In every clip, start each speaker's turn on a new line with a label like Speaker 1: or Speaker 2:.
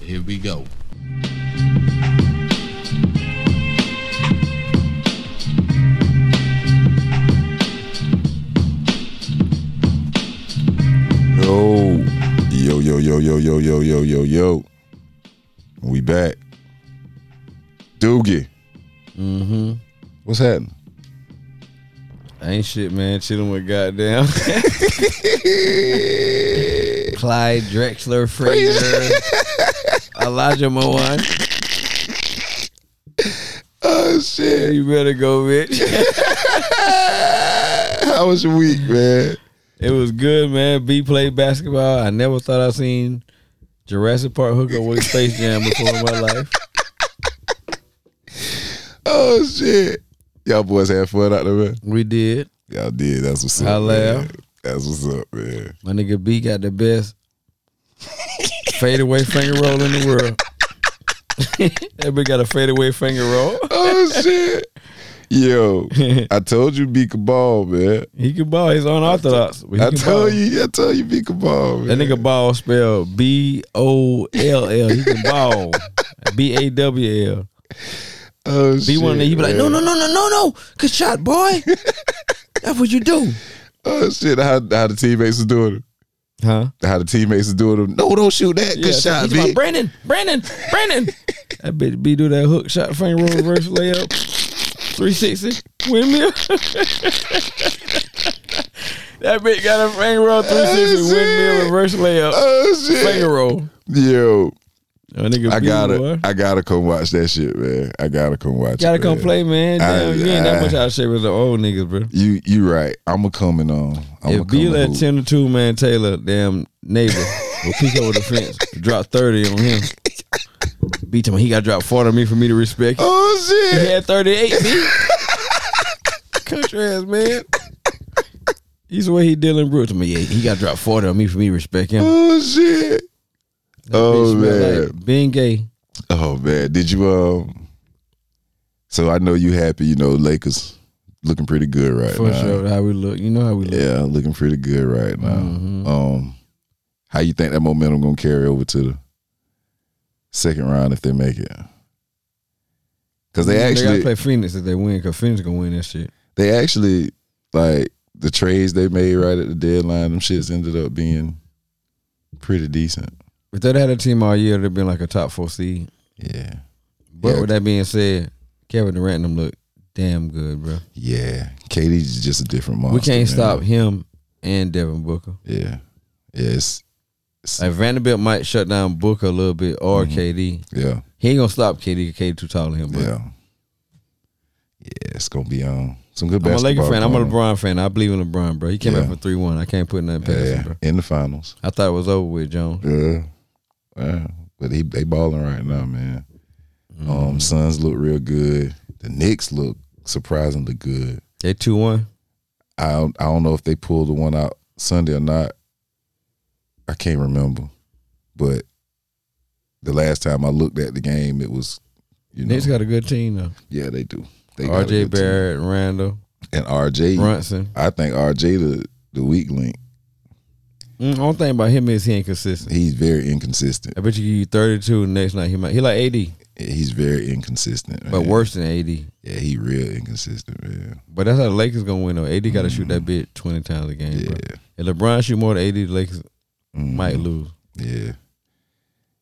Speaker 1: Here we go.
Speaker 2: Yo, yo, yo, yo, yo, yo, yo, yo, yo, yo. We back. Doogie,
Speaker 1: Mm-hmm.
Speaker 2: what's happening?
Speaker 1: Ain't shit, man. Chilling with goddamn Clyde Drexler Fraser, Elijah Moan.
Speaker 2: Oh shit!
Speaker 1: You better go, bitch.
Speaker 2: How was your week, man?
Speaker 1: It was good, man. B played basketball. I never thought I seen Jurassic Park hook up with Space Jam before in my life.
Speaker 2: Oh shit! Y'all boys had fun out there, man.
Speaker 1: We did.
Speaker 2: Y'all did. That's what's up.
Speaker 1: I
Speaker 2: man.
Speaker 1: laugh.
Speaker 2: That's what's up, man.
Speaker 1: My nigga B got the best fadeaway finger roll in the world. Everybody got a fadeaway finger roll.
Speaker 2: Oh shit! Yo, I told you be cabal, man.
Speaker 1: He can ball. He's unorthodox. but he
Speaker 2: I
Speaker 1: can
Speaker 2: told
Speaker 1: ball.
Speaker 2: you, I told you be cabal,
Speaker 1: That
Speaker 2: man.
Speaker 1: nigga ball spelled B O L L. He can ball. B A W L.
Speaker 2: oh
Speaker 1: Be
Speaker 2: shit,
Speaker 1: one of them. He be like,
Speaker 2: man.
Speaker 1: no, no, no, no, no, no. Good shot, boy. That's what you do.
Speaker 2: Oh shit! How how the teammates is doing it?
Speaker 1: Huh?
Speaker 2: How the teammates is doing it? No, don't shoot that. Good shot,
Speaker 1: he's like,
Speaker 2: B.
Speaker 1: Brandon, Brandon, Brandon. that bitch B do that hook shot, frame roll, reverse layup, 360, windmill. that bitch got a frame roll, 360,
Speaker 2: That's
Speaker 1: windmill,
Speaker 2: it.
Speaker 1: reverse layup,
Speaker 2: Oh shit!
Speaker 1: finger roll.
Speaker 2: Yo,
Speaker 1: Oh, nigga,
Speaker 2: I
Speaker 1: B,
Speaker 2: gotta,
Speaker 1: boy.
Speaker 2: I gotta come watch that shit, man. I gotta come watch.
Speaker 1: Gotta
Speaker 2: it,
Speaker 1: come
Speaker 2: man.
Speaker 1: play, man. Damn,
Speaker 2: I-
Speaker 1: you ain't that
Speaker 2: I-
Speaker 1: much out of shape as the old niggas, bro.
Speaker 2: You, you right. I'm a coming on. I'm a
Speaker 1: If Bill
Speaker 2: coming.
Speaker 1: at
Speaker 2: hoop.
Speaker 1: 10 to 2, man, Taylor, damn neighbor, will peek over the fence, drop 30 on him. Beat him. He got to drop 40 on me for me to respect him.
Speaker 2: Oh
Speaker 1: He
Speaker 2: shit!
Speaker 1: had 38, B. Country ass, man. He's the way he dealing Brooks. I mean, yeah, he got to drop 40 on me for me to respect him.
Speaker 2: Oh shit! Oh
Speaker 1: Bitch smell
Speaker 2: man!
Speaker 1: Like being gay.
Speaker 2: Oh man! Did you um? So I know you happy. You know Lakers looking pretty good right
Speaker 1: For
Speaker 2: now.
Speaker 1: sure. Mm. How we look. You know how we look. Mm-hmm.
Speaker 2: Yeah, looking pretty good right now. Um, how you think that momentum gonna carry over to the second round if they make it? Because they
Speaker 1: got
Speaker 2: actually,
Speaker 1: to Mm, play Phoenix if they win because Phoenix going to win that shit.
Speaker 2: they actually like the trades they made right at the deadline. Them shits ended up being pretty decent.
Speaker 1: If they'd had a team all year, they'd have been like a top four seed.
Speaker 2: Yeah,
Speaker 1: But
Speaker 2: Yeah.
Speaker 1: with that being said, Kevin Durant and them look damn good, bro.
Speaker 2: yeah. Katie's just a different monster.
Speaker 1: we can't
Speaker 2: man.
Speaker 1: stop him and Devin Booker.
Speaker 2: Yeah, yeah, it's,
Speaker 1: Like Vanderbilt might shut down Booker a little bit or
Speaker 2: Mm-hmm.
Speaker 1: KD.
Speaker 2: yeah,
Speaker 1: He ain't gonna stop KD. 'cause KD too tall to him. But
Speaker 2: yeah, yeah. It's gonna be um some good
Speaker 1: I'm a
Speaker 2: basketball.
Speaker 1: Laker fan. I'm a
Speaker 2: going on.
Speaker 1: LeBron fan. I believe in LeBron, bro. He came
Speaker 2: Yeah.
Speaker 1: out for three one. I can't put nothing past him,
Speaker 2: Yeah,
Speaker 1: bro.
Speaker 2: in the finals.
Speaker 1: I thought it was over with, Jones.
Speaker 2: Yeah. Yeah. But he they balling right now, man.
Speaker 1: Mm.
Speaker 2: Um, Suns look real good. The Knicks look surprisingly good.
Speaker 1: They two one.
Speaker 2: I don't, I don't know if they pulled the one out Sunday or not. I can't remember. But the last time I looked at the game, it was you know
Speaker 1: Knicks got a good team though.
Speaker 2: yeah they do. They got a
Speaker 1: RJ
Speaker 2: good team.
Speaker 1: Barrett, Randall,
Speaker 2: and RJ.
Speaker 1: Brunson.
Speaker 2: I think RJ the the weak link.
Speaker 1: Mm, only thing about him is he ain't consistent.
Speaker 2: He's very inconsistent.
Speaker 1: I bet you give you 32 next night. He might. He like AD,
Speaker 2: He's very inconsistent. Man.
Speaker 1: but worse than AD.
Speaker 2: Yeah, he real inconsistent, man.
Speaker 1: But that's how the Lakers gonna win though. AD got to shoot that bitch twenty times a game. Bro.
Speaker 2: Mm. Yeah.
Speaker 1: If LeBron shoot more than AD, the Lakers
Speaker 2: Mhm.
Speaker 1: might lose.
Speaker 2: Yeah.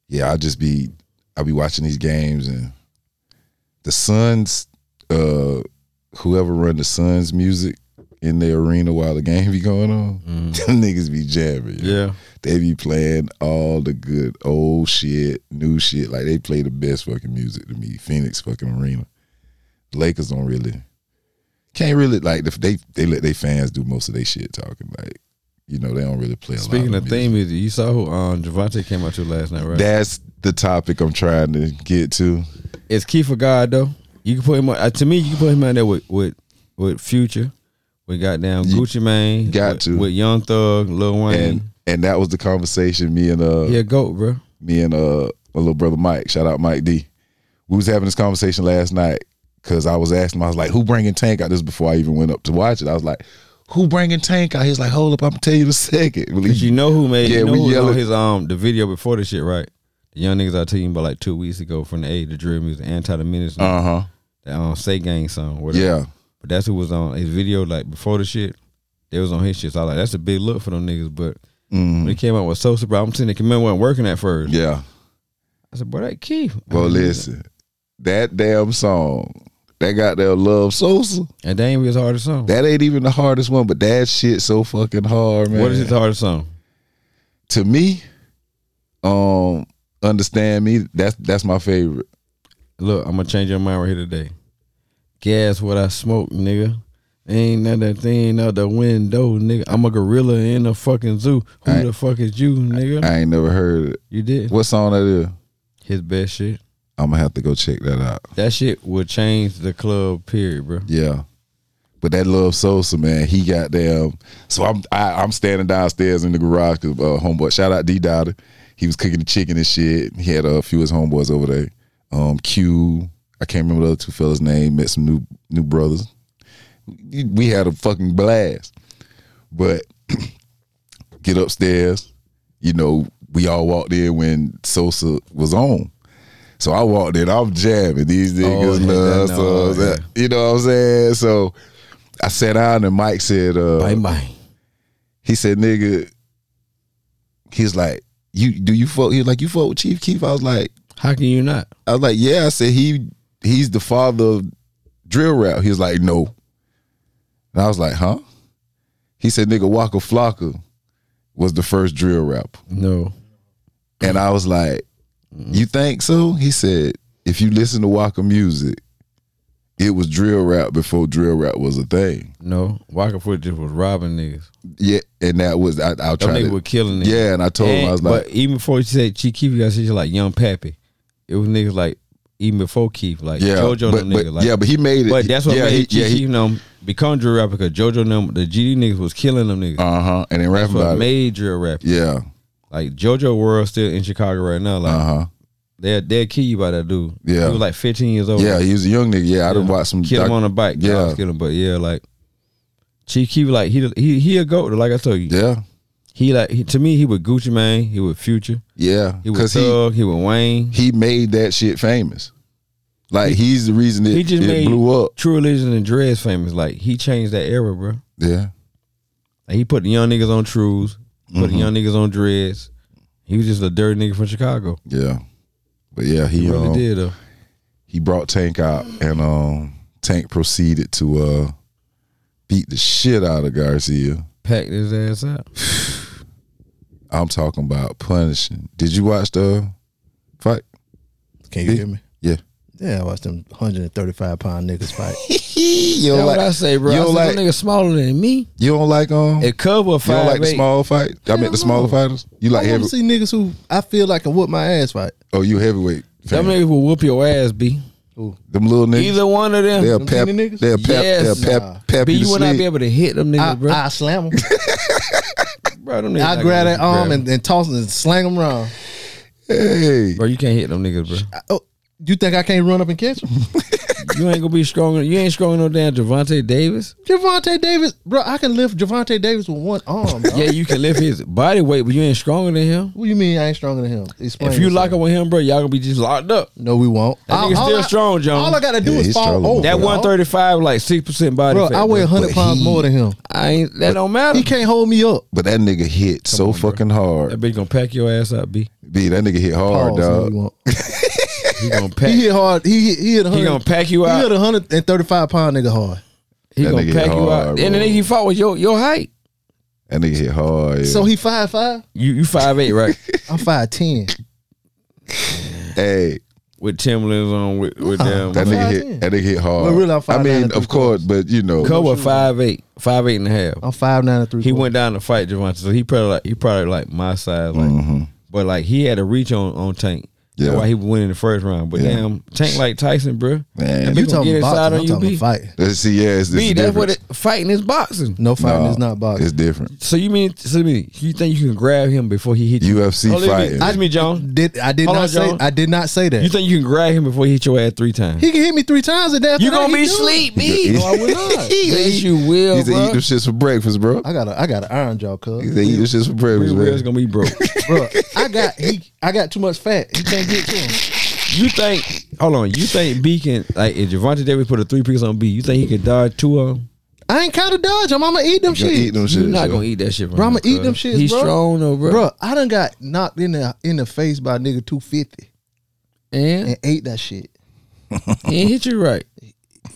Speaker 2: Yeah, I'll just be I'll be watching these games and the Suns, uh whoever run the Suns music in the arena while the game be going on, them niggas be jamming. yo.
Speaker 1: Mm-hmm. Yeah,
Speaker 2: They be playing all the good old shit, new shit. Like they play the best fucking music to me. Phoenix fucking arena. Lakers don't really can't really like they they let their fans do most of their shit talking. Like, you know, they don't really play a
Speaker 1: Speaking
Speaker 2: lot
Speaker 1: of
Speaker 2: music.
Speaker 1: theme music, you saw who um, Javante came out to last night, right?
Speaker 2: That's the topic I'm trying to get to.
Speaker 1: it's key for God though. You can put him on, uh, to me. You can put him out there with with with Future, with goddamn
Speaker 2: You
Speaker 1: Gucci Mane,
Speaker 2: got
Speaker 1: with,
Speaker 2: to.
Speaker 1: with Young Thug, Lil Wayne.
Speaker 2: And and that was the conversation me and uh
Speaker 1: he a goat, bro.
Speaker 2: me and uh my little brother Mike, shout out Mike D. We was having this conversation last night cuz I was asking him I was like, "Who bringing Tank out?" This is before I even went up to watch it. I was like, "Who bringing Tank out?" He's like, "Hold up, I'm gonna tell you in a second. Well,
Speaker 1: 'Cause
Speaker 2: he-
Speaker 1: you know who made?
Speaker 2: Yeah,
Speaker 1: you know
Speaker 2: we
Speaker 1: who was on
Speaker 2: yelling-
Speaker 1: his um the video before the shit, right? The young niggas I was telling you about like two weeks ago from the A, the drill music, anti the menace,
Speaker 2: Uh huh.
Speaker 1: that um, Say Gang song. Whatever.
Speaker 2: Yeah.
Speaker 1: But that's who was on his video like before the shit. They was on his shit. So I like that's a big look for them niggas. But when
Speaker 2: Mm.
Speaker 1: he came out with Sosa, bro, I'm seeing the command wasn't working at first.
Speaker 2: Yeah.
Speaker 1: I said, bro, that key.
Speaker 2: Well, listen, that damn song, that goddamn love Sosa,
Speaker 1: And that ain't his hardest song.
Speaker 2: that ain't even the hardest one, but that shit so fucking hard, man.
Speaker 1: What is his hardest song?
Speaker 2: to me, um, understand me. That's that's my favorite.
Speaker 1: Look, I'm gonna change your mind right here today. Guess what I smoke, nigga. Ain't none that thing out the window, nigga. I'm a gorilla in a fucking zoo. Who
Speaker 2: I-
Speaker 1: the fuck is you, nigga?
Speaker 2: I ain't never heard it.
Speaker 1: you did
Speaker 2: What song that is?
Speaker 1: his best shit.
Speaker 2: I'm gonna have to go check that out.
Speaker 1: That shit would change the club. Period, bro.
Speaker 2: Yeah. But that love Sosa man, he got damn. So I'm I, I'm standing downstairs in the garage because uh, homeboy, shout out D Dowder, he was cooking the chicken and shit. He had uh, a few of his homeboys over there. Um, Q, I can't remember the other two fellas' name. Met some new new brothers. We had a fucking blast. But get upstairs, you know, we all walked in when Sosa was on. So I walked in, I'm jamming. These niggas
Speaker 1: Oh, yeah,
Speaker 2: love
Speaker 1: that- no,
Speaker 2: Sosa.
Speaker 1: yeah.
Speaker 2: You know what I'm saying? So I sat down and Mike said,
Speaker 1: Bye
Speaker 2: uh,
Speaker 1: bye.
Speaker 2: he said, nigga, he's like, you do you fuck? He was like, you fuck with Chief Keef? I was like,
Speaker 1: How can you not?
Speaker 2: I was like, yeah. I said he he's the father of drill rap. He was like, no. And I was like, huh? He said, nigga, Waka Flocka was the first drill rapper.
Speaker 1: No.
Speaker 2: And I was like, You think so? He said, If you listen to Waka music, it was drill rap before drill rap was a thing.
Speaker 1: No, Walker Foot just was robbing niggas.
Speaker 2: Yeah, and that was I, I'll
Speaker 1: Them
Speaker 2: try
Speaker 1: niggas
Speaker 2: to.
Speaker 1: were killing niggas.
Speaker 2: Yeah, and I told him I was
Speaker 1: And-
Speaker 2: like,
Speaker 1: but even before you said Chief Keef, you got shit like Young Pappy. It was niggas like even before Keith, like
Speaker 2: yeah,
Speaker 1: JoJo
Speaker 2: but,
Speaker 1: them
Speaker 2: but-
Speaker 1: niggas. Like,
Speaker 2: yeah, but he made it.
Speaker 1: But that's what
Speaker 2: yeah,
Speaker 1: made
Speaker 2: he,
Speaker 1: Chief
Speaker 2: yeah, he,
Speaker 1: Keef them become drill rap because JoJo them the GD niggas was killing them niggas.
Speaker 2: uh huh, and then
Speaker 1: that's
Speaker 2: rap
Speaker 1: what
Speaker 2: about it.
Speaker 1: made drill rap.
Speaker 2: Yeah,
Speaker 1: Like JoJo World still in Chicago right now. Like
Speaker 2: uh huh,
Speaker 1: they they'll kill you by that dude.
Speaker 2: Yeah.
Speaker 1: he was like 15 years old.
Speaker 2: yeah. He was a young nigga. Yeah, I done
Speaker 1: Yeah.
Speaker 2: watched some.
Speaker 1: kill him
Speaker 2: doc-
Speaker 1: on a bike.
Speaker 2: Yeah.
Speaker 1: Yeah, I was kidding, but yeah, like Chief Keef, like he he he a goat. Like I told you,
Speaker 2: yeah,
Speaker 1: he like he, to me he was Gucci Mane, he was Future,
Speaker 2: yeah,
Speaker 1: he was
Speaker 2: because he
Speaker 1: Thug, he, was Wayne.
Speaker 2: he made that shit famous. Like he's the reason it,
Speaker 1: he just
Speaker 2: it
Speaker 1: made-
Speaker 2: blew up.
Speaker 1: True Religion and Dreads famous. Like he changed that era, bro.
Speaker 2: Yeah,
Speaker 1: Like, he put the young niggas on Trues, put
Speaker 2: Mm-hmm.
Speaker 1: the young niggas on Dreads. He was just a dirty nigga from Chicago.
Speaker 2: yeah, but yeah, he,
Speaker 1: He really
Speaker 2: um,
Speaker 1: did though.
Speaker 2: he brought Tank out, and um, Tank proceeded to uh, beat the shit out of Garcia.
Speaker 1: Packed his ass out.
Speaker 2: I'm talking about punishing. Did you watch the fight?
Speaker 3: Can you hear me?
Speaker 2: Yeah.
Speaker 3: Yeah, I watched them 135 pound niggas fight.
Speaker 2: you
Speaker 1: That's
Speaker 2: don't
Speaker 1: what I
Speaker 2: like
Speaker 1: say, bro.
Speaker 2: you
Speaker 1: I
Speaker 2: don't
Speaker 1: said,
Speaker 2: like-
Speaker 1: them niggas smaller than me.
Speaker 2: you don't like um
Speaker 1: It
Speaker 2: you
Speaker 1: cover
Speaker 2: don't
Speaker 1: five
Speaker 2: like the
Speaker 1: eight.
Speaker 2: small fight. I meant the
Speaker 3: Hell
Speaker 2: smaller
Speaker 3: no.
Speaker 2: fighters. You like
Speaker 3: I want
Speaker 2: heavy?
Speaker 3: to see niggas who I feel like can whoop my ass fight.
Speaker 2: Oh, you heavyweight.
Speaker 1: Them
Speaker 2: Fan.
Speaker 1: niggas will whoop your ass, b.
Speaker 2: Them little niggas.
Speaker 1: Either one of them,
Speaker 2: they'll
Speaker 3: Them
Speaker 2: pep.
Speaker 3: teeny niggas?
Speaker 2: They'll pep.
Speaker 1: Yes.
Speaker 2: They'll pep.
Speaker 3: Nah.
Speaker 2: Pep
Speaker 1: b.
Speaker 2: you
Speaker 1: You
Speaker 2: to
Speaker 1: would not be
Speaker 2: sleep.
Speaker 1: able to hit them niggas,
Speaker 3: I,
Speaker 1: bro.
Speaker 3: I slam them.
Speaker 1: bro them niggas
Speaker 3: I
Speaker 1: not
Speaker 3: grab
Speaker 1: gonna
Speaker 3: that arm
Speaker 1: grab
Speaker 3: and, and toss them and slang them around.
Speaker 2: Hey,
Speaker 1: Bro, you can't hit them niggas, bro.
Speaker 3: I- oh, you think I can't run up and catch them?
Speaker 1: You ain't gonna be strong. You ain't strong no damn Javante Davis.
Speaker 3: Javante Davis, bro, I can lift Javante Davis with one arm. Bro.
Speaker 1: Yeah, you can lift his body weight, but you ain't stronger than him.
Speaker 3: What do you mean I ain't stronger than him? Explain.
Speaker 1: If you
Speaker 3: yourself.
Speaker 1: lock up with him, bro, y'all gonna be just locked up.
Speaker 3: no, we won't.
Speaker 1: That
Speaker 3: All-
Speaker 1: nigga
Speaker 3: all
Speaker 1: still
Speaker 3: I-
Speaker 1: strong, Jones.
Speaker 3: All I gotta do
Speaker 2: Yeah,
Speaker 3: is
Speaker 2: he's
Speaker 3: fall
Speaker 2: struggling,
Speaker 3: over.
Speaker 1: That
Speaker 3: bro.
Speaker 1: one thirty five, like six percent body
Speaker 3: Bro,
Speaker 1: fat.
Speaker 3: I weigh
Speaker 1: bro.
Speaker 3: 100
Speaker 2: But
Speaker 3: pounds
Speaker 2: he-
Speaker 3: more than him.
Speaker 1: I ain't. That don't matter.
Speaker 3: He can't hold me up.
Speaker 2: but that nigga hit so fucking
Speaker 1: That
Speaker 2: hard.
Speaker 1: bitch gonna pack your ass up, b.
Speaker 2: B, that nigga hit hard,
Speaker 3: Pause, no,
Speaker 2: dog.
Speaker 3: we won't.
Speaker 1: He gonna pack.
Speaker 3: He
Speaker 1: he
Speaker 3: hit hard. He hit, he hit 100.
Speaker 1: gonna pack you
Speaker 3: He hit
Speaker 1: out.
Speaker 3: a hundred and thirty-five pound nigga hard.
Speaker 1: He
Speaker 2: That
Speaker 1: gonna
Speaker 2: nigga
Speaker 1: pack
Speaker 2: hit
Speaker 1: you
Speaker 2: hard,
Speaker 1: out. And the
Speaker 2: bro.
Speaker 1: nigga he fought with your your height.
Speaker 2: That nigga hit hard. Yeah.
Speaker 3: So he five five.
Speaker 1: You you five eight right?
Speaker 3: I'm five ten.
Speaker 2: hey,
Speaker 1: with Timberlands on with with them.
Speaker 2: That nigga
Speaker 3: five
Speaker 2: hit.
Speaker 3: ten.
Speaker 2: That nigga hit hard.
Speaker 3: Well, really, I'm five
Speaker 2: I
Speaker 3: nine
Speaker 2: mean,
Speaker 3: and
Speaker 2: of
Speaker 3: three
Speaker 2: course, but you know,
Speaker 1: Cole was five eight, five eight and a half.
Speaker 3: I'm five nine and three.
Speaker 1: He went down to
Speaker 2: Mm-hmm.
Speaker 1: fight Javante, so he probably like he probably like my size, like. But like he had a reach on on Tank. That's
Speaker 2: Yeah.
Speaker 1: why he went in the first round. But
Speaker 2: Yeah.
Speaker 1: damn, Tank like Tyson, bro.
Speaker 2: Man,
Speaker 1: And
Speaker 2: you-
Speaker 3: You
Speaker 1: People get
Speaker 3: talking
Speaker 1: inside
Speaker 3: boxing?
Speaker 1: on
Speaker 3: I'm
Speaker 1: you,
Speaker 3: talking
Speaker 1: B.
Speaker 3: fight.
Speaker 2: let's see, yeah, it's, it's
Speaker 1: B, that's what
Speaker 2: different.
Speaker 1: it, fighting is boxing.
Speaker 3: No fighting
Speaker 2: No,
Speaker 3: is not boxing.
Speaker 2: It's different.
Speaker 1: So you mean so me? You think you can grab him before he hit you?
Speaker 2: UFC
Speaker 1: Hold on, let me-
Speaker 2: fighting.
Speaker 1: Let me, John.
Speaker 3: Did I did
Speaker 1: Hold
Speaker 3: not
Speaker 1: on,
Speaker 3: say
Speaker 1: John.
Speaker 3: I did not say that.
Speaker 1: You think you can grab him before he hit your ass three times?
Speaker 3: he can hit me three times a day. after
Speaker 1: You
Speaker 3: that,
Speaker 1: gonna
Speaker 3: he
Speaker 1: be
Speaker 3: do.
Speaker 1: sleep,
Speaker 2: He-
Speaker 1: B? No, I will not.
Speaker 2: he-
Speaker 1: yes, you will,
Speaker 2: He's
Speaker 1: bro.
Speaker 2: eat them shits for breakfast, bro.
Speaker 3: I got a I got an iron jaw,
Speaker 2: He's
Speaker 3: cuz.
Speaker 2: eat them shits for
Speaker 1: Free
Speaker 2: breakfast,
Speaker 1: will
Speaker 2: man.
Speaker 1: is gonna be broke.
Speaker 3: Bro, I got he I got too much fat. He can't get to him.
Speaker 1: you think? Hold on. You think B can like if Javante Davis put a three piece on B? You think he could dodge two of them?
Speaker 3: I ain't kind of dodge him. I'ma eat them
Speaker 2: Gonna
Speaker 3: shit.
Speaker 2: eat them
Speaker 1: You're
Speaker 2: shits.
Speaker 1: not
Speaker 2: bro.
Speaker 1: gonna eat that shit,
Speaker 3: Bro, I'ma eat them
Speaker 1: cuz.
Speaker 3: shits,
Speaker 1: He's
Speaker 3: bro.
Speaker 1: strong though, bro.
Speaker 3: Bro, I done got knocked in the in the face by a nigga 250
Speaker 1: And
Speaker 3: and ate that shit.
Speaker 1: he ain't hit you right.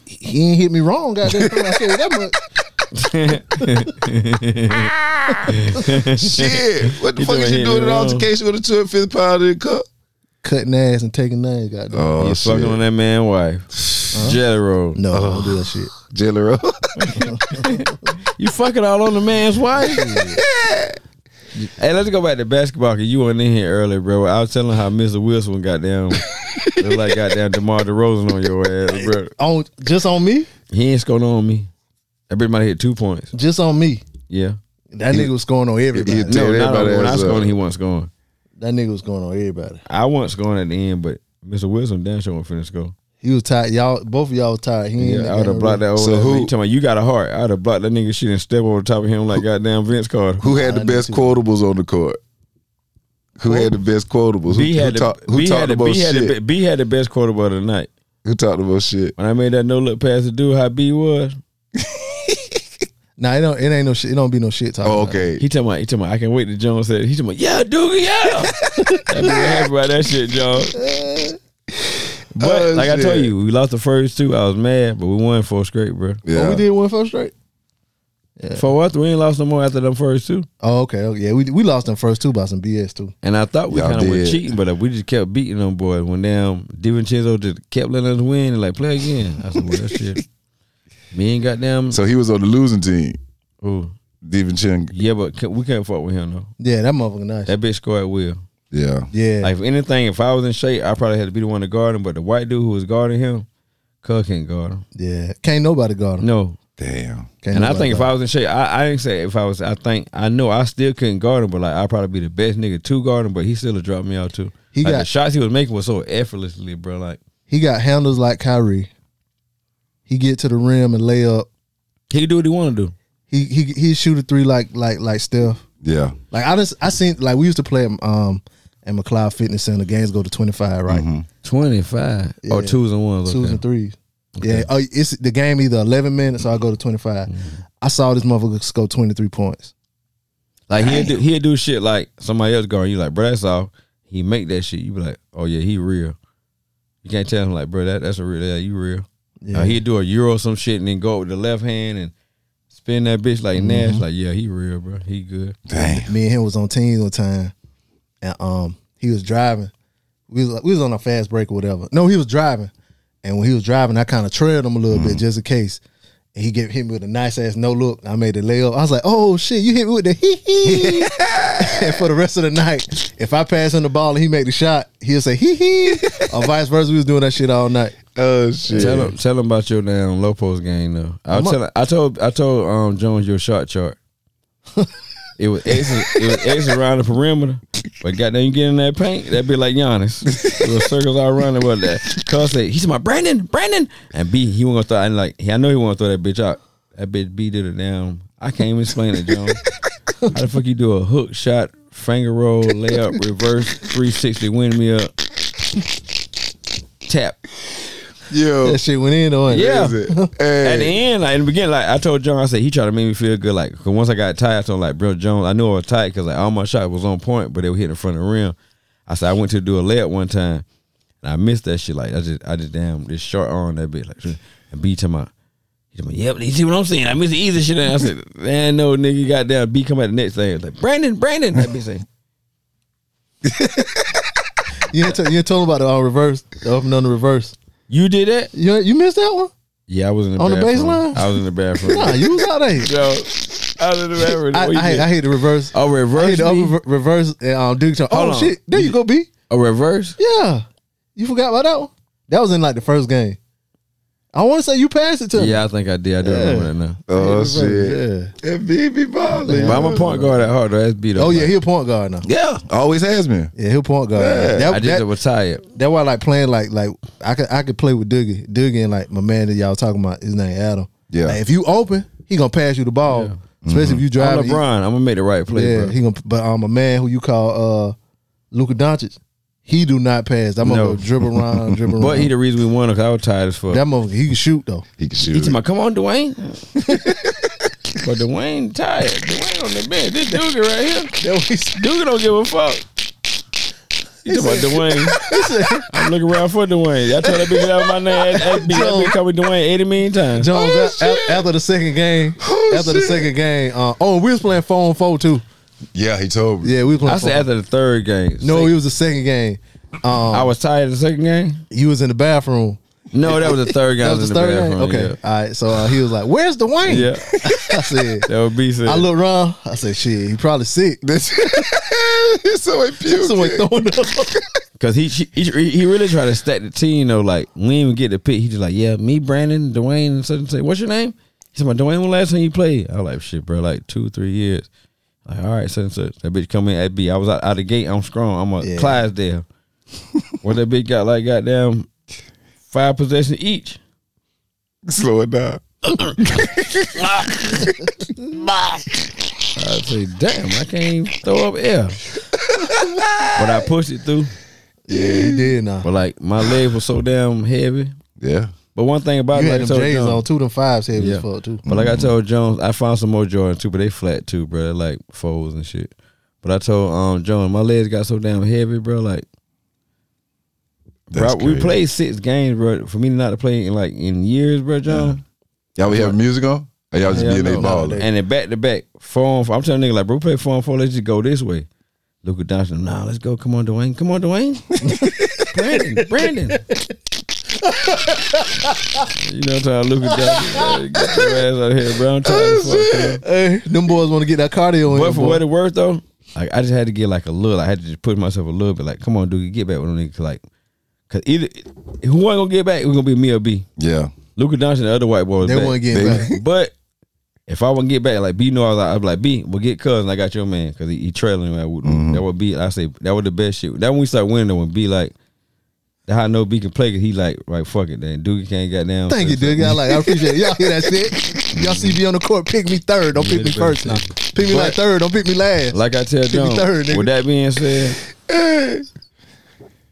Speaker 3: He ain't hit me wrong, goddamn. I said that much.
Speaker 2: Shit. What the
Speaker 1: You
Speaker 2: fuck
Speaker 1: doing
Speaker 2: is you
Speaker 1: hit
Speaker 2: doing
Speaker 1: me
Speaker 2: in
Speaker 1: wrong.
Speaker 2: altercation with a two and fifth pound in the cup?
Speaker 3: Cutting ass and taking names, goddamn.
Speaker 2: Oh,
Speaker 1: He's fucking on that man wife. Jelly roll.
Speaker 3: no, don't do that shit.
Speaker 2: Jelly roll.
Speaker 1: You fucking all on the man's wife. hey, let's go back to basketball. Cause you weren't in here earlier, bro. I was telling how Mr. Wilson got down. look like goddamn DeMar DeRozan on your ass, bro.
Speaker 3: On just on me,
Speaker 1: He ain't scoring on me. That bitch might have hit two points.
Speaker 3: just on me.
Speaker 1: Yeah.
Speaker 3: That nigga was going on everybody.
Speaker 2: he-
Speaker 1: No,
Speaker 2: Tear
Speaker 1: not on,
Speaker 2: everybody
Speaker 1: when I
Speaker 2: ass
Speaker 1: was
Speaker 2: up.
Speaker 1: scoring, he wasn't scoring.
Speaker 3: That nigga was going on everybody.
Speaker 1: I wasn't scoring at the end, but Mr. Wilson damn sure won't finish score.
Speaker 3: He was tired. Y'all, both of y'all was tired. He ain't
Speaker 1: Yeah, I would have blocked that old
Speaker 2: So
Speaker 1: ass
Speaker 2: who-
Speaker 1: nigga. Tell me, you got a heart. I would have blocked that nigga shit and step over the top of him like goddamn Vince Carter.
Speaker 2: Who had the
Speaker 3: I do
Speaker 2: best
Speaker 3: too.
Speaker 2: quotables on the court? Who had the best quotables?
Speaker 1: B
Speaker 2: who,
Speaker 1: had
Speaker 2: who,
Speaker 1: the
Speaker 2: talk, who
Speaker 1: B
Speaker 2: talked
Speaker 1: had
Speaker 2: the
Speaker 1: the
Speaker 2: most
Speaker 1: B had the
Speaker 2: shit?
Speaker 1: be- B had the best quarterback of the night.
Speaker 2: Who talked the most shit?
Speaker 1: When I made that no look pass to dude, how B was,
Speaker 3: Nah, it don't. It ain't no shit. It don't be no shit talking.
Speaker 2: Oh,
Speaker 3: about it.
Speaker 2: okay.
Speaker 1: he tell me, he tell me, I can wait. till Jones said, he tell me, yeah, Doogie, yeah. I be happy about that shit, Jones. But
Speaker 2: Oh,
Speaker 1: like I
Speaker 2: shit.
Speaker 1: told you, we lost the first two. I was mad, but we won four straight, bro.
Speaker 2: Yeah.
Speaker 3: Oh, we did one first straight.
Speaker 1: For what? We ain't lost no more after them first two.
Speaker 3: Oh, okay. okay. Yeah, we we lost them first two by some BS too.
Speaker 1: And I thought we
Speaker 2: Y'all
Speaker 1: kind of were
Speaker 2: did.
Speaker 1: cheating, but uh, we just kept beating them boys. When damn DiVincenzo just kept letting us win and like play again. I said, well, that shit. Me and goddamn.
Speaker 2: So he was on the losing team.
Speaker 1: Ooh.
Speaker 2: Devin Chen.
Speaker 1: Yeah, but ca- we can't fuck with him though.
Speaker 3: Yeah, that motherfucker nice.
Speaker 1: That bitch scored will.
Speaker 2: Yeah.
Speaker 3: yeah,
Speaker 1: Like if anything, if I was in shape, I probably had to be the one to guard him. But the white dude who was guarding him, Cuz can't guard him.
Speaker 3: yeah. Can't nobody guard him.
Speaker 1: No.
Speaker 2: Damn.
Speaker 3: Can't
Speaker 1: and I
Speaker 3: nobody
Speaker 1: think if
Speaker 3: guard
Speaker 1: I was in shape, I, I didn't say if I was I think I know I still couldn't guard him, but like I'd probably be the best nigga to guard him, but he still have dropped me out too.
Speaker 3: He
Speaker 1: Like,
Speaker 3: got-
Speaker 1: the shots he was making was so effortlessly, bro. Like
Speaker 3: him. he got handles like Kyrie. He get to the rim and lay up.
Speaker 1: he could do what he wanna do.
Speaker 3: He he he shoot a three like like like Steph.
Speaker 2: Yeah.
Speaker 3: Like I just I seen like we used to play at, um at McLeod Fitness Center. Games go to twenty five, right?
Speaker 1: Twenty five. Or
Speaker 3: Yeah.
Speaker 1: Oh, twos and ones.
Speaker 3: Twos
Speaker 1: Mm-hmm. okay.
Speaker 3: and threes. Yeah. Oh, it's the game either eleven minutes or I go to twenty
Speaker 1: Mm-hmm.
Speaker 3: I saw this motherfucker score twenty three points.
Speaker 1: Like he'll do he'll do shit like somebody else guarding you like, bro, that's all. He make that shit. You be like, oh yeah, he real. You can't tell him like, bro, that, that's a real yeah, you real.
Speaker 3: Yeah.
Speaker 1: Uh, he'd do a euro or some shit and then go with the left hand and spin that bitch like Nash. Like, yeah, he real, bro. He good.
Speaker 2: Damn.
Speaker 3: me and him was on teams one time, and um, he was driving. We was we was on a fast break or whatever. No, he was driving, and when he was driving, I kind of trailed him a little
Speaker 1: Mm.
Speaker 3: bit just in case. And he gave hit me with a nice ass no look. I made it lay up. I was like, "Oh shit, you hit me with the hee hee." and for the rest of the night, if I pass him the ball and he make the shot, he'll say hee hee, or vice versa. We was doing that shit all night.
Speaker 2: Oh shit.
Speaker 1: Tell him, tell him about your damn low post game though. I
Speaker 3: I'm
Speaker 1: was telling, I told, I told um Jones your shot chart. it was X, it was X around the perimeter, but goddamn, you get in that paint, that'd be like Giannis. It was circles all around it. Was that? Cuz said he's my Brandon, Brandon, and B he wasn't gonna throw. And like he, I know he wasn't gonna throw that bitch out. That bitch B did it down. I can't even explain it, Jones. How the fuck you do a hook shot, finger roll, layup, reverse, three sixty, wind me up, tap.
Speaker 2: Yo.
Speaker 3: That shit went in on it.
Speaker 1: Yeah.
Speaker 2: Is it? Hey.
Speaker 1: At the end, like in the beginning, like I told John, I said he tried to make me feel good. Like, 'cause once I got tired, I told him, like, bro, Jones, I knew I was tight because like all my shots was on point, but they were hitting in front of the rim. I said I went to do a layup one time, and I missed that shit. Like I just, I just damn just short arm that bit. Like, and B to my, he told me, yep, you see what I'm saying? I missed the easy shit. And I said, man, no nigga, you got down. B come out the next day, like Brandon, Brandon. That bitch say,
Speaker 3: You ain't, t- you ain't told him about the uh, reverse, the up and on the reverse.
Speaker 1: you did that?
Speaker 3: You you missed that one?
Speaker 1: Yeah, I was in the
Speaker 3: On the
Speaker 1: bathroom.
Speaker 3: baseline?
Speaker 1: I was in the bathroom.
Speaker 3: Nah, you was out there.
Speaker 1: Yo, I was in the bathroom.
Speaker 3: I,
Speaker 1: What you
Speaker 3: I,
Speaker 1: did?
Speaker 3: I hate the reverse.
Speaker 1: Oh, reverse
Speaker 3: I hate the
Speaker 1: me?
Speaker 3: upper, reverse and um, Duke. Hold oh
Speaker 1: Hold on.
Speaker 3: shit! There you go, B.
Speaker 1: A reverse?
Speaker 3: Yeah. You forgot about that one? That was in like the first game. I want to say you passed it to me.
Speaker 1: Yeah, I think I did. I do remember that now.
Speaker 2: Oh
Speaker 3: Yeah.
Speaker 2: shit. That beat be balling.
Speaker 1: But I'm a point guard at heart. though. That's beat up.
Speaker 3: Oh yeah,
Speaker 1: Like,
Speaker 3: he a point guard now.
Speaker 2: Yeah, always has been.
Speaker 3: Yeah, he a point guard.
Speaker 2: Yeah.
Speaker 3: That,
Speaker 1: I
Speaker 3: that,
Speaker 1: just retired.
Speaker 3: that why I like playing like like I could I could play with Doogie. Doogie and like my man that y'all talking about, his name Adam.
Speaker 2: Yeah.
Speaker 3: Like, if you open, he gonna pass you the ball. Especially if you
Speaker 1: I'm
Speaker 3: drive.
Speaker 1: Mm-hmm. LeBron. I'm gonna make the right play,
Speaker 3: yeah,
Speaker 1: bro.
Speaker 3: he gonna but um a man who you call uh Luka Doncic, he do not pass. That
Speaker 1: No.
Speaker 3: motherfucker dribble around, dribble around.
Speaker 1: But he the reason we won because I was tired as fuck.
Speaker 3: that motherfucker, he can shoot though.
Speaker 2: He can
Speaker 1: He
Speaker 2: shoot.
Speaker 1: told me, come on, Dwayne. but Dwayne tired. Dwayne on the bench. This Dugan right here.
Speaker 3: That what he said.
Speaker 1: Dugan don't give a fuck. You talking about Dwayne. I'm looking around for Dwayne. I told that bitch out my name. That, that bitch, that bitch called me Dwayne 80 million times.
Speaker 3: Jones
Speaker 2: Oh,
Speaker 3: a- a-
Speaker 2: shit.
Speaker 3: after the second game.
Speaker 2: Oh,
Speaker 3: after the
Speaker 2: shit.
Speaker 3: second game, uh, oh, we was playing four on four too.
Speaker 2: yeah, he told me.
Speaker 3: Yeah, we was playing.
Speaker 1: I said
Speaker 3: four-
Speaker 1: after the third game.
Speaker 3: no, it was the second game. Um,
Speaker 1: I was tired of the second game.
Speaker 3: you was in the bathroom.
Speaker 1: No, that was the third game.
Speaker 3: That
Speaker 1: I
Speaker 3: was the
Speaker 1: in the
Speaker 3: third game.
Speaker 1: bathroom,
Speaker 3: Okay, all right. So uh, he was like, "Where's Dwayne?"
Speaker 1: Yeah. yeah.
Speaker 3: I said,
Speaker 1: That would be said.
Speaker 3: I looked around. I said, "Shit, he probably sick."
Speaker 2: This He's so impugned.
Speaker 3: Someone throwing up.
Speaker 1: Cause he, he he he really tried to stack the team though. Like we didn't even get the pick. He just like, yeah, me, Brandon, Dwayne, and such and such. What's your name? He said, my Dwayne. When last time you played? I was like, shit, bro, like two, three years. Like, all right, such and such. That bitch come in at B. I was out, out the gate. I'm strong. I'm a
Speaker 3: Yeah.
Speaker 1: Clydesdale. what that bitch got like goddamn five possessions each.
Speaker 2: Slow it down.
Speaker 1: I say, damn, I can't even throw up air. but I pushed it through.
Speaker 3: Yeah, he did now.
Speaker 1: But like my leg was so damn heavy.
Speaker 2: Yeah.
Speaker 1: But one thing about
Speaker 3: You
Speaker 1: it,
Speaker 3: had
Speaker 1: like, I
Speaker 3: them
Speaker 1: told
Speaker 3: J's
Speaker 1: John-
Speaker 3: on two, them fives heavy
Speaker 1: Yeah.
Speaker 3: as fuck too.
Speaker 1: But like I told Jones, I found some more Jordan too, but they flat too, bro. They're like folds and shit. But I told um Jones, my legs got so damn heavy, bro. Like,
Speaker 2: That's
Speaker 1: bro, we
Speaker 2: crazy.
Speaker 1: played six games, bro. For me not to play in like in years, bro, John.
Speaker 2: Y'all be having music on? Or y'all just
Speaker 1: Hell
Speaker 2: being a
Speaker 1: no.
Speaker 2: baller?
Speaker 1: And then back to back, four on four. I'm telling nigga like, bro, we play four on four. Let's just go this way. Luka Doncic, nah, let's go. Come on, Dwayne. Come on, Dwayne. Brandon, Brandon. you know what I'm talking about, Luka Doncic. bro. Get your ass out of here, bro. I'm tired of fuck, bro.
Speaker 3: Hey, them boys want to get that cardio in.
Speaker 1: But for
Speaker 3: boy.
Speaker 1: what it worth though, like I just had to get like a little. I had to just push myself a little bit. Like, come on, dude, get back with them niggas. Like, cause either who ain't gonna get back? It's gonna be me or B.
Speaker 2: Yeah.
Speaker 1: Luka Doncic, and the other white boy. Was
Speaker 3: they
Speaker 1: back.
Speaker 3: want to get
Speaker 2: They-
Speaker 3: back.
Speaker 1: But if I would get back, like B know, I was like, I'd be like B, well get cousin. I got your man because he, he trailing. Like, That would be. I say that was the best shit. That when we start winning, though, when B like. That how I know B can play because he like right fuck it then Doogie can't get down.
Speaker 3: Thank you, dude. I like. I appreciate it. Y'all hear that shit? Y'all see me on the court. Pick me third. Don't pick me first. Now. Pick me like third. Don't pick me last.
Speaker 1: Like I tell John.
Speaker 3: third, nigga.
Speaker 1: With that being said,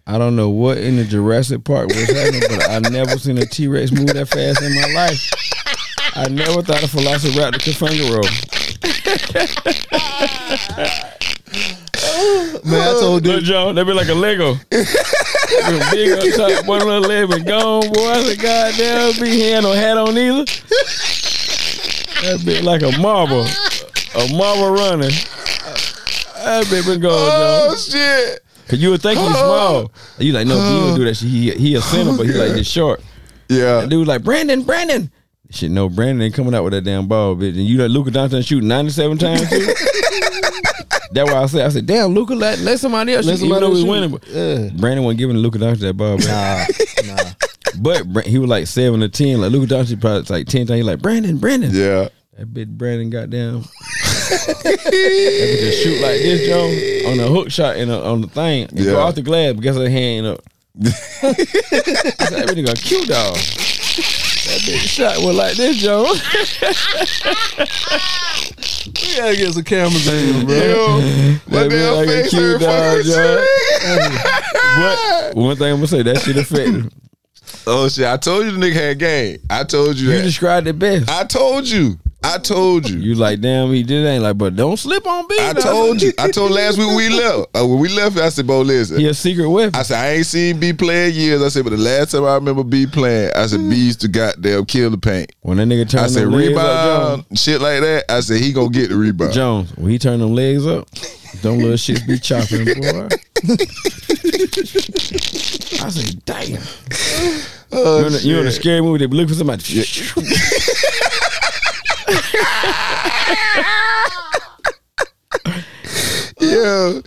Speaker 1: I don't know what in the Jurassic Park was happening, but I never seen a T Rex move that fast in my life. I never thought a Velociraptor could fangirl.
Speaker 3: Man, I told
Speaker 1: Look,
Speaker 3: dude.
Speaker 1: John, they be like a Lego. They big up top, one little leg been gone, boy. I said, God damn, be hand no hat on either. That bit like a marble, a marble running. That bit been gone, John.
Speaker 2: Oh, shit.
Speaker 1: Cause you would think he's small. And you like, no, he don't do that shit. He he a center, but he like this short.
Speaker 2: Yeah.
Speaker 1: That dude was like, Brandon, Brandon. Shit, no, Brandon ain't coming out with that damn ball, bitch. And you let Luka Doncic shoot 97 times too. That's why I said, I said, damn, Luka, let, let somebody else
Speaker 3: Let
Speaker 1: shoot. Even
Speaker 3: somebody
Speaker 1: though
Speaker 3: else
Speaker 1: we winning,
Speaker 3: shoot.
Speaker 1: but
Speaker 3: Yeah.
Speaker 1: Brandon wasn't giving Luka Doncic that ball. Bro.
Speaker 3: Nah, nah.
Speaker 1: But Bra- he was like seven or ten. Like Luka Doncic probably like ten times. He like Brandon, Brandon.
Speaker 2: Yeah.
Speaker 1: That bitch Brandon got down. that bitch just shoot like this, Joe, on a hook shot and a, on the thing. And
Speaker 2: Yeah.
Speaker 1: Go off the glass, but guess her hand ain't up. I said, that bitch got Q dog. That bitch shot was like this, Joe.
Speaker 3: We gotta get some cameras in here, bro.
Speaker 2: Yo, my
Speaker 1: That bitch
Speaker 2: damn
Speaker 1: like a
Speaker 2: face
Speaker 1: Q
Speaker 2: hurt
Speaker 1: dog,
Speaker 2: fucking
Speaker 1: Joe.
Speaker 2: shit.
Speaker 1: But one thing I'm gonna say, that shit affected. him.
Speaker 2: Oh, shit. I told you the nigga had game. I told you
Speaker 1: You
Speaker 2: that.
Speaker 1: described it best.
Speaker 2: I told you. I told you.
Speaker 1: You like, damn, he did ain't like, but don't slip on B.
Speaker 2: I
Speaker 1: dog.
Speaker 2: told you. I told last week we left. Uh, when we left, I said, "Bo, listen."
Speaker 1: He a secret weapon.
Speaker 2: I said, I ain't seen B play in years. I said, but the last time I remember B playing, I said, B used to goddamn kill the paint.
Speaker 1: when that nigga turned
Speaker 2: I said,
Speaker 1: them legs up,
Speaker 2: rebound, shit like that. I said, he gonna get the rebound.
Speaker 1: Jones, Jones, when he turned them legs up, them little shits be chopping, boy. I say, damn.
Speaker 2: Oh,
Speaker 1: You in, a, you in a
Speaker 2: shit.
Speaker 1: scary movie, they look for somebody.
Speaker 2: yeah.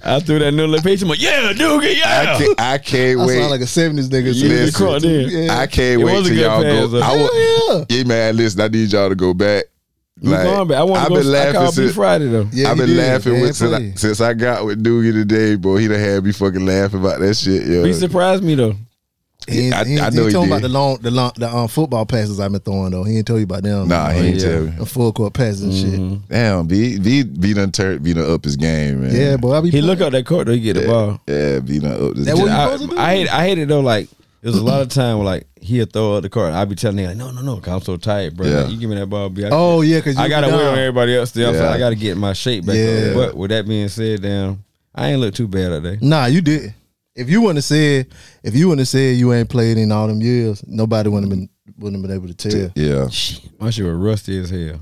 Speaker 1: I threw that new location. Like, yeah, Doogie,
Speaker 2: I
Speaker 1: yeah.
Speaker 2: can't, I can't
Speaker 3: I
Speaker 2: wait.
Speaker 3: sound like a seventies nigga.
Speaker 1: You
Speaker 2: Listen.
Speaker 1: was caught in.
Speaker 3: Yeah.
Speaker 2: I can't
Speaker 1: It
Speaker 2: wait
Speaker 1: was a
Speaker 2: till y'all
Speaker 1: good pass,
Speaker 2: go.
Speaker 1: though.
Speaker 2: I want,
Speaker 3: Hell yeah.
Speaker 2: yeah, man. Listen, I need y'all to go back.
Speaker 1: We gone, but I want
Speaker 2: I've
Speaker 1: to go.
Speaker 2: been
Speaker 1: I
Speaker 2: laughing
Speaker 1: called Beef
Speaker 2: since,
Speaker 1: Friday though.
Speaker 3: Yeah,
Speaker 2: I've
Speaker 3: he
Speaker 2: been
Speaker 3: did.
Speaker 2: laughing
Speaker 3: Man,
Speaker 2: with since I,
Speaker 3: please.
Speaker 2: since I got with Doogie today, boy. He done had me fucking laughing about that shit. Yo.
Speaker 1: He surprised me though.
Speaker 3: He ain't,
Speaker 2: I-
Speaker 3: he ain't,
Speaker 2: I
Speaker 3: he
Speaker 2: know
Speaker 3: ain't
Speaker 2: he
Speaker 3: told
Speaker 2: did.
Speaker 3: about the long, the long, the um, football passes I've been throwing though. He ain't told you about them.
Speaker 2: nah, he
Speaker 1: Oh,
Speaker 2: ain't
Speaker 1: yeah.
Speaker 2: tell me.
Speaker 3: the full court passes and
Speaker 1: Mm-hmm.
Speaker 3: shit.
Speaker 2: Damn, B, B, B done turned, B done up his game, man.
Speaker 3: Yeah, boy, I be.
Speaker 1: He
Speaker 3: playing.
Speaker 1: look up that court though. He get the ball.
Speaker 2: yeah, B done up his
Speaker 3: That
Speaker 2: game.
Speaker 3: what you
Speaker 1: I,
Speaker 3: supposed to do?
Speaker 1: I hate I hate it though. Like there's a lot of time where like he'll throw out the card. I'd be telling him like, no, no, no, i I'm so tired, bro.
Speaker 2: Yeah.
Speaker 1: Like, you give me that ball, be. I,
Speaker 3: Oh yeah, cause you
Speaker 1: I gotta
Speaker 3: down.
Speaker 1: wait on everybody else. Still, so
Speaker 2: Yeah.
Speaker 1: I gotta get my shape back.
Speaker 3: Yeah.
Speaker 1: up. But with that being said, damn, I ain't look too bad today.
Speaker 3: Nah, you did. If you wouldn't have said, if you wouldn't have said you ain't played in all them years, nobody wouldn't have been wouldn't have been able to tell.
Speaker 2: yeah,
Speaker 1: My shit was rusty as hell. To me,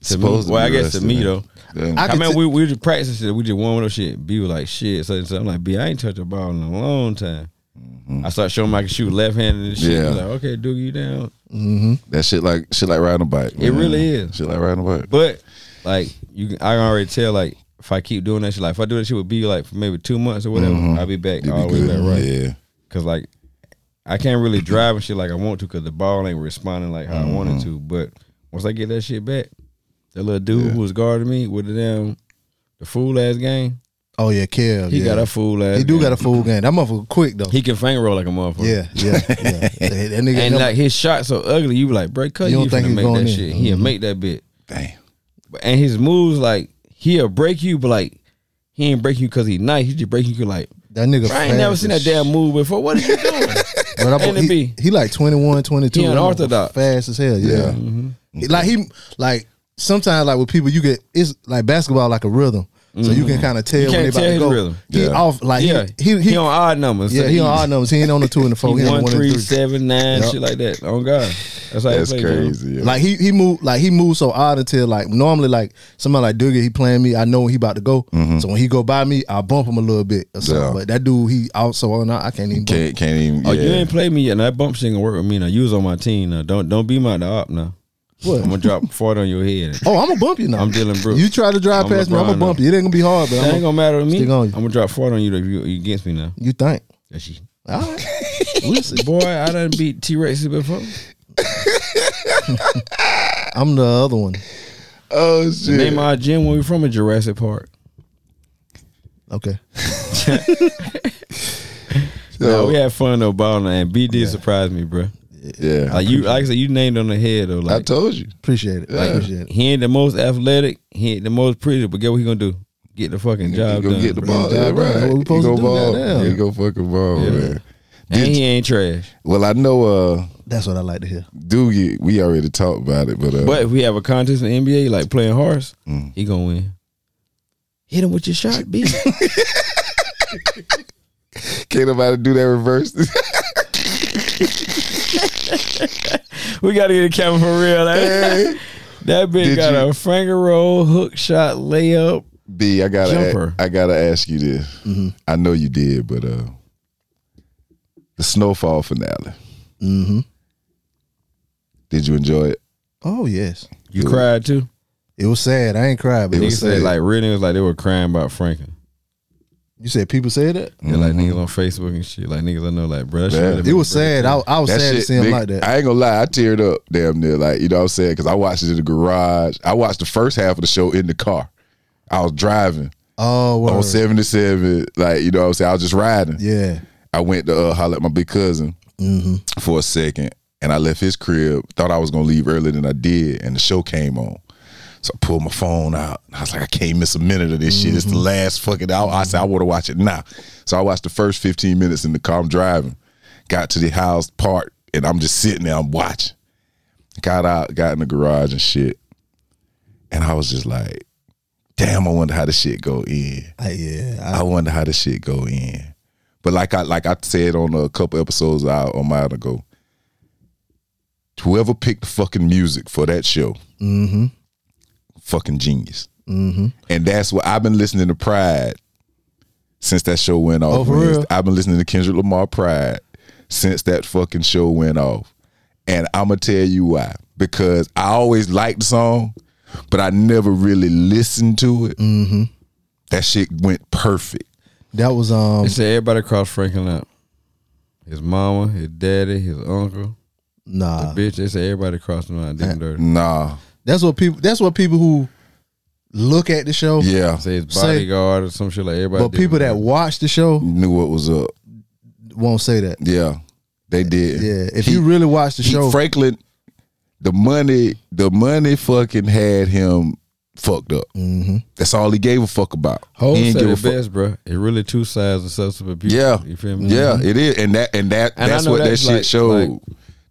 Speaker 2: Supposed to
Speaker 1: well, I
Speaker 2: be
Speaker 1: guess to
Speaker 2: rusty,
Speaker 1: me
Speaker 2: man.
Speaker 1: though.
Speaker 2: Damn.
Speaker 3: I
Speaker 1: I,
Speaker 3: could
Speaker 1: mean,
Speaker 3: t-
Speaker 1: we we were just practicing shit. We just warming up shit. B was like, shit, so, so I'm like, B, I ain't touched a ball in a long time. I started showing him I can shoot left handed and shit. He
Speaker 2: Yeah.
Speaker 1: was like, okay, Doogie, you down.
Speaker 2: that shit like shit like riding a bike.
Speaker 1: It
Speaker 2: man.
Speaker 1: really is.
Speaker 2: shit like riding a bike.
Speaker 1: But like you, can, I can already tell. Like if I keep doing that shit, like if I do that shit with B, like for maybe two months or whatever,
Speaker 3: Mm-hmm.
Speaker 1: I'll be back
Speaker 2: You
Speaker 1: all
Speaker 2: be
Speaker 1: the way
Speaker 2: good,
Speaker 1: back right.
Speaker 2: yeah.
Speaker 1: Cause like I can't really drive and shit like I want to, cause the ball ain't responding like how I
Speaker 3: Mm-hmm.
Speaker 1: wanted to. But once I get that shit back, that little dude who was guarding me with the damn the fool ass game,
Speaker 3: Oh yeah, Kev.
Speaker 1: he
Speaker 3: yeah.
Speaker 1: got a fool ass.
Speaker 3: He do
Speaker 1: game.
Speaker 3: got a full game. That motherfucker quick though.
Speaker 1: He can finger roll like a motherfucker.
Speaker 3: yeah, yeah, yeah. that, that nigga.
Speaker 1: And
Speaker 3: that-
Speaker 1: like his shot so ugly, you be like, bro, cut
Speaker 3: You
Speaker 1: you,
Speaker 3: don't
Speaker 1: you
Speaker 3: think he's
Speaker 1: finna make that
Speaker 3: going in. Mm-hmm.
Speaker 1: shit. He'll make that bit.
Speaker 2: Damn.
Speaker 1: But- and his moves like he'll break you, but like he ain't break you because he nice. He just break you 'cause, like
Speaker 3: that nigga.
Speaker 1: I ain't
Speaker 3: fast
Speaker 1: never
Speaker 3: as
Speaker 1: seen that
Speaker 3: shit.
Speaker 1: damn move before. What is you doing?
Speaker 3: But I,
Speaker 1: And it
Speaker 3: he,
Speaker 1: be.
Speaker 3: he like 21, 22.
Speaker 1: He
Speaker 3: That motherfucker
Speaker 1: unorthodox.
Speaker 3: Fast as hell. Yeah.
Speaker 2: Yeah.
Speaker 3: He- Like he like sometimes like with people you get it's like basketball like a rhythm. So you can kind of tell when they
Speaker 1: can't
Speaker 3: about
Speaker 1: tell
Speaker 3: to
Speaker 1: his
Speaker 3: go.
Speaker 1: rhythm.
Speaker 3: He
Speaker 2: Yeah.
Speaker 3: off like he-
Speaker 1: yeah,
Speaker 3: he, he,
Speaker 1: on odd numbers.
Speaker 3: yeah, he on odd numbers. He ain't on the two and the four. He,
Speaker 1: He
Speaker 3: on the
Speaker 1: one
Speaker 3: one and
Speaker 1: three
Speaker 3: three.
Speaker 1: seven nine shit like that. Oh God, that's how he
Speaker 2: That's
Speaker 1: play, bro.
Speaker 2: crazy. Yeah.
Speaker 3: Like he he moved like he moved so odd until like normally like somebody like Duggar he playing me I know when he about to go so when he go by me I bump him a little bit or something
Speaker 2: Mm-hmm. Yeah.
Speaker 3: but that dude he out so on I can't even bump.
Speaker 2: can't can't even.
Speaker 1: Oh,
Speaker 2: yeah.
Speaker 1: you ain't played me yet. Now that bump shit gonna work with me now. You was on my team now. Don't don't be my the op now.
Speaker 3: What?
Speaker 1: I'm gonna drop forty on your head.
Speaker 3: oh I'm gonna bump you now
Speaker 1: I'm Dylan Brooks.
Speaker 3: you try to drive
Speaker 1: I'm
Speaker 3: past me I'm
Speaker 1: LeBron
Speaker 3: gonna bump
Speaker 1: now.
Speaker 3: you it ain't gonna be hard but
Speaker 1: That
Speaker 3: I'm
Speaker 1: ain't
Speaker 3: gonna,
Speaker 1: gonna matter to me.
Speaker 3: Stick on
Speaker 1: I'm
Speaker 3: you.
Speaker 1: gonna drop forty on you if you, you against me now.
Speaker 3: you think
Speaker 1: That's you.
Speaker 3: all right
Speaker 1: We see- Boy, I done beat T Rexes before.
Speaker 3: I'm the other one
Speaker 2: oh shit.
Speaker 1: Name our gym when we from a Jurassic Park.
Speaker 3: okay
Speaker 1: Nah,
Speaker 2: So,
Speaker 1: we had fun though, balling and B did surprise me, bro.
Speaker 2: yeah.
Speaker 1: Like you, like I said, you named on the head though.
Speaker 2: I
Speaker 1: Like,
Speaker 2: told you.
Speaker 3: appreciate it
Speaker 2: Yeah.
Speaker 3: appreciate it
Speaker 1: he ain't the most athletic, he ain't the most pretty, but get what he gonna do? Get the fucking job
Speaker 2: you gonna
Speaker 1: done.
Speaker 2: get the
Speaker 1: bro.
Speaker 2: ball.
Speaker 3: Job
Speaker 2: Yeah,
Speaker 3: done.
Speaker 2: right.
Speaker 3: That's what we
Speaker 2: You
Speaker 3: supposed
Speaker 2: go
Speaker 3: to do,
Speaker 2: ball.
Speaker 3: goddamn.
Speaker 2: You go fucking ball,
Speaker 1: Yeah.
Speaker 2: man.
Speaker 1: And
Speaker 2: Did-
Speaker 1: he ain't trash.
Speaker 2: well, I know. uh
Speaker 3: that's what I like to hear
Speaker 2: Doogie, we already talked about it, but uh,
Speaker 1: But if we have a contest in NBA, like playing horse,
Speaker 2: Mm.
Speaker 1: he gonna win. Hit him with your shot, B.
Speaker 2: can't nobody do that reverse.
Speaker 1: we gotta get a camera for real. like.
Speaker 2: Hey,
Speaker 1: that bitch
Speaker 2: Did
Speaker 1: got
Speaker 2: you-
Speaker 1: a finger roll, hook shot, layup.
Speaker 2: B, I gotta,
Speaker 1: Jumper.
Speaker 2: I gotta ask you this. I know you did, but uh, the snowfall finale.
Speaker 3: mm-hmm
Speaker 2: Did you enjoy it?
Speaker 3: oh yes
Speaker 1: You
Speaker 2: Good.
Speaker 1: cried too.
Speaker 3: it was sad I ain't cried but it
Speaker 2: It
Speaker 1: Niggas
Speaker 2: was
Speaker 3: was,
Speaker 1: said
Speaker 2: sad.
Speaker 1: like real niggas like they were crying about Franklin.
Speaker 3: you said people said that
Speaker 1: Yeah,
Speaker 2: Mm-hmm.
Speaker 1: like niggas on Facebook and shit. Like niggas I know, like bro, that shit
Speaker 2: Yeah.
Speaker 1: really
Speaker 3: it
Speaker 1: made
Speaker 3: was
Speaker 1: me
Speaker 3: sad I, I was
Speaker 2: That
Speaker 3: sad to
Speaker 2: shit,
Speaker 3: see him
Speaker 2: nigga,
Speaker 3: like that
Speaker 2: I ain't gonna lie, I teared up damn near. Like, you know what I'm saying? Because I watched it in the garage. I watched the first half of the show in the car. I was driving
Speaker 3: oh
Speaker 2: on
Speaker 3: word.
Speaker 2: 77. Like, you know what I'm saying? I was just riding.
Speaker 3: yeah Mm-hmm.
Speaker 2: I went to uh, holler at my big cousin for a second, and I left his crib. Thought I was gonna leave earlier than I did, and the show came on. So I pulled my phone out. I was like, I can't miss a minute of this shit. It's
Speaker 3: Mm-hmm.
Speaker 2: the last fucking hour. I said, I want to watch it now. So I watched the first 15 minutes in the car. I'm driving. Got to the house part, and I'm just sitting there. I'm watching. Got out, got in the garage and shit. And I was just like, damn, I wonder how this shit go in.
Speaker 3: I, yeah I,
Speaker 2: I wonder how this shit go in. But like I like I said on a couple episodes out on mine ago, whoever picked the fucking music for that show,
Speaker 3: Mm-hmm.
Speaker 2: fucking genius. And that's what I've been listening to Pride since that show went off.
Speaker 3: Oh, for real?
Speaker 2: Wednesday. I've been listening to Kendrick Lamar Pride since that fucking show went off. And I'm gonna tell you why. Because
Speaker 3: Mm-hmm.
Speaker 2: I always liked the song, but I never really listened to it That shit went perfect.
Speaker 3: That was um
Speaker 1: They said everybody across Franklin up. His mama, his daddy, his uncle, the
Speaker 2: Ah.
Speaker 3: nah.
Speaker 1: bitch. They said everybody across them out and dirty.
Speaker 2: Nah.
Speaker 3: That's what people. That's what people who look at the show,
Speaker 2: Yeah.
Speaker 1: Say his
Speaker 3: Say-
Speaker 1: bodyguard or some shit like everybody.
Speaker 3: but
Speaker 1: did
Speaker 3: people that watch the show
Speaker 2: Knew what was up.
Speaker 3: won't say that.
Speaker 2: Yeah. They did.
Speaker 3: Yeah, if
Speaker 2: He-
Speaker 3: you really watch the
Speaker 2: he-
Speaker 3: show,
Speaker 2: Franklin, the money, the money fucking had him fucked up.
Speaker 3: Mhm.
Speaker 2: That's all he gave a fuck about.
Speaker 1: Hov
Speaker 2: he
Speaker 1: said
Speaker 2: a
Speaker 1: it
Speaker 2: fuck.
Speaker 1: best, bro. It really two sides of substance abuse.
Speaker 2: Yeah.
Speaker 1: you feel me?
Speaker 2: Yeah, it is, and that and that
Speaker 1: And I
Speaker 2: that's
Speaker 1: know
Speaker 2: what
Speaker 1: that's
Speaker 2: that shit
Speaker 1: like-
Speaker 2: showed.
Speaker 1: like-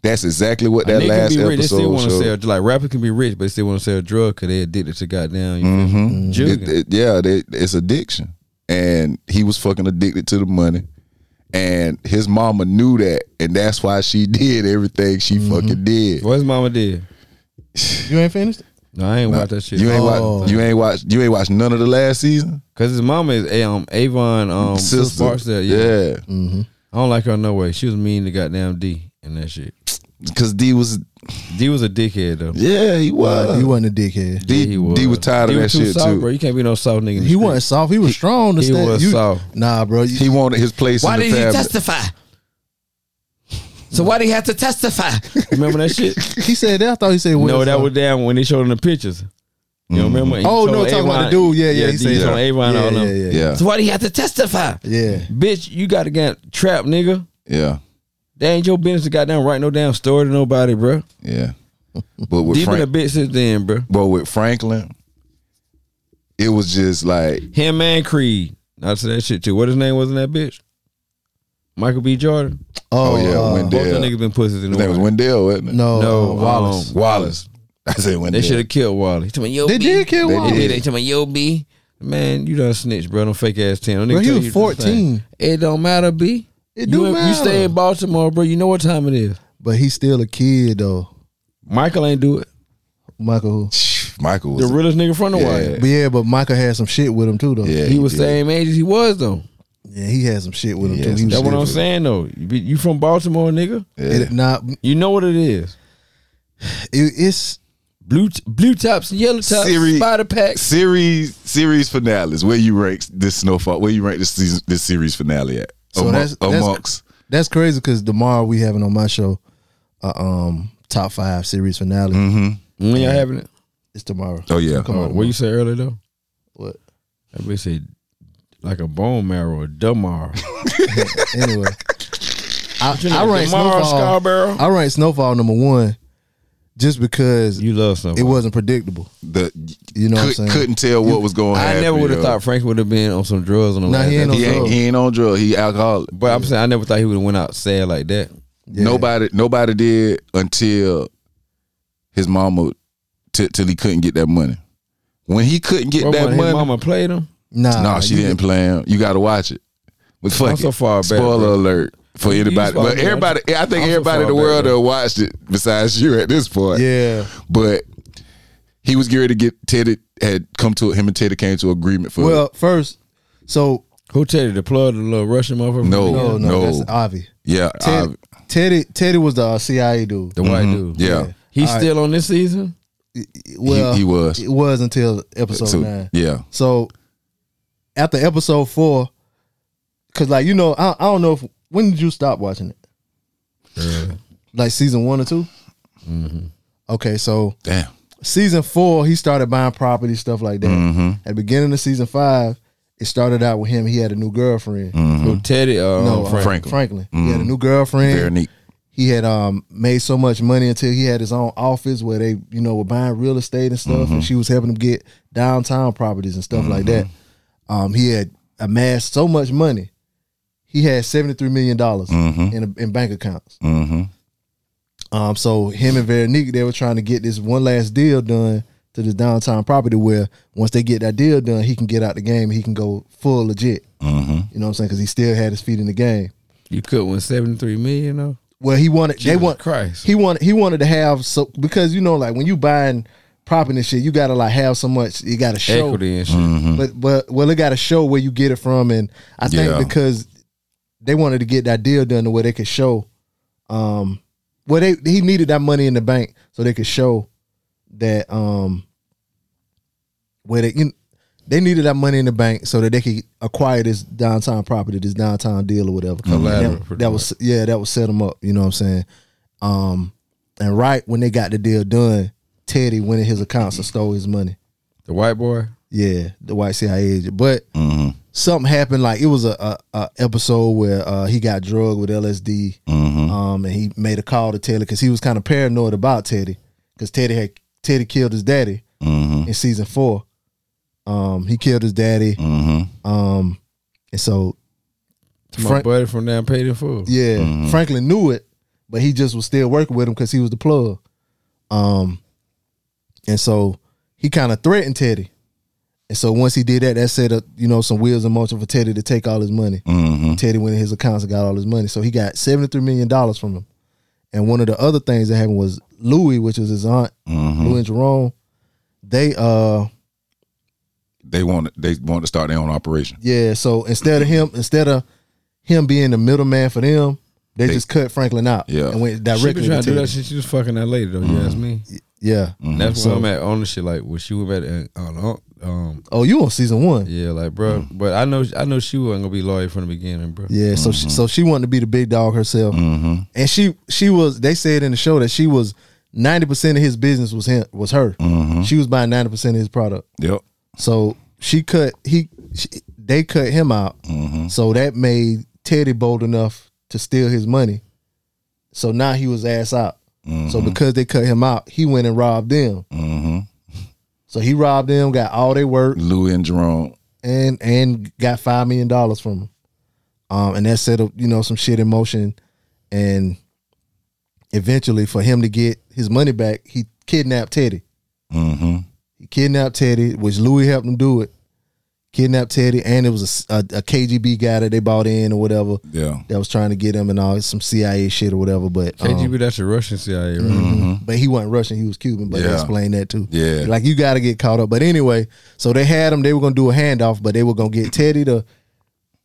Speaker 2: that's exactly what that
Speaker 1: Niggas
Speaker 2: last
Speaker 1: be rich, they still
Speaker 2: episode
Speaker 1: want to sell.
Speaker 2: showed.
Speaker 1: Like rappers can be rich, but they still want to sell drugs because they addicted to goddamn you feel me?
Speaker 2: Mm-hmm. It-
Speaker 1: jugging.
Speaker 2: it- yeah, they, it's addiction, and he was fucking addicted to the money, and his mama knew that, and that's why she did everything she
Speaker 3: Mm-hmm.
Speaker 2: fucking did.
Speaker 1: What his mama did?
Speaker 3: you ain't finished.
Speaker 1: No, I ain't watch that shit.
Speaker 2: You ain't
Speaker 3: Oh.
Speaker 2: watch. You ain't watch. You ain't watch none of the last season.
Speaker 1: Cause his mama is a- um, Avon um
Speaker 2: Sister,
Speaker 1: Barksdale. Yeah.
Speaker 2: yeah,
Speaker 1: I don't like her no way. She was mean to goddamn D and that shit.
Speaker 2: because D was.
Speaker 1: D was a dickhead though.
Speaker 2: Yeah, he was.
Speaker 3: he wasn't a dickhead.
Speaker 2: D,
Speaker 1: Yeah, he was.
Speaker 2: D was tired
Speaker 1: He
Speaker 2: of that
Speaker 1: was too
Speaker 2: shit
Speaker 1: soft,
Speaker 2: too.
Speaker 1: Bro, you can't be no soft nigga. in the
Speaker 3: He
Speaker 1: street.
Speaker 3: wasn't soft. He was strong. To
Speaker 1: he
Speaker 3: stand-
Speaker 1: was
Speaker 3: you-
Speaker 1: soft.
Speaker 3: Nah, bro. You,
Speaker 2: He wanted his place in the family.
Speaker 1: testify? So why did he have to testify? Remember that shit?
Speaker 3: he said that. I thought he said well,
Speaker 1: no, that
Speaker 3: so-
Speaker 1: was damn when they showed him the pictures. You don't remember? He
Speaker 3: Oh, no,
Speaker 1: told
Speaker 3: talking about the
Speaker 1: Avon-
Speaker 3: dude. Yeah, yeah, he
Speaker 1: D- he
Speaker 3: said-
Speaker 1: told Avon
Speaker 3: yeah,
Speaker 1: all them.
Speaker 3: yeah,
Speaker 2: Yeah,
Speaker 1: So why do you have to testify?
Speaker 3: yeah.
Speaker 1: Bitch, you got to get trapped, nigga.
Speaker 2: yeah,
Speaker 1: That ain't your business to goddamn write no damn story to nobody, bro.
Speaker 2: yeah. But with
Speaker 1: Deep
Speaker 2: Frank,
Speaker 1: in the bitch since then, bro.
Speaker 2: but with Franklin, it was just like
Speaker 1: Him and Creed. I said that shit too. What his name was in that bitch? Michael B. Jordan.
Speaker 2: Oh, yeah,
Speaker 3: uh,
Speaker 2: Wendy.
Speaker 1: Both
Speaker 2: Yeah.
Speaker 1: them niggas been pussies in the
Speaker 2: his name was
Speaker 1: world.
Speaker 2: Wendell, wasn't it?
Speaker 3: No,
Speaker 1: No,
Speaker 3: uh, Wallace.
Speaker 1: um,
Speaker 2: Wallace. I said
Speaker 1: They
Speaker 2: Wendell.
Speaker 1: should have killed Wally. He told me, yo,
Speaker 3: they
Speaker 1: B.
Speaker 3: did kill
Speaker 2: They
Speaker 1: They
Speaker 3: Wallace.
Speaker 1: did. They told me, yo, B. Man, you done snitch, bro. Don't fake ass 10. Them
Speaker 3: Bro,
Speaker 1: niggas
Speaker 3: he
Speaker 1: tell
Speaker 3: was
Speaker 1: you the same.
Speaker 3: 14.
Speaker 1: It don't matter, B.
Speaker 3: It do
Speaker 1: you, in- You
Speaker 3: matter.
Speaker 1: stay in Baltimore, bro. You know what time it is.
Speaker 3: But he's still a kid though,
Speaker 1: Michael ain't do it.
Speaker 3: Michael. Who?
Speaker 2: Michael was
Speaker 1: The realest nigga from the
Speaker 2: Yeah.
Speaker 1: wire.
Speaker 3: But yeah, but Michael had some shit with him too though.
Speaker 2: yeah,
Speaker 1: He was
Speaker 2: did.
Speaker 1: same age as he was though.
Speaker 3: yeah he had some shit with him
Speaker 2: Yeah,
Speaker 3: too. He
Speaker 2: some
Speaker 3: was
Speaker 1: That's what
Speaker 3: still-
Speaker 1: I'm saying though. You, be- you from Baltimore, nigga?
Speaker 2: Yeah.
Speaker 3: It, nah,
Speaker 1: You know what it is.
Speaker 3: it- it's
Speaker 1: Blue t- blue tops and yellow tops,
Speaker 2: Siri-
Speaker 1: spider packs.
Speaker 2: Series series finales. Where you rank this snowfall? Where you rank this season, this series finale at?
Speaker 3: So
Speaker 2: Amo-
Speaker 3: that's- that's-
Speaker 2: amongst
Speaker 3: that's crazy because tomorrow we having on my show, uh, um, top five series finale.
Speaker 2: Mm.
Speaker 1: When y'all having it?
Speaker 3: It's tomorrow.
Speaker 2: oh yeah,
Speaker 3: Come on,
Speaker 1: What you said earlier though?
Speaker 3: What?
Speaker 1: That bitch said like a bone marrow, a dumar.
Speaker 3: Anyway, I, I rank
Speaker 1: Dumar,
Speaker 3: Snowfall.
Speaker 1: Scarborough.
Speaker 3: I rank Snowfall number one, just because
Speaker 1: You love something.
Speaker 3: it wasn't predictable.
Speaker 2: the
Speaker 3: You know
Speaker 2: could,
Speaker 3: what I'm saying?
Speaker 2: couldn't tell what was going.
Speaker 1: I
Speaker 2: on.
Speaker 1: never would have thought Frank would have been on some drugs on the
Speaker 3: Nah,
Speaker 1: last
Speaker 3: he ain't on
Speaker 2: he
Speaker 1: episode.
Speaker 2: ain't,
Speaker 3: drugs.
Speaker 2: he ain't on drugs. He alcoholic.
Speaker 1: But I'm saying I never thought he would have went out sad like that.
Speaker 3: Yeah.
Speaker 2: Nobody nobody did until his mama t- till he couldn't get that money. When he couldn't get
Speaker 1: Bro,
Speaker 2: that
Speaker 1: when his
Speaker 2: money,
Speaker 1: mama played him.
Speaker 3: Nah,
Speaker 2: no, she
Speaker 3: you-
Speaker 2: didn't play him. You got to watch it. But fuck
Speaker 1: I'm
Speaker 2: it.
Speaker 1: so far back,
Speaker 2: Spoiler
Speaker 1: bro.
Speaker 2: alert for
Speaker 1: You- you
Speaker 2: anybody.
Speaker 1: far
Speaker 2: But
Speaker 1: back.
Speaker 2: everybody, I think
Speaker 1: I'm so
Speaker 2: everybody in the
Speaker 1: far back,
Speaker 2: world
Speaker 1: bro.
Speaker 2: have watched it besides you at this point.
Speaker 3: Yeah,
Speaker 2: But he was geared to get Teddy had come to him and Teddy came to agreement for
Speaker 3: Well, first, so
Speaker 1: Who tell you to plug the little Russian motherfucker?
Speaker 2: No.
Speaker 1: Yeah.
Speaker 3: no, no,
Speaker 2: no.
Speaker 3: that's Avi.
Speaker 2: yeah,
Speaker 3: Teddy,
Speaker 2: I-
Speaker 3: Teddy, Teddy was the uh, CIA dude.
Speaker 1: The white dude.
Speaker 2: Mm-hmm. yeah.
Speaker 1: He's still on this season?
Speaker 3: Well,
Speaker 2: he was.
Speaker 3: It was until episode
Speaker 2: So,
Speaker 3: nine.
Speaker 2: yeah,
Speaker 3: So after episode four, because like you know, I, I don't know if when did you stop watching it? Like season one or 2 Okay, so
Speaker 2: damn,
Speaker 3: season four, he started buying property stuff like that. At the beginning of season five, it started out with him. He had a new girlfriend.
Speaker 1: Who Teddy? Uh,
Speaker 3: No,
Speaker 1: Frank.
Speaker 2: Franklin.
Speaker 3: Franklin. Franklin. He had a new girlfriend.
Speaker 2: very neat.
Speaker 3: he had um made so much money until he had his own office where they you know were buying real estate and stuff
Speaker 2: Mm-hmm.
Speaker 3: and she was helping him get downtown properties and stuff like that
Speaker 2: Mm-hmm.
Speaker 3: um he had amassed so much money he had 73 million dollars in a, in bank accounts
Speaker 2: Mm-hmm.
Speaker 3: um so him and Veronique they were trying to get this one last deal done to this downtown property where once they get that deal done he can get out the game he can go full legit
Speaker 2: Mm-hmm.
Speaker 3: you know what I'm saying cuz he still had his feet in the game
Speaker 1: You could win 73 million, though?
Speaker 3: well he wanted they
Speaker 1: Jesus
Speaker 3: want
Speaker 1: Christ.
Speaker 3: he wanted he wanted to have so because you know like when you buying property and shit you gotta like have so much you gotta show
Speaker 1: Equity and shit.
Speaker 2: Mm-hmm, Mm.
Speaker 3: but but well it gotta show where you get it from and I think
Speaker 2: Yeah.
Speaker 3: because they wanted to get that deal done to where they could show um well they he needed that money in the bank so they could show that um where they you They needed that money in the bank so that they could acquire this downtown property, this downtown deal or whatever.
Speaker 2: Collateral,
Speaker 3: That- That,
Speaker 1: pretty
Speaker 3: was yeah, that was set them up. You know what I'm saying? Um, and right when they got the deal done, Teddy went in his accounts and stole his money.
Speaker 1: The white boy.
Speaker 3: Yeah, the white CIA agent. But
Speaker 2: Mm-hmm.
Speaker 3: something happened. Like it was a, a, a episode where uh, he got drugged with LSD,
Speaker 2: Mm-hmm.
Speaker 3: um, and he made a call to Teddy because he was kind of paranoid about Teddy because Teddy had Teddy killed his daddy
Speaker 2: Mm-hmm.
Speaker 3: in season four. Um, he killed his daddy.
Speaker 2: Mm-hmm.
Speaker 3: Um, and so
Speaker 1: To my
Speaker 3: Frank-
Speaker 1: buddy from down paid in full.
Speaker 3: yeah,
Speaker 2: Mm-hmm.
Speaker 3: Franklin knew it, but he just was still working with him because he was the plug. Um, and so he kind of threatened Teddy. And so once he did that, that set up, you know, some wheels in motion for Teddy to take all his money.
Speaker 2: Mm-hmm.
Speaker 3: Teddy went in his accounts and got all his money. So he got $73 million from him. And one of the other things that happened was Louis, which was his aunt,
Speaker 2: Mm-hmm.
Speaker 3: Louis and Jerome, they uh
Speaker 2: They want they want to start their own operation.
Speaker 3: yeah, so instead of him, instead of him being the middleman for them, they,
Speaker 2: They-
Speaker 3: just cut Franklin out.
Speaker 2: Yeah.
Speaker 3: And went
Speaker 1: She been
Speaker 3: directly to
Speaker 1: trying to do
Speaker 3: Teddy.
Speaker 1: that shit. She was fucking that lady though. You ask me.
Speaker 3: Yeah.
Speaker 2: Mhm.
Speaker 1: That's
Speaker 3: Mm-hmm. So-
Speaker 1: where I'm at on the shit. Like when she was at uh, on, um,
Speaker 3: Oh, you on season one. Yeah.
Speaker 1: yeah, like bro.
Speaker 3: Mm-hmm.
Speaker 1: But I know, I know she wasn't gonna be loyal from the beginning, bro.
Speaker 3: so she, so she wanted to be the big dog herself.
Speaker 2: Mm-hmm.
Speaker 3: And she she was they said in the show that she was 90% of his business was him was her.
Speaker 2: Mm-hmm.
Speaker 3: She was buying 90% of his product.
Speaker 2: Yep.
Speaker 3: So she cut he she, they cut him out.
Speaker 2: Mm-hmm.
Speaker 3: So that made Teddy bold enough to steal his money. So now he was ass out. So because they cut him out, he went and robbed them.
Speaker 2: Mm-hmm.
Speaker 3: So he robbed them, got all their work,
Speaker 2: Louis and Jerome.
Speaker 3: and and got five million dollars from him. Um, and that set up you know some shit in motion, and eventually for him to get his money back, he kidnapped Teddy.
Speaker 2: Mm-hmm.
Speaker 3: He kidnapped Teddy, which Louis helped him do it. Kidnapped Teddy, and it was a, a, a KGB guy that they bought in or whatever
Speaker 2: Yeah.
Speaker 3: that was trying to get him and all some CIA shit or whatever. But um, mm-hmm.
Speaker 1: KGB, that's your Russian CIA, right?
Speaker 3: but he wasn't Russian; he was Cuban. But they
Speaker 2: Mm-hmm. Yeah.
Speaker 3: explained that too.
Speaker 2: Yeah.
Speaker 3: Like you got to get caught up. But anyway, so they had him. They were gonna do a handoff, but they were gonna get Teddy to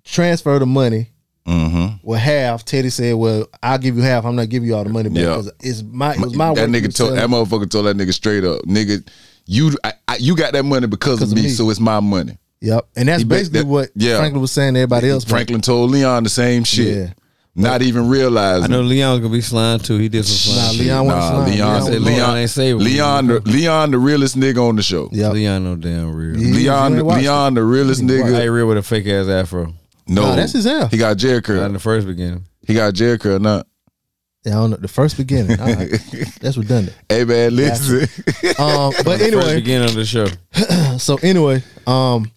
Speaker 3: transfer the money.
Speaker 2: Mm-hmm.
Speaker 3: Well, half. Teddy said, "Well, I'll give you half. I'm not giving you all the money back
Speaker 2: Yeah.
Speaker 3: because it's my it was my
Speaker 2: that
Speaker 3: work you
Speaker 2: nigga told
Speaker 3: selling."
Speaker 2: that motherfucker told that nigga straight up, nigga, you I, I, you got that money because of,
Speaker 3: Because of
Speaker 2: me,
Speaker 3: me.
Speaker 2: so it's my money.
Speaker 3: Yep, and that's
Speaker 2: He ba-
Speaker 3: basically
Speaker 2: that-
Speaker 3: what
Speaker 2: yeah.
Speaker 3: Franklin was saying to everybody else. but-
Speaker 2: Franklin told Leon the same shit,
Speaker 3: Yeah.
Speaker 2: not even realizing.
Speaker 1: I know Leon's gonna be slime too. He did some
Speaker 3: Nah,
Speaker 1: slime. shit.
Speaker 3: Leon wasn't
Speaker 2: Nah,
Speaker 3: slime.
Speaker 2: Leon,
Speaker 3: Leon
Speaker 2: Leon,
Speaker 3: was
Speaker 1: loyal. They ain't say it was
Speaker 2: Leon, the,
Speaker 1: Leon.
Speaker 2: Leon, the realest nigga on the show.
Speaker 3: Yep.
Speaker 1: Leon no damn real.
Speaker 3: Yeah.
Speaker 2: Leon,
Speaker 3: You ain't watched
Speaker 2: Leon, the realest nigga.
Speaker 1: I ain't real with a fake ass afro.
Speaker 2: No,
Speaker 3: Nah, that's his hair.
Speaker 2: He got Jerry
Speaker 1: Not in
Speaker 2: curl.
Speaker 1: the first beginning.
Speaker 2: He got Jerry curl. Not.
Speaker 3: Yeah, I don't know. The first beginning. All right. That's redundant.
Speaker 2: Hey man, listen.
Speaker 3: Um, but
Speaker 1: The first
Speaker 3: anyway,
Speaker 1: beginning of the show.
Speaker 3: so anyway, um,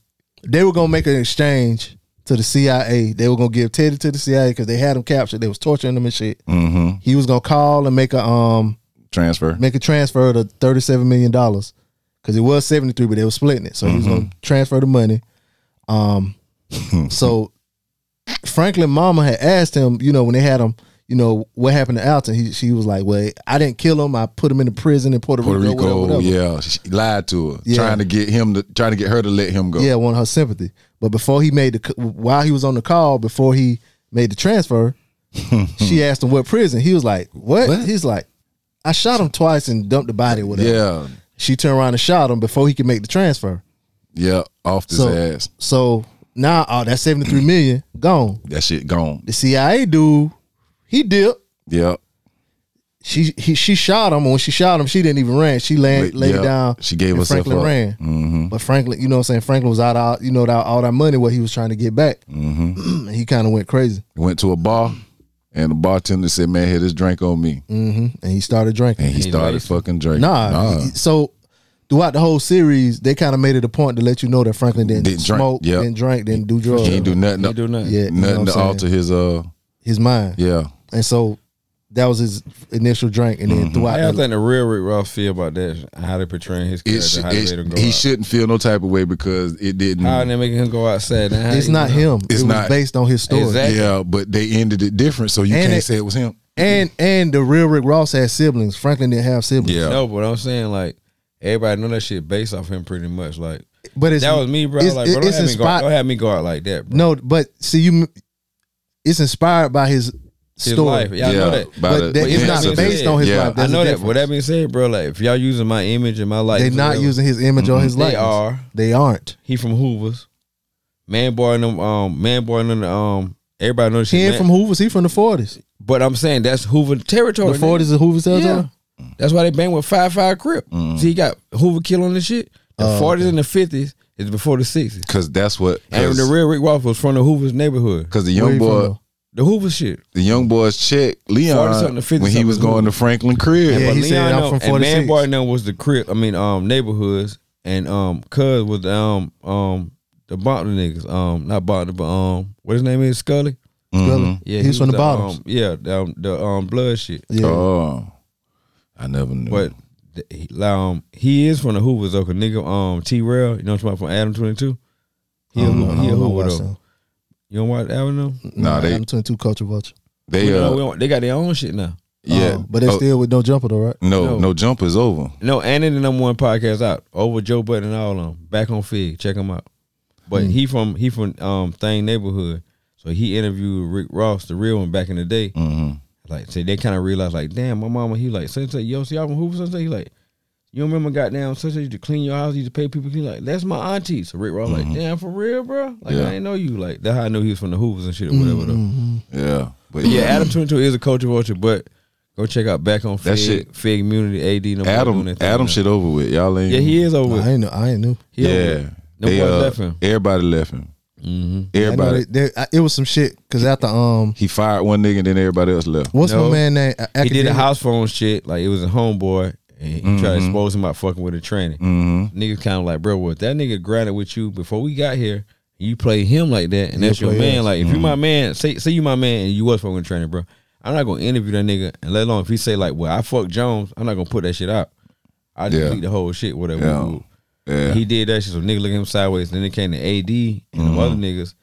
Speaker 3: they were gonna make an exchange to the CIA. They were gonna give Teddy to the CIA because they had him captured. They was torturing him and shit.
Speaker 2: mm-hmm.
Speaker 3: He was gonna call and make a um
Speaker 2: Transfer.
Speaker 3: make a transfer to thirty seven million dollars because it was seventy three, but they were splitting it. So he was gonna transfer the money. Um, so Franklin Mama had asked him, you know, when they had him, you know, what happened to Alton? He, she was like, "Well, I didn't kill him. I put him in the prison in Puerto,
Speaker 2: Puerto
Speaker 3: Rico, whatever,
Speaker 2: Rico.
Speaker 3: whatever.
Speaker 2: Yeah, she lied to her,
Speaker 3: Yeah.
Speaker 2: trying to get him to trying to get her to let him go.
Speaker 3: Yeah, wanted her sympathy. But before he made the c- while he was on the call, before he made the transfer, she asked him what prison. He was like, "What?"
Speaker 2: What?
Speaker 3: He's like, "I shot him twice and dumped the body, or whatever."
Speaker 2: yeah,
Speaker 3: She turned around and shot him before he could make the transfer.
Speaker 2: yeah. Off his
Speaker 3: So-
Speaker 2: ass.
Speaker 3: So now, oh, that seventy three million gone.
Speaker 2: That shit gone.
Speaker 3: The CIA dude, he dipped.
Speaker 2: Yeah,
Speaker 3: She he, she shot him. and When she shot him, she didn't even ran. She laid, laid
Speaker 2: yeah.
Speaker 3: down.
Speaker 2: She gave
Speaker 3: and
Speaker 2: herself
Speaker 3: Franklin
Speaker 2: up.
Speaker 3: ran.
Speaker 2: Mm-hmm.
Speaker 3: But Franklin, you know what I'm saying? Franklin was out all, you know, that, all that money what he was trying to get back. Mm-hmm. and he kind of went crazy.
Speaker 2: Went to a bar, and the bartender said, "Man, here this drink on me,"
Speaker 3: hmm And he started drinking.
Speaker 2: and he
Speaker 1: He
Speaker 2: started
Speaker 1: laced
Speaker 2: fucking drinking.
Speaker 3: Mm-hmm. Nah. he- So throughout the whole series, they kind of made it a point to let you know that Franklin didn't,
Speaker 2: Didn't drink,
Speaker 3: smoke,
Speaker 2: yeah.
Speaker 3: didn't drink, didn't do drugs.
Speaker 2: he ain't do nothing.
Speaker 1: He
Speaker 2: To,
Speaker 1: do nothing.
Speaker 3: yeah, you know
Speaker 2: nothing
Speaker 3: what
Speaker 2: to
Speaker 3: I'm
Speaker 2: alter
Speaker 3: saying?
Speaker 2: his uh.
Speaker 3: his mind.
Speaker 2: Yeah.
Speaker 3: And so that was his initial drink. And
Speaker 2: Mm-hmm.
Speaker 3: then
Speaker 1: I
Speaker 3: throughout
Speaker 1: don't
Speaker 3: the,
Speaker 1: think the real Rick Ross feel about that. How they portraying his
Speaker 2: It,
Speaker 1: character.
Speaker 2: sh-
Speaker 1: how they
Speaker 2: it
Speaker 1: made him
Speaker 2: sh-
Speaker 1: go
Speaker 2: he
Speaker 1: out.
Speaker 2: shouldn't feel no type of way because it didn't.
Speaker 1: How are they making him go outside? Now, how
Speaker 3: it's
Speaker 1: he-
Speaker 3: not him. it
Speaker 2: It's
Speaker 3: was
Speaker 2: not-
Speaker 3: based on his story.
Speaker 1: Exactly.
Speaker 2: yeah, but they ended it different, so you
Speaker 3: And
Speaker 2: can't
Speaker 3: it-
Speaker 2: say it was him.
Speaker 3: And and the real Rick Ross had siblings. Franklin didn't have siblings.
Speaker 2: Yeah.
Speaker 1: No, but I'm saying like everybody know that shit based off him pretty much. Like
Speaker 3: But it's
Speaker 1: that was me, bro.
Speaker 3: it's-
Speaker 1: like bro, don't,
Speaker 3: it's
Speaker 1: have me go,
Speaker 3: inspi-
Speaker 1: don't have me go out like that, bro.
Speaker 3: No, but see you. It's inspired by his
Speaker 1: his
Speaker 3: story.
Speaker 1: life. Y'all know that.
Speaker 2: by
Speaker 3: But
Speaker 2: the-
Speaker 3: that- it's
Speaker 1: yeah,
Speaker 3: not
Speaker 1: that's
Speaker 3: based
Speaker 1: it.
Speaker 3: on his
Speaker 2: Yeah.
Speaker 3: life.
Speaker 1: I
Speaker 3: There's a
Speaker 1: know that.
Speaker 3: difference.
Speaker 1: With that being said, bro, like if y'all using my image and my life,
Speaker 3: They not using his image or his
Speaker 2: Mm-hmm.
Speaker 1: They
Speaker 3: likeness.
Speaker 1: are.
Speaker 3: They aren't.
Speaker 1: He from Hoover's, man boy and them, um, man boy and them, um, everybody knows
Speaker 3: He
Speaker 1: shit.
Speaker 3: ain't
Speaker 1: man-
Speaker 3: from Hoover's. He from the forties.
Speaker 1: but I'm saying that's Hoover territory.
Speaker 3: The
Speaker 1: nigga.
Speaker 3: forties is Hoover's
Speaker 1: Yeah.
Speaker 3: territory.
Speaker 1: That's why they bang with five five crip. See, you got Hoover killing and shit. The
Speaker 3: Oh,
Speaker 1: forties and the fifties is before the sixties.
Speaker 2: Cause that's what
Speaker 1: And
Speaker 2: cause,
Speaker 1: the real Rick Ross was from the Hoover's neighborhood.
Speaker 2: cause the
Speaker 3: Where
Speaker 2: young
Speaker 3: he from,
Speaker 2: boy
Speaker 3: though?
Speaker 1: The Hoover shit.
Speaker 2: the young boy's check
Speaker 1: 40-something
Speaker 2: Leon
Speaker 1: to 50-something
Speaker 2: when he was
Speaker 1: is who?
Speaker 2: going to Franklin crib.
Speaker 3: Yeah,
Speaker 1: But
Speaker 3: he said,
Speaker 1: Leon
Speaker 3: "I'm
Speaker 1: know-
Speaker 3: from
Speaker 1: And
Speaker 3: 46."
Speaker 1: man boy now was the crip. I mean, um, neighborhoods and um, cuz was the um, um, the Bonner niggas. Um, not Bonner, but um, what his name is Scully.
Speaker 2: Mhm.
Speaker 1: Mm-hmm.
Speaker 3: Really? He's from the bottoms.
Speaker 1: Um, yeah, the, um, the um, blood shit.
Speaker 3: Yeah.
Speaker 2: Oh, I never knew.
Speaker 1: But th- he- um, he is from the Hoovers, though. 'cause Nigga, um, T. Rail, you know what I'm talking about from Adam 22. He a
Speaker 3: I don't
Speaker 1: Hoover,
Speaker 3: know.
Speaker 1: he a
Speaker 3: I don't know
Speaker 1: Hoover
Speaker 3: about
Speaker 1: though.
Speaker 3: some.
Speaker 1: You don't watch Adam though?
Speaker 2: Nah, they-
Speaker 3: I'm twenty two culture vulture.
Speaker 1: We
Speaker 2: they
Speaker 1: don't-
Speaker 2: uh,
Speaker 1: we don't- they got their own shit now.
Speaker 2: yeah,
Speaker 3: Um, but they
Speaker 2: oh,
Speaker 3: still with no jumper though, right?
Speaker 2: no,
Speaker 1: no.
Speaker 2: no, jump is over.
Speaker 1: No, and in the number one podcast out over Joe Button and all of them. Back on Fig, check him out.
Speaker 2: Hmm.
Speaker 1: But he from he from um Thing neighborhood, so he interviewed Rick Ross, the real one, back in the day.
Speaker 2: hmm
Speaker 1: Like, say they kind of realized, like, damn, my mama, he like, sensei, yo, see, y'all from Hoover, sensei, he like, you remember, goddamn, sensei used to clean your house, used to pay people, he like, that's my auntie. So Rick Ross, like, damn, for real, bro, like,
Speaker 2: Mm-hmm. Yeah. Mm-hmm.
Speaker 1: I ain't know you, like, that's how I knew he was from the Hoovers and shit or whatever. Though.
Speaker 2: Yeah, but
Speaker 1: But yeah, Adam Twenty Two is a culture vulture, but go check out back on Fig,
Speaker 2: That shit-
Speaker 1: Fig Immunity AD. No more doing
Speaker 2: Adam
Speaker 1: that thing
Speaker 2: Adam
Speaker 1: now.
Speaker 2: shit over with. Y'all ain't.
Speaker 1: Yeah, he is over. with.
Speaker 3: Mm-hmm. I ain't know. I ain't know.
Speaker 1: He over
Speaker 2: Yeah,
Speaker 1: with. No
Speaker 2: they,
Speaker 1: boy
Speaker 2: uh,
Speaker 1: left him.
Speaker 2: Everybody left him.
Speaker 1: Mm-hmm.
Speaker 3: I know
Speaker 2: Everybody.
Speaker 3: they, they, I, it was some shit because after um,
Speaker 2: he fired one nigga, and then everybody else left.
Speaker 3: what's
Speaker 1: No.
Speaker 3: my man name?
Speaker 1: He did a
Speaker 3: Academic-
Speaker 1: house phone shit. Like it was a homeboy, and he tried to
Speaker 2: Mm-hmm.
Speaker 1: expose him by fucking with a tranny.
Speaker 2: hmm
Speaker 1: Niggas kind of like, bro, what that nigga grinded with you before we got here. You play him like that, and that's your
Speaker 3: play
Speaker 1: man.
Speaker 3: us.
Speaker 1: Like if you
Speaker 2: Mm-hmm.
Speaker 1: my man, say say you my man, and you was fucking with a tranny, bro. I'm not gonna interview that nigga, and let alone if he say like, well, I fuck Jones, I'm not gonna put that shit out. I just
Speaker 2: Yeah.
Speaker 1: delete the whole shit, whatever.
Speaker 2: Yeah.
Speaker 1: Woo-woo.
Speaker 2: Yeah. Mm-hmm.
Speaker 1: He did that shit. So nigga look at him sideways. Then it came to AD and them other niggas,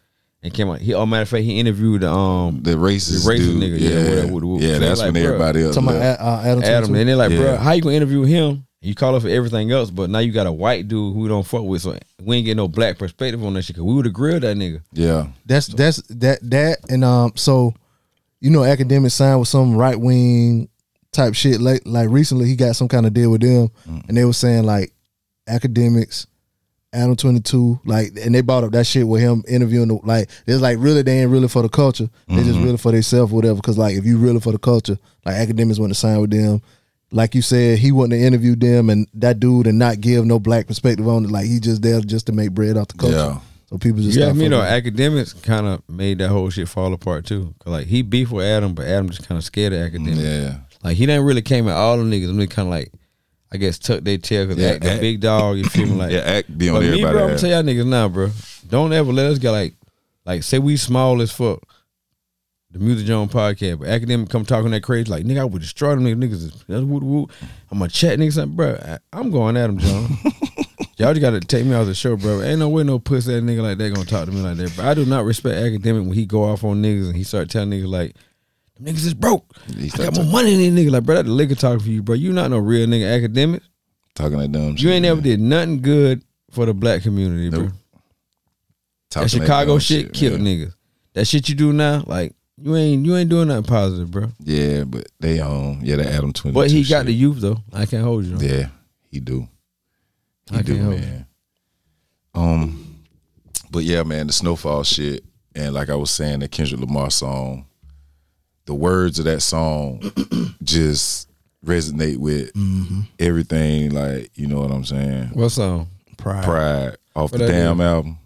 Speaker 1: and came out. He, oh matter of fact, he interviewed the um
Speaker 2: the racist,
Speaker 1: The racist
Speaker 2: dude.
Speaker 1: nigga, yeah,
Speaker 2: Yeah, yeah,
Speaker 1: whatever, whatever. So
Speaker 2: that's
Speaker 1: like,
Speaker 2: when
Speaker 1: bruh,
Speaker 2: everybody else.
Speaker 3: Talking about
Speaker 2: left.
Speaker 3: A- uh, Adam.
Speaker 1: Adam.
Speaker 3: 22.
Speaker 1: And they're like,
Speaker 2: Yeah.
Speaker 1: bro, how you gonna interview him? You call up for everything else, but now you got a white dude who we don't fuck with, so we ain't get no black perspective on that shit. Cause we would have grilled that nigga.
Speaker 2: yeah,
Speaker 3: That's that's that that and um so you know academic signed with some right wing type shit like like recently he got some kind of deal with them and they were saying like academics Adam 22 like and they brought up that shit with him interviewing the, like it's like really they ain't really for the culture they just really for themselves whatever cuz like if you really for the culture like academics wouldn't sign with them like you said he wouldn't have interviewed them and that dude and not give no black perspective on it like he just there just to make bread off the culture
Speaker 2: Yeah.
Speaker 3: so people just
Speaker 1: Yeah, I
Speaker 3: stop fucking
Speaker 1: mean, though,
Speaker 3: with him.
Speaker 1: academics kind of made that whole shit fall apart too. 'Cause, like he beef with Adam, but Adam just kind of scared of academics.
Speaker 2: yeah.
Speaker 1: Like he didn't really came at all them niggas. Them niggas kind of like, I guess tuck their tail because
Speaker 2: Yeah,
Speaker 1: act the
Speaker 2: act-
Speaker 1: big dog. You feel me? Like
Speaker 2: yeah, act be on
Speaker 1: But me, bro, I'm gonna
Speaker 2: everybody's
Speaker 1: tell
Speaker 2: ass.
Speaker 1: y'all niggas now, bro. Don't ever let us get like, like say we small as fuck. The Music Jones podcast, but academic come talking that crazy like nigga, I would destroy them niggas. Niggas is that's woo woo. I'm gonna chat niggas something, bro. I, I'm going at him, John. y'all just gotta take me out of the show, bro. Ain't no way no pussy ass nigga like that gonna talk to me like that. But I do not respect academic when he go off on niggas and he start telling niggas like. Niggas is broke.
Speaker 2: He
Speaker 1: I
Speaker 2: start
Speaker 1: got more money than these niggas. Like, bro, that the liquor talking for you, bro. You not no real nigga academic.
Speaker 2: Talking that dumb shit.
Speaker 1: You ain't
Speaker 2: man.
Speaker 1: never did nothing good for the black community, bro.
Speaker 2: Nope. Talking
Speaker 1: That Chicago
Speaker 2: dumb
Speaker 1: shit, killed
Speaker 2: man.
Speaker 1: niggas. That shit you do now, like you ain't you ain't doing nothing positive, bro.
Speaker 2: Yeah, but they um yeah, the Adam twenty.
Speaker 1: But he got the
Speaker 2: shit.
Speaker 1: youth though. I can't hold you. though.
Speaker 2: Yeah, he do. He
Speaker 1: I
Speaker 2: do,
Speaker 1: can't help
Speaker 2: man. Um, but yeah, man, the snowfall shit, and like I was saying, that Kendrick Lamar song, the words of that song just resonate with
Speaker 3: Mm-hmm.
Speaker 2: everything. Like you know what I'm saying?
Speaker 1: What song?
Speaker 3: pride.
Speaker 2: Pride off
Speaker 1: What
Speaker 2: the
Speaker 1: that
Speaker 2: damn album.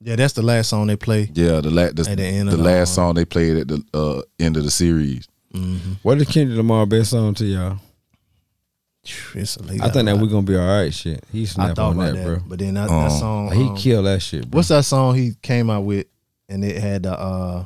Speaker 3: Yeah, that's the last song they play.
Speaker 2: Yeah, the la- the,
Speaker 3: At the end
Speaker 2: the
Speaker 3: of the
Speaker 2: last song they played at the uh, end of the series.
Speaker 1: What is Kendrick Lamar best song to y'all?
Speaker 3: It's a late
Speaker 1: I think that we're gonna be all right. Shit, he
Speaker 3: I
Speaker 1: snapped
Speaker 3: thought
Speaker 1: on
Speaker 3: about
Speaker 1: that,
Speaker 3: that,
Speaker 1: bro.
Speaker 3: but then that,
Speaker 2: Um,
Speaker 3: that song.
Speaker 1: Like, he
Speaker 3: um,
Speaker 1: killed that shit. Bro.
Speaker 3: What's that song he came out with? And it had the uh,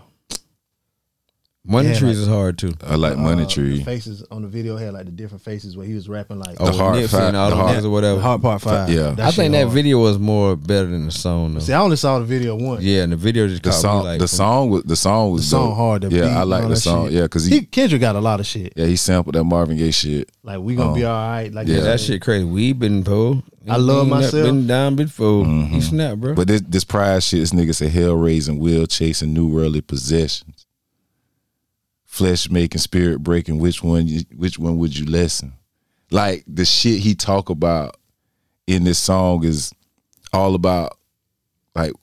Speaker 1: Money
Speaker 3: yeah,
Speaker 1: trees is hard too.
Speaker 2: I like Money
Speaker 3: uh, the
Speaker 2: Tree.
Speaker 3: faces on the video had like the different faces where he was rapping like
Speaker 1: Oh,
Speaker 2: Hard
Speaker 1: Nipsey
Speaker 2: Fi-
Speaker 1: and all
Speaker 2: the
Speaker 1: the
Speaker 2: Hard-
Speaker 1: niggas or whatever.
Speaker 3: Hard Part Five.
Speaker 2: Yeah.
Speaker 1: I
Speaker 3: shit
Speaker 1: think that
Speaker 3: hard.
Speaker 1: video was more better than the song though.
Speaker 3: See, I only saw the video once.
Speaker 1: yeah, and the video just
Speaker 2: The
Speaker 1: caught
Speaker 2: song,
Speaker 1: me like
Speaker 2: the song was the song was
Speaker 3: The song
Speaker 2: dope.
Speaker 3: hard. The
Speaker 2: Yeah,
Speaker 3: beat
Speaker 2: I
Speaker 3: and all
Speaker 2: like the
Speaker 3: that
Speaker 2: song.
Speaker 3: shit.
Speaker 2: Yeah, because
Speaker 3: He Kendrick got a lot of shit.
Speaker 2: Yeah, he sampled that Marvin Gaye shit.
Speaker 3: Like we gonna be all right. Like
Speaker 2: Uh, Yeah.
Speaker 1: Yeah,
Speaker 3: you
Speaker 1: that
Speaker 3: said.
Speaker 1: shit crazy. We been pulled.
Speaker 3: I love
Speaker 1: Been up,
Speaker 3: myself.
Speaker 1: Been down before. He snapped, bro.
Speaker 2: Mm-hmm. But this this pride shit, this nigga said hell raising, will chasing, new worldly possessions. flesh making, spirit breaking, which one you, which one would you lessen? Like the shit he talk about in this song is all about like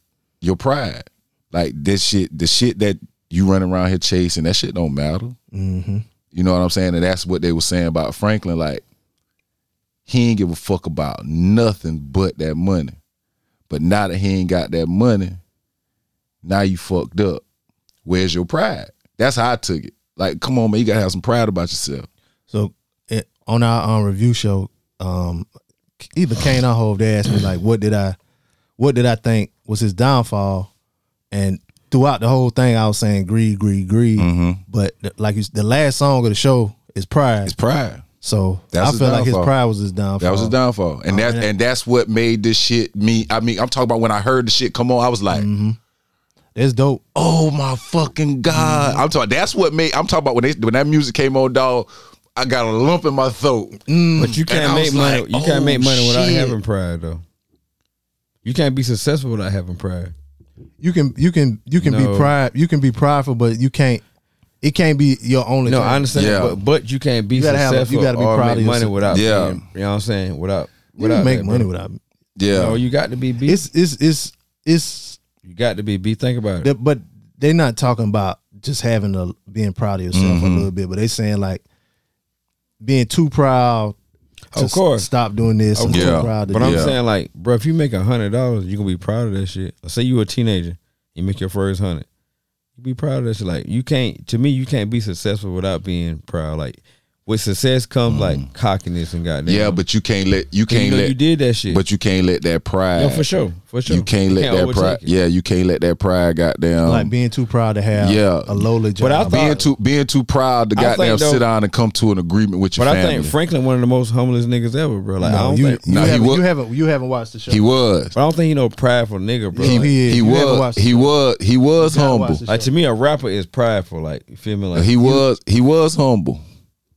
Speaker 2: your pride. Like this shit, the shit that you run around here chasing, that shit don't matter.
Speaker 3: Mm-hmm.
Speaker 2: You know what I'm saying? And that's what they were saying about Franklin. Like, he ain't give a fuck about nothing but that money. But now that he ain't got that money, now you fucked up. Where's your pride? That's how I took it. Like, come on, man, you gotta have some pride about yourself.
Speaker 3: So it, on our um, review show, um, either Kane or Hove, they asked me like, "What did I, what did I think was his downfall?" And throughout the whole thing, I was saying greed, greed, greed. But the, like you, s- the last song of the show is pride,
Speaker 2: It's pride.
Speaker 3: so I
Speaker 2: That's his
Speaker 3: feel like his
Speaker 2: downfall.
Speaker 3: pride was his downfall.
Speaker 2: That was his downfall. And that's and that's what made this shit me. I mean, I'm talking about when I heard the shit come on, I was like,
Speaker 3: That's dope.
Speaker 2: Oh my fucking god! I'm talking. That's what made. I'm talking about when they, when that music came on, dog. I got a lump in my throat.
Speaker 1: But you
Speaker 2: And
Speaker 1: can't
Speaker 2: I
Speaker 1: make
Speaker 2: was
Speaker 1: money.
Speaker 2: like,
Speaker 1: you can't
Speaker 2: oh,
Speaker 1: make money without
Speaker 2: shit.
Speaker 1: having pride, though. You can't be successful without having pride.
Speaker 3: You can, you can, you can
Speaker 1: No.
Speaker 3: be pride. You can be prideful, but you can't. It can't be your only.
Speaker 1: No,
Speaker 3: thing.
Speaker 1: I understand,
Speaker 2: Yeah.
Speaker 1: but, but you can't be
Speaker 3: You gotta have-
Speaker 1: successful
Speaker 3: you gotta be
Speaker 1: or
Speaker 3: proud
Speaker 1: make
Speaker 3: of
Speaker 1: money
Speaker 3: yourself.
Speaker 1: without.
Speaker 2: Yeah.
Speaker 1: being- you know what I'm saying? Without,
Speaker 3: You
Speaker 1: without
Speaker 3: can make
Speaker 1: that,
Speaker 3: money
Speaker 1: bro.
Speaker 3: without. me.
Speaker 2: Yeah,
Speaker 1: No, you got to be beat.
Speaker 3: It's it's it's it's
Speaker 1: you got to be beat. Think about it.
Speaker 3: They- but they're not talking about just having a being proud of yourself
Speaker 2: Mm-hmm.
Speaker 3: a little bit, but they saying like being too proud. To
Speaker 1: Of course.
Speaker 3: s- stop doing this. I'm
Speaker 2: Of
Speaker 3: too
Speaker 2: course.
Speaker 3: proud to
Speaker 1: But
Speaker 3: do
Speaker 1: I'm
Speaker 2: Yeah.
Speaker 1: saying, like, bro, if you make a hundred dollars, you gonna be proud of that shit. Say you a teenager, you make your first hundred, you be proud of that shit. Like, you can't. To me, you can't be successful without being proud. Like, with success comes like cockiness and goddamn.
Speaker 2: Mm. yeah, but you can't let you
Speaker 1: you
Speaker 2: can't
Speaker 1: know
Speaker 2: let
Speaker 1: you did that shit.
Speaker 2: but you can't let that pride.
Speaker 1: yeah, for sure, for sure.
Speaker 2: You can't let that
Speaker 1: overtake
Speaker 2: pride.
Speaker 1: it.
Speaker 2: Yeah, you can't let that pride. Goddamn.
Speaker 3: like being too proud to have
Speaker 2: Yeah.
Speaker 3: a lowly job.
Speaker 1: um, But I
Speaker 2: being
Speaker 1: thought-
Speaker 2: too being too proud to
Speaker 1: I think,
Speaker 2: goddamn
Speaker 1: though-
Speaker 2: sit down and come to an agreement with your
Speaker 1: But I
Speaker 2: family.
Speaker 1: think Franklin one of the most humblest niggas ever, bro. Like, I
Speaker 3: no,
Speaker 1: don't
Speaker 3: you,
Speaker 1: think.
Speaker 3: you,
Speaker 2: Nah, he
Speaker 3: haven't,
Speaker 2: wa-
Speaker 3: you haven't you haven't watched the show.
Speaker 2: he was.
Speaker 1: But I don't think he no prideful nigga, bro.
Speaker 3: He-
Speaker 1: like,
Speaker 3: is.
Speaker 2: He
Speaker 3: You haven't
Speaker 2: was.
Speaker 3: watched
Speaker 2: He was. He was
Speaker 3: You haven't watched
Speaker 2: humble. Uh,
Speaker 3: the show.
Speaker 1: like, to me, a rapper is prideful. Like, you feel me? Like
Speaker 2: He was. He was humble.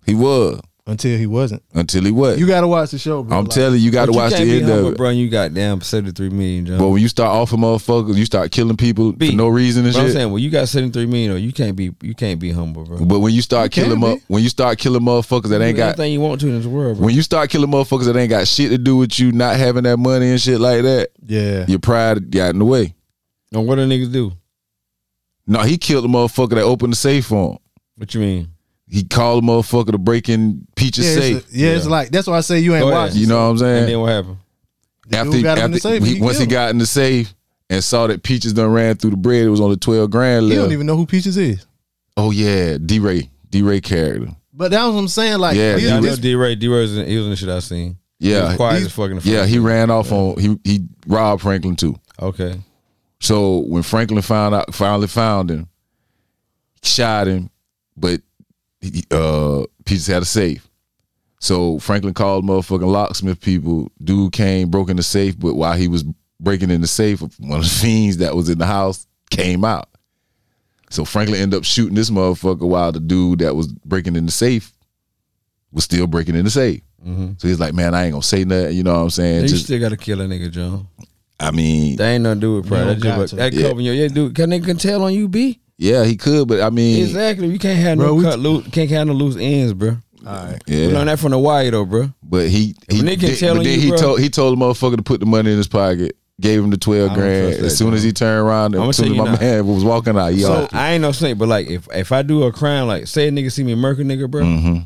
Speaker 2: He was
Speaker 3: until he wasn't.
Speaker 2: until he was.
Speaker 3: You gotta watch the show, bro.
Speaker 2: I'm
Speaker 3: Like,
Speaker 2: telling you, you got to
Speaker 1: But you
Speaker 2: watch the
Speaker 1: can't be
Speaker 2: end
Speaker 1: humble,
Speaker 2: of it.
Speaker 1: bro. and You got damn seventy three million, John.
Speaker 2: But when you start offering motherfuckers, you start killing people
Speaker 1: Be-
Speaker 2: for no reason and
Speaker 1: But I'm
Speaker 2: shit.
Speaker 1: saying, well, you got 73 million, though. You can't be, you can't be humble, bro.
Speaker 2: but when you start
Speaker 3: You can
Speaker 2: killing mo-
Speaker 3: be.
Speaker 2: when you start killing motherfuckers that ain't
Speaker 1: You do
Speaker 2: got
Speaker 1: anything you want to in this world, bro.
Speaker 2: when you start killing motherfuckers that ain't got shit to do with you not having that money and shit like that,
Speaker 3: Yeah.
Speaker 2: your pride got in the way.
Speaker 1: And what do niggas do?
Speaker 2: No, he killed the motherfucker that opened the safe on. him.
Speaker 1: What you mean?
Speaker 2: He called the motherfucker to break in Peach's
Speaker 3: Yeah, it's,
Speaker 2: safe.
Speaker 3: yeah, it's like that's why I say you ain't
Speaker 1: Go ahead.
Speaker 3: watched.
Speaker 2: you know what I'm
Speaker 1: And
Speaker 2: saying?
Speaker 1: then what happened?
Speaker 3: The dude got him in the safe,
Speaker 2: he-
Speaker 3: he
Speaker 2: once he
Speaker 3: killed him.
Speaker 2: got in the safe and saw that Peaches done ran through the bread, it was on the twelve grand
Speaker 3: You
Speaker 2: left.
Speaker 3: don't even know who Peaches is.
Speaker 2: oh yeah, D Ray, D Ray character.
Speaker 3: But that's what I'm saying. Like
Speaker 2: Yeah,
Speaker 3: these-
Speaker 1: Yeah, I know
Speaker 3: these-
Speaker 1: D. Ray. D. Ray was in, he was in the shit I seen. He was
Speaker 2: Yeah,
Speaker 1: quiet
Speaker 2: he-
Speaker 1: as fucking.
Speaker 2: Yeah, he ran off on he he robbed Franklin too.
Speaker 1: Okay.
Speaker 2: So when Franklin found out, finally found him, shot him, but he, uh, Peaches had a safe. So Franklin called motherfucking locksmith people. Dude came, broke in the safe, but while he was breaking in the safe, one of the fiends that was in the house came out. So Franklin ended up shooting this motherfucker while the dude that was breaking in the safe was still breaking in the safe. So he's like, "Man, I ain't gonna say nothing." You know what I'm saying?
Speaker 1: You
Speaker 2: Just,
Speaker 1: still gotta kill a nigga, John.
Speaker 2: I mean,
Speaker 1: That ain't nothing to do with pride.
Speaker 3: You
Speaker 1: That
Speaker 3: don't
Speaker 1: just
Speaker 3: got
Speaker 1: like-
Speaker 3: to.
Speaker 1: that
Speaker 2: Yeah.
Speaker 1: covering your yeah, dude. Can nigga can tell on you, B?
Speaker 2: yeah, he could, but I mean,
Speaker 1: Exactly. You can't have
Speaker 3: Bro,
Speaker 1: no
Speaker 3: we-
Speaker 1: cut loose. Can't have no loose ends, bro.
Speaker 2: yeah.
Speaker 1: You learn that from the wire, though, bro.
Speaker 2: But he, he
Speaker 1: When they kept
Speaker 2: did-
Speaker 1: telling
Speaker 2: but then
Speaker 1: you,
Speaker 2: he
Speaker 1: bro-
Speaker 2: told he told the motherfucker to put the money in his pocket. Gave him the twelve
Speaker 1: I don't
Speaker 2: grand.
Speaker 1: trust that,
Speaker 2: As soon as he turned around,
Speaker 1: I'ma
Speaker 2: as soon
Speaker 1: tell
Speaker 2: as
Speaker 1: you
Speaker 2: my
Speaker 1: now.
Speaker 2: man was walking out, he
Speaker 1: So
Speaker 2: all-
Speaker 1: I ain't no snake, but like if if I do a crime, like say a nigga see me murking nigga, bro.
Speaker 3: Mm-hmm.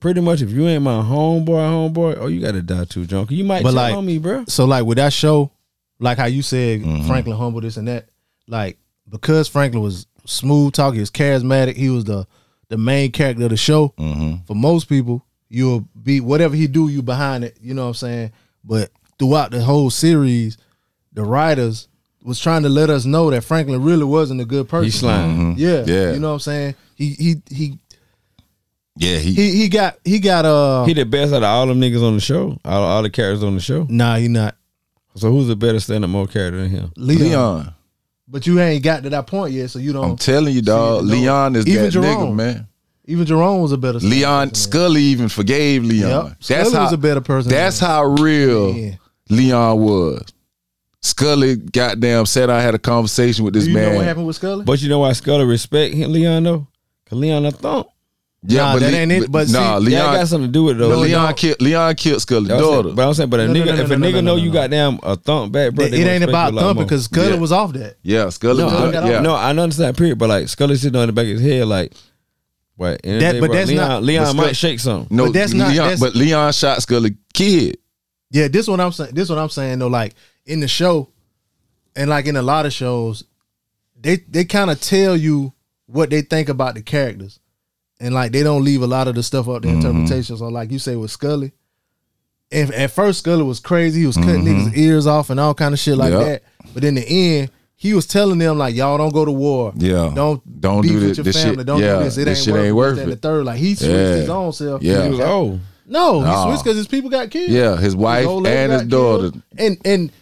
Speaker 1: Pretty much, if you ain't my homeboy, homeboy, oh you gotta die too, John. 'Cause You might
Speaker 3: But
Speaker 1: tell
Speaker 3: like-
Speaker 1: on me, bro.
Speaker 3: So like with that show, like how you said
Speaker 2: Mm-hmm.
Speaker 3: Franklin humble this and that, like because Franklin was smooth talking, he was charismatic, he was the the main character of the show.
Speaker 2: Mm-hmm.
Speaker 3: For most people, you'll be whatever he do, you behind it. You know what I'm saying? But throughout the whole series, the writers was trying to let us know that Franklin really wasn't a good person.
Speaker 1: He slime.
Speaker 3: Yeah,
Speaker 2: mm-hmm. Yeah.
Speaker 3: You know what I'm saying? He he he
Speaker 2: yeah, he,
Speaker 3: he, he got he got uh
Speaker 1: He the best out of all them niggas on the show, out of all the characters on the show.
Speaker 3: nah he not
Speaker 1: So who's a better stand up more character than him?
Speaker 3: Leon.
Speaker 2: Leon.
Speaker 3: But you ain't got to that point yet, so you don't.
Speaker 2: I'm telling you, dog.
Speaker 3: See, no.
Speaker 2: Leon is
Speaker 3: Even
Speaker 2: that nigga,
Speaker 3: Jerome.
Speaker 2: man.
Speaker 3: Even Jerome was a better stand-up
Speaker 2: Leon
Speaker 3: person
Speaker 2: Scully even forgave Leon.
Speaker 3: Yep. Scully was a better person
Speaker 2: That's
Speaker 3: than
Speaker 2: how real
Speaker 3: Yeah.
Speaker 2: Leon was. Scully, goddamn, said I had a conversation with this
Speaker 3: Do you know what
Speaker 2: man.
Speaker 3: happened with Scully?
Speaker 1: But you know why Scudder respect him, Leon though? Cause Leon a thump.
Speaker 2: Yeah,
Speaker 3: Nah, that ain't it, but
Speaker 2: nah,
Speaker 3: see,
Speaker 1: Leon
Speaker 2: Leon,
Speaker 1: got something to do with it though.
Speaker 2: no,
Speaker 1: Leon-
Speaker 2: Leon killed Leon killed Scully's
Speaker 1: I'm
Speaker 2: daughter.
Speaker 1: saying- but I'm saying, but a
Speaker 3: No, no,
Speaker 1: nigga,
Speaker 3: no, no,
Speaker 1: if
Speaker 3: no,
Speaker 1: a
Speaker 3: no,
Speaker 1: nigga
Speaker 3: no,
Speaker 1: know
Speaker 3: no,
Speaker 1: you
Speaker 3: no.
Speaker 1: got damn a thump back, bro,
Speaker 3: it
Speaker 1: they gonna
Speaker 3: ain't
Speaker 1: respect
Speaker 3: about
Speaker 1: you a lot
Speaker 3: thumping
Speaker 1: more.
Speaker 3: because Scully
Speaker 2: Yeah.
Speaker 3: was off that.
Speaker 2: yeah, Scully.
Speaker 1: No,
Speaker 2: was,
Speaker 1: I'm-
Speaker 2: yeah.
Speaker 1: no, I understand that period, but like Scully sitting on the back of his head, like, what? That,
Speaker 3: That-
Speaker 1: day,
Speaker 3: but
Speaker 1: bro,
Speaker 3: that's
Speaker 1: Leon,
Speaker 3: not-
Speaker 1: Leon
Speaker 2: but
Speaker 1: might
Speaker 2: Scu-
Speaker 1: shake something.
Speaker 2: no,
Speaker 3: but that's not-
Speaker 2: Leon,
Speaker 3: that's-
Speaker 2: but Leon shot Scully kid.
Speaker 3: Yeah, this what I'm saying. This what I'm saying though. Like in the show, and like in a lot of shows, they they kind of tell you what they think about the characters, and like they don't leave a lot of the stuff
Speaker 2: Mm-hmm.
Speaker 3: up to interpretation. So like you say with Scully, and at first Scully was crazy. He was cutting
Speaker 2: Mm-hmm.
Speaker 3: niggas' ears off and all kind of shit like
Speaker 2: Yeah.
Speaker 3: that. But in the end, he was telling them like, y'all don't go to war.
Speaker 2: Yeah.
Speaker 3: Don't
Speaker 2: Don't
Speaker 3: beef
Speaker 2: do
Speaker 3: with
Speaker 2: thi-
Speaker 3: your
Speaker 2: this shit.
Speaker 3: family. Don't
Speaker 2: Yeah,
Speaker 3: do this. It
Speaker 2: this
Speaker 3: ain't
Speaker 2: shit
Speaker 3: worth
Speaker 2: ain't
Speaker 3: it.
Speaker 2: worth
Speaker 3: This and
Speaker 2: it.
Speaker 3: The third, like he switched
Speaker 2: Yeah.
Speaker 3: his own self.
Speaker 2: Yeah.
Speaker 1: He was oh, old.
Speaker 3: No,
Speaker 2: Nah.
Speaker 3: he switched because his people got killed.
Speaker 2: Yeah, his wife
Speaker 3: old lady
Speaker 2: and his
Speaker 3: got
Speaker 2: daughter.
Speaker 3: killed. And and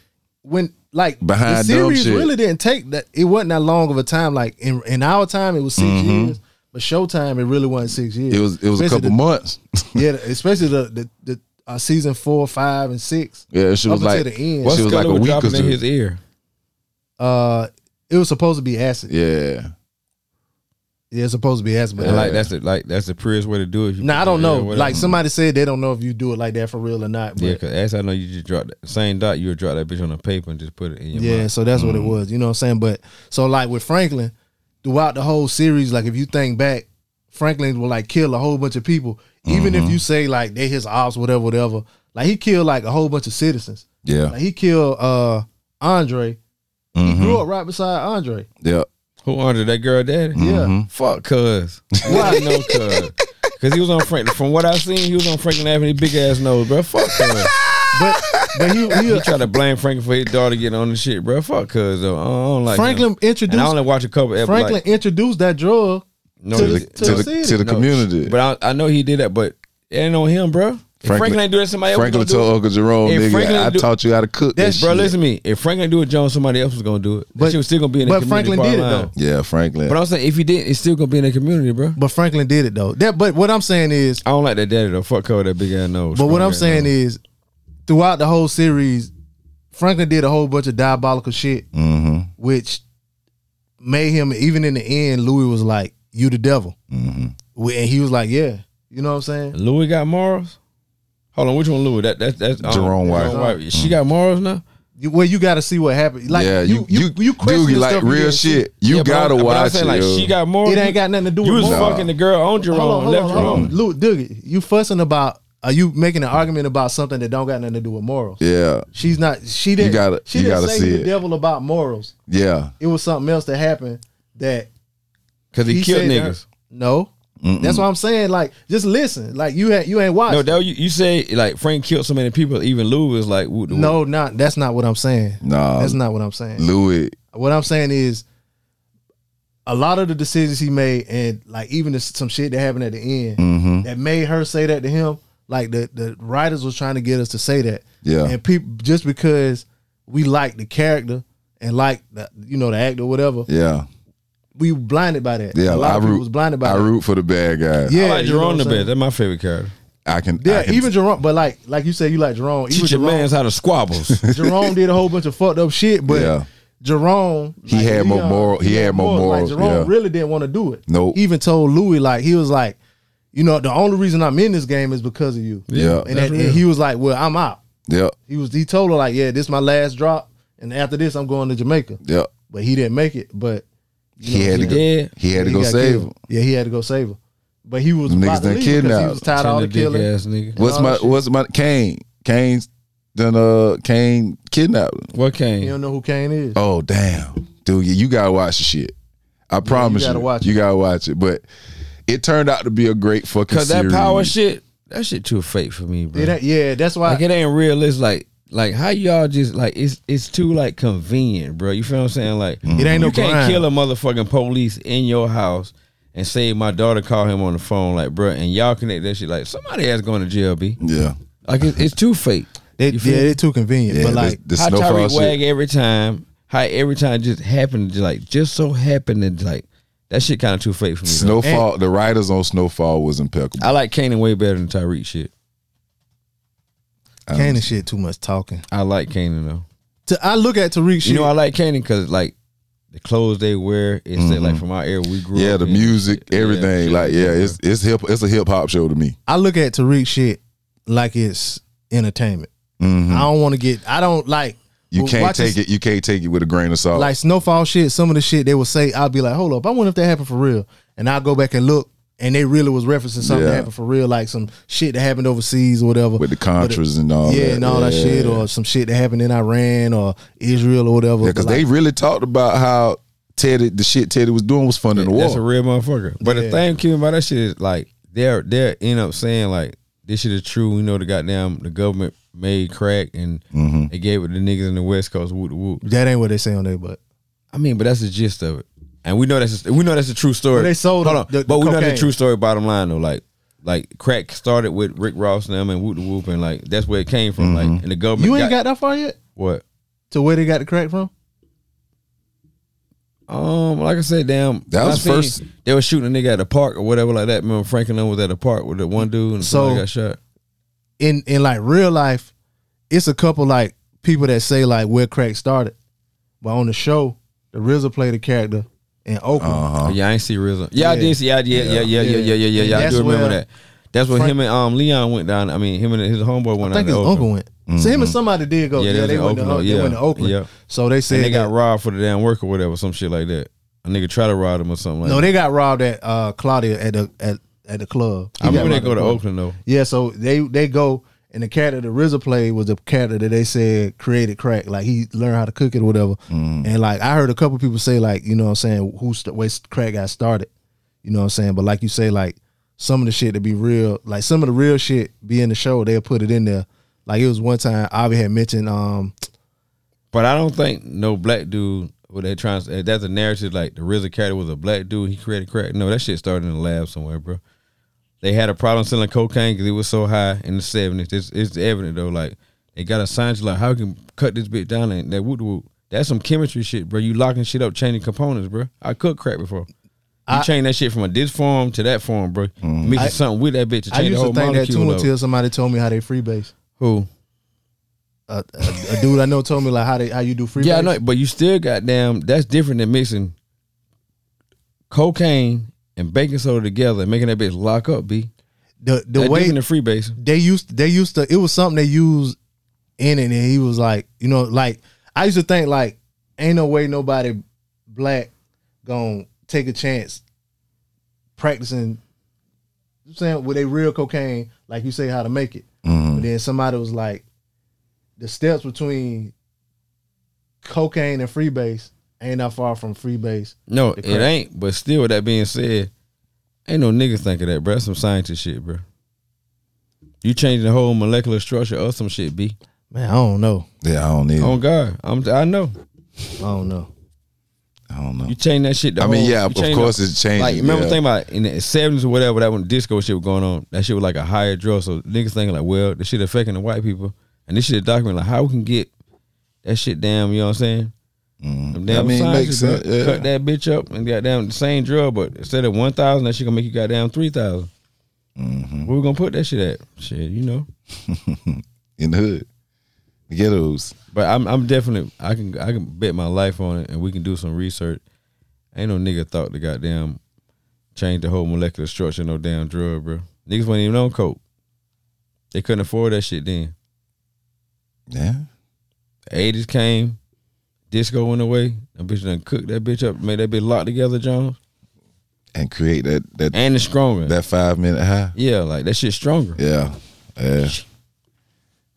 Speaker 3: when like
Speaker 2: Behind
Speaker 3: the
Speaker 2: dumb
Speaker 3: series
Speaker 2: shit.
Speaker 3: really didn't take that. It wasn't that long of a time. Like in in our time, it was 6 years. But Showtime, it really wasn't six years.
Speaker 2: Mm-hmm. It was it was a
Speaker 3: Especially
Speaker 2: couple
Speaker 3: the-
Speaker 2: months.
Speaker 3: Yeah, especially the the, the uh, season four, five, and six.
Speaker 2: Yeah, she
Speaker 3: Up
Speaker 2: was
Speaker 3: until
Speaker 2: like
Speaker 3: the end.
Speaker 2: she
Speaker 1: What
Speaker 2: was
Speaker 1: Scully
Speaker 2: like a
Speaker 1: was
Speaker 2: week or
Speaker 1: dropping in
Speaker 2: two.
Speaker 1: his ear?
Speaker 3: Uh, it was supposed to be acid. Yeah,
Speaker 2: Yeah,
Speaker 3: it's supposed to be acid. But
Speaker 1: And like
Speaker 3: like,
Speaker 1: that's the like that's the purest way to do it. You
Speaker 3: now I
Speaker 1: put
Speaker 3: don't
Speaker 1: it in
Speaker 3: know.
Speaker 1: or whatever.
Speaker 3: like somebody said, they don't know if you do it like that for real or not. But
Speaker 1: yeah, because as I know, you just drop that same dot. You would drop that bitch on a paper and just put it in Mm-hmm. your
Speaker 3: Yeah,
Speaker 1: mouth.
Speaker 3: so that's what it was. You know what I'm saying? But so like with Franklin, throughout the whole series, like if you think back, Franklin will like kill a whole bunch of people. Even
Speaker 1: Mm-hmm.
Speaker 3: if you say like they his ops, whatever, whatever. Like he killed like a whole bunch of citizens.
Speaker 2: yeah,
Speaker 3: Like he killed uh Andre.
Speaker 1: Mm-hmm.
Speaker 3: He
Speaker 2: Mhm.
Speaker 3: grew up right beside Andre.
Speaker 2: yeah. Mm-hmm.
Speaker 1: Who under that girl daddy?
Speaker 3: Yeah.
Speaker 1: Fuck cuz. Why no cuz? Cause he was on Franklin. From what I seen, he was on Franklin Avenue. Big ass nose, bro. Fuck cuz.
Speaker 3: But but he, he
Speaker 1: He tried to blame Franklin for his daughter getting on the shit, bro. Fuck cuz though. I don't like him.
Speaker 3: Franklin
Speaker 1: And I
Speaker 3: introduced
Speaker 1: only watch a couple. episodes.
Speaker 3: Franklin introduced that drug.
Speaker 1: no,
Speaker 2: To the
Speaker 1: it-
Speaker 3: to
Speaker 2: to
Speaker 3: the
Speaker 2: the, to the
Speaker 1: no,
Speaker 2: community.
Speaker 1: But I, I know he did that, but it ain't on him, bro. If
Speaker 2: Franklin-
Speaker 1: Franklin, ain't do that, somebody else
Speaker 2: Franklin
Speaker 1: was gonna
Speaker 2: told Uncle Jerome,
Speaker 1: If
Speaker 2: nigga,
Speaker 1: Franklin
Speaker 2: I
Speaker 1: do-
Speaker 2: taught you how to cook.
Speaker 1: do
Speaker 2: That
Speaker 1: it. Bro,
Speaker 2: shit.
Speaker 1: listen to me. If Franklin do it, Jones, somebody else was gonna do it. But
Speaker 3: But-
Speaker 1: she was still gonna be in the
Speaker 3: but
Speaker 1: community.
Speaker 3: Franklin did it,
Speaker 1: bar line.
Speaker 3: though.
Speaker 2: Yeah, Franklin.
Speaker 1: But I'm saying if he didn't, it's still gonna be in the community, bro.
Speaker 3: But Franklin did it though. That but what I'm saying is
Speaker 1: I don't like that daddy though. Fuck her with that big ass nose.
Speaker 3: But what I'm
Speaker 1: Strong ass
Speaker 3: saying
Speaker 1: nose.
Speaker 3: is, throughout the whole series, Franklin did a whole bunch of diabolical shit,
Speaker 2: mm-hmm.
Speaker 3: which made him. Even in the end, Louis was like, "You the devil,"
Speaker 2: Mm-hmm.
Speaker 3: and he was like, "Yeah." You know what I'm saying?
Speaker 1: Louis got morals. Hold on, which one, Louis? That that's that's um,
Speaker 2: Jerome White.
Speaker 3: Mm.
Speaker 1: She got morals now.
Speaker 3: You, well, you got to see what happened. Like
Speaker 2: yeah,
Speaker 3: you, you, you, question
Speaker 2: dude,
Speaker 3: the
Speaker 2: like
Speaker 3: stuff you
Speaker 2: real
Speaker 3: didn't see.
Speaker 2: shit. You
Speaker 1: Yeah, but
Speaker 2: gotta
Speaker 1: I'm- but I'm
Speaker 2: watch it.
Speaker 1: saying, Like
Speaker 2: yo.
Speaker 1: she got morals.
Speaker 3: It ain't got nothing to do
Speaker 1: You
Speaker 3: with
Speaker 1: was
Speaker 3: morals.
Speaker 1: fucking the girl on Jerome,
Speaker 3: Hold on, hold
Speaker 1: left
Speaker 3: on, hold
Speaker 1: Jerome.
Speaker 3: on. Lou, Dougie, you fussing about? Are you making an argument about something that don't got nothing to do with morals?
Speaker 2: yeah,
Speaker 3: She's not. She didn't.
Speaker 2: gotta-
Speaker 3: she
Speaker 2: you
Speaker 3: didn't
Speaker 2: gotta
Speaker 3: say
Speaker 2: see
Speaker 3: you
Speaker 2: it.
Speaker 3: the devil about morals.
Speaker 2: yeah.
Speaker 3: It was something else that happened that
Speaker 1: Cause he, killed
Speaker 3: said
Speaker 1: niggas.
Speaker 3: that- No, that's what I'm saying. Like, just listen. Like you had you ain't watched.
Speaker 1: No,
Speaker 3: No,
Speaker 1: that you, you say like Frank killed so many people. Even Lou was like, woo, woo.
Speaker 3: not that's not what I'm saying.
Speaker 2: Nah.
Speaker 3: that's not what I'm saying.
Speaker 2: Louis.
Speaker 3: What I'm saying is a lot of the decisions he made, and like even the, some shit that happened at the end
Speaker 2: Mm-hmm.
Speaker 3: that made her say that to him. Like the the writers was trying to get us to say that.
Speaker 2: Yeah.
Speaker 3: and people just because we like the character and like the, you know the actor or whatever,
Speaker 2: Yeah,
Speaker 3: we blinded by that.
Speaker 2: yeah.
Speaker 3: a lot
Speaker 2: I
Speaker 3: of
Speaker 2: root.
Speaker 3: people was blinded by
Speaker 2: I
Speaker 3: that.
Speaker 2: root for the bad guy.
Speaker 3: Yeah,
Speaker 1: I like
Speaker 3: you know what
Speaker 1: Jerome
Speaker 3: I'm
Speaker 1: the
Speaker 3: saying?
Speaker 1: best. That's my favorite character.
Speaker 2: I can. I
Speaker 3: Yeah,
Speaker 2: can,
Speaker 3: even Jerome, but like like you said, you like Jerome. Even
Speaker 1: Teach your
Speaker 3: Jerome,
Speaker 1: man's how to squabbles.
Speaker 3: Jerome did a whole bunch of fucked up shit, but
Speaker 2: Yeah.
Speaker 3: Jerome uh,
Speaker 2: He had more moral- he had more morals,
Speaker 3: Like Jerome
Speaker 2: yeah.
Speaker 3: really didn't want to do it.
Speaker 2: Nope.
Speaker 3: He even told Louis like he was like, you know, the only reason I'm in this game is because of you.
Speaker 2: Yeah.
Speaker 3: and, that, and he was like, well, I'm out.
Speaker 2: yeah,
Speaker 3: He was he told her like, yeah, this my last drop, and after this I'm going to Jamaica.
Speaker 2: yeah.
Speaker 3: But he didn't make it. But
Speaker 2: He had to
Speaker 1: he
Speaker 2: go.
Speaker 1: dead.
Speaker 2: He had to
Speaker 3: he
Speaker 2: go
Speaker 3: got
Speaker 2: save
Speaker 3: killed.
Speaker 2: him.
Speaker 3: Yeah, he had to go save her. But he was
Speaker 2: Them
Speaker 3: about to
Speaker 2: niggas
Speaker 3: leave
Speaker 2: done
Speaker 3: because
Speaker 2: kidnapped.
Speaker 3: he was tired of all
Speaker 1: Tender
Speaker 3: the
Speaker 1: dick
Speaker 3: killing.
Speaker 1: ass nigga.
Speaker 2: What's
Speaker 3: all
Speaker 2: my
Speaker 3: that shit.
Speaker 2: What's my Kane? Kane's done. Uh, Kane kidnapped him.
Speaker 1: What came?
Speaker 3: You don't know who Kane is.
Speaker 2: Oh damn, dude, you, you gotta watch the shit. I promise you,
Speaker 3: gotta watch
Speaker 2: you gotta watch it. But it turned out to be a great fucking.
Speaker 1: Cause that
Speaker 2: series.
Speaker 1: power shit, that shit too fake for me, bro.
Speaker 3: It ain't- yeah, that's why.
Speaker 1: like it ain't real. It's like like how y'all just like it's it's too like convenient, bro. You feel what I'm saying? Like
Speaker 3: It ain't no
Speaker 1: you can't
Speaker 3: crime.
Speaker 1: kill a motherfucking police in your house and say my daughter called him on the phone, like bro, and y'all connect that shit. Like somebody has going to jail, b.
Speaker 2: Yeah,
Speaker 1: Like it's, it's too fake.
Speaker 3: They,
Speaker 1: You feel
Speaker 3: yeah,
Speaker 1: me?
Speaker 3: they're too convenient.
Speaker 2: yeah.
Speaker 3: but like,
Speaker 2: the, the
Speaker 1: how
Speaker 2: snowfall
Speaker 1: Tyreek
Speaker 2: shit.
Speaker 1: Wag every time, how every time just happened, to, like just so happened to like that shit kind of too fake for me. though.
Speaker 2: Snowfall. the writers on Snowfall was impeccable.
Speaker 1: I like Kanan way better than Tyreek shit.
Speaker 3: Kane and shit too much talking.
Speaker 1: I like Kanan though.
Speaker 3: To, I look at Tariq shit.
Speaker 1: You know, I like Canaan because like the clothes they wear, it's that, like from our era we grew
Speaker 2: Mm-hmm. Yeah,
Speaker 1: up.
Speaker 2: the
Speaker 1: in.
Speaker 2: music,
Speaker 1: Yeah,
Speaker 2: everything.
Speaker 1: shit.
Speaker 2: like, yeah, it's it's hip. It's a hip hop show to me.
Speaker 3: I look at Tariq shit like it's entertainment. I don't want to get. I don't like.
Speaker 2: Mm-hmm. You
Speaker 3: w-
Speaker 2: can't
Speaker 3: watch
Speaker 2: take
Speaker 3: this-
Speaker 2: it. You can't take it with a grain of salt.
Speaker 3: Like snowfall shit. Some of the shit they will say, I'll be like, hold up, I wonder if that happened for real. And I'll go back and look, and they really was referencing something
Speaker 2: Yeah.
Speaker 3: that happened for real, like some shit that happened overseas or whatever.
Speaker 2: with the
Speaker 3: But it-
Speaker 2: contras and all.
Speaker 3: yeah,
Speaker 2: that.
Speaker 3: and all that shit, or some shit that happened in Iran or Israel or whatever.
Speaker 2: because
Speaker 3: But, like,
Speaker 2: they really talked about how Teddy, the shit Teddy was doing was funding the
Speaker 1: That's a
Speaker 2: war.
Speaker 1: real motherfucker. But
Speaker 3: Yeah.
Speaker 1: the thing killing about that shit is like they're they're end up saying like this shit is true. You know the goddamn the government made crack and
Speaker 2: Mm-hmm.
Speaker 1: they gave it to niggas in the West Coast. Whoop de whoop.
Speaker 3: that ain't what they say on their butt.
Speaker 1: I mean, but that's the gist of it. And we know that's a, we know that's a true story.
Speaker 3: Well, they sold
Speaker 1: Hold
Speaker 3: the-
Speaker 1: on,
Speaker 3: the- the
Speaker 1: but we know
Speaker 3: cocaine.
Speaker 1: the true story. Bottom line though, like like crack started with Rick Ross and them and whoop de whoop and like that's where it came from.
Speaker 2: Mm-hmm.
Speaker 1: Like and the government.
Speaker 3: You ain't got that far yet
Speaker 1: what?
Speaker 3: to where they got the crack from.
Speaker 1: Um, like I said, damn.
Speaker 2: That
Speaker 1: when
Speaker 2: was
Speaker 1: I seen
Speaker 2: first-
Speaker 1: They were shooting a nigga at the park or whatever like that. Remember Franklin was at the park with the one dude and
Speaker 3: So-
Speaker 1: so got shot.
Speaker 3: in in like real life, it's a couple like people that say like where crack started, but on the show, the RZA played a character in Oakland.
Speaker 2: Uh-huh.
Speaker 1: Oh, yeah, I ain't see RZA. Yeah, I did see. Yeah, yeah, yeah, yeah, yeah, yeah, yeah, yeah. yeah, I
Speaker 3: That's
Speaker 1: do remember
Speaker 3: where-
Speaker 1: that. That's when
Speaker 3: Frank-
Speaker 1: him and um Leon went down. I mean, him and his homeboy went
Speaker 3: I think
Speaker 1: out.
Speaker 3: his
Speaker 1: to
Speaker 3: uncle
Speaker 1: Oakland. Mm-hmm.
Speaker 3: went. So him and somebody did go.
Speaker 1: Yeah,
Speaker 3: Yeah,
Speaker 1: they was
Speaker 3: they,
Speaker 1: in
Speaker 3: went to,
Speaker 1: Oakland,
Speaker 3: Oakland, they
Speaker 1: yeah.
Speaker 3: went to Oakland.
Speaker 1: Yeah.
Speaker 3: So they said
Speaker 1: And they got
Speaker 3: that-
Speaker 1: robbed for the damn work or whatever, some shit like that. A nigga try to rob him or something like
Speaker 3: no,
Speaker 1: that.
Speaker 3: they got robbed at uh, Claudia at the at, at the club.
Speaker 1: I remember
Speaker 3: Yeah.
Speaker 1: they go to Oakland though.
Speaker 3: Yeah, so they they go and the character the RZA played was the character that they said created crack. Like he learned how to cook it or whatever.
Speaker 1: Mm-hmm.
Speaker 3: And like I heard a couple people say like you know what I'm saying who's the way crack got started. You know what I'm saying, but like you say like some of the shit to be real, like some of the real shit be in the show. They'll put it in there. Like it was one time Avi had mentioned um
Speaker 1: But I don't think no black dude. What they trying to that's a narrative like the RZA character was a black dude. He created crack. No, that shit started in the lab somewhere, bro. They had a problem selling cocaine because it was so high in the seventies. It's, it's evident though. Like they got a scientist like how we can cut this bit down and that woot woot. That's some chemistry shit, bro. You locking shit up, changing components, bro. I cooked crack before. You
Speaker 3: I- Mm-hmm.
Speaker 1: change that shit from a this form to that form, bro. Mixing
Speaker 3: I-
Speaker 1: something with that bitch to
Speaker 3: I
Speaker 1: change the
Speaker 3: used
Speaker 1: whole
Speaker 3: to think that
Speaker 1: molecule.
Speaker 3: too
Speaker 1: up.
Speaker 3: until somebody told me how they freebase.
Speaker 1: Who?
Speaker 3: A, a, a dude I know told me like how they how you do freebase.
Speaker 1: Yeah, I know, but you still got damn. That's different than mixing cocaine and baking soda together and making that bitch lock up. B.
Speaker 3: the the
Speaker 1: That
Speaker 3: way
Speaker 1: different than free base.
Speaker 3: they used they used to it was something they used in it and he was like you know like i used to think like ain't no way nobody black gonna take a chance practicing you know what I'm saying with a real cocaine like you say how to make it
Speaker 2: Mm-hmm.
Speaker 3: but then somebody was like the steps between cocaine and freebase ain't that far from freebase
Speaker 1: No,
Speaker 3: The
Speaker 1: it
Speaker 3: crack.
Speaker 1: ain't. But still, with that being said, ain't no niggas think of that, bro. That's some scientist shit, bro. You changing the whole molecular structure of some shit, B.
Speaker 3: man i don't know
Speaker 2: Yeah, I don't need.
Speaker 1: On God, I'm. I know.
Speaker 3: i don't know
Speaker 2: I don't know.
Speaker 1: You change that shit. the
Speaker 2: I mean,
Speaker 1: whole-
Speaker 2: yeah,
Speaker 1: you
Speaker 2: of
Speaker 1: change
Speaker 2: course
Speaker 1: the-
Speaker 2: it's changing,
Speaker 1: Like, remember
Speaker 2: yeah.
Speaker 1: think about in the seventies or whatever that when disco shit was going on, that shit was like a higher drill. So niggas thinking like, well, this shit affecting the white people, and this shit document like how we can get that shit down. You know what I'm saying?
Speaker 2: Mm-hmm.
Speaker 1: Them damn
Speaker 2: I mean, it
Speaker 1: scientists,
Speaker 2: makes sense,
Speaker 1: bro,
Speaker 2: yeah.
Speaker 1: Cut that bitch up and goddamn the same drill, but instead of one thousand, that shit gonna make you goddamn three thousand.
Speaker 2: Mm-hmm.
Speaker 1: Where we gonna put that shit at? Shit, you know.
Speaker 2: In the hood, the ghettos.
Speaker 1: But I'm I'm definitely I can I can bet my life on it, and we can do some research. Ain't no nigga thought to goddamn change the whole molecular structure of no damn drug, bro. Niggas wasn't even on coke. They couldn't afford that shit then.
Speaker 2: Yeah,
Speaker 1: The eighties came, disco went away. That bitch done cooked that bitch up, made that bitch lock together, Jones,
Speaker 2: and create that that
Speaker 1: and it's stronger.
Speaker 2: that five minute high.
Speaker 1: yeah, like that shit stronger.
Speaker 2: Yeah, yeah.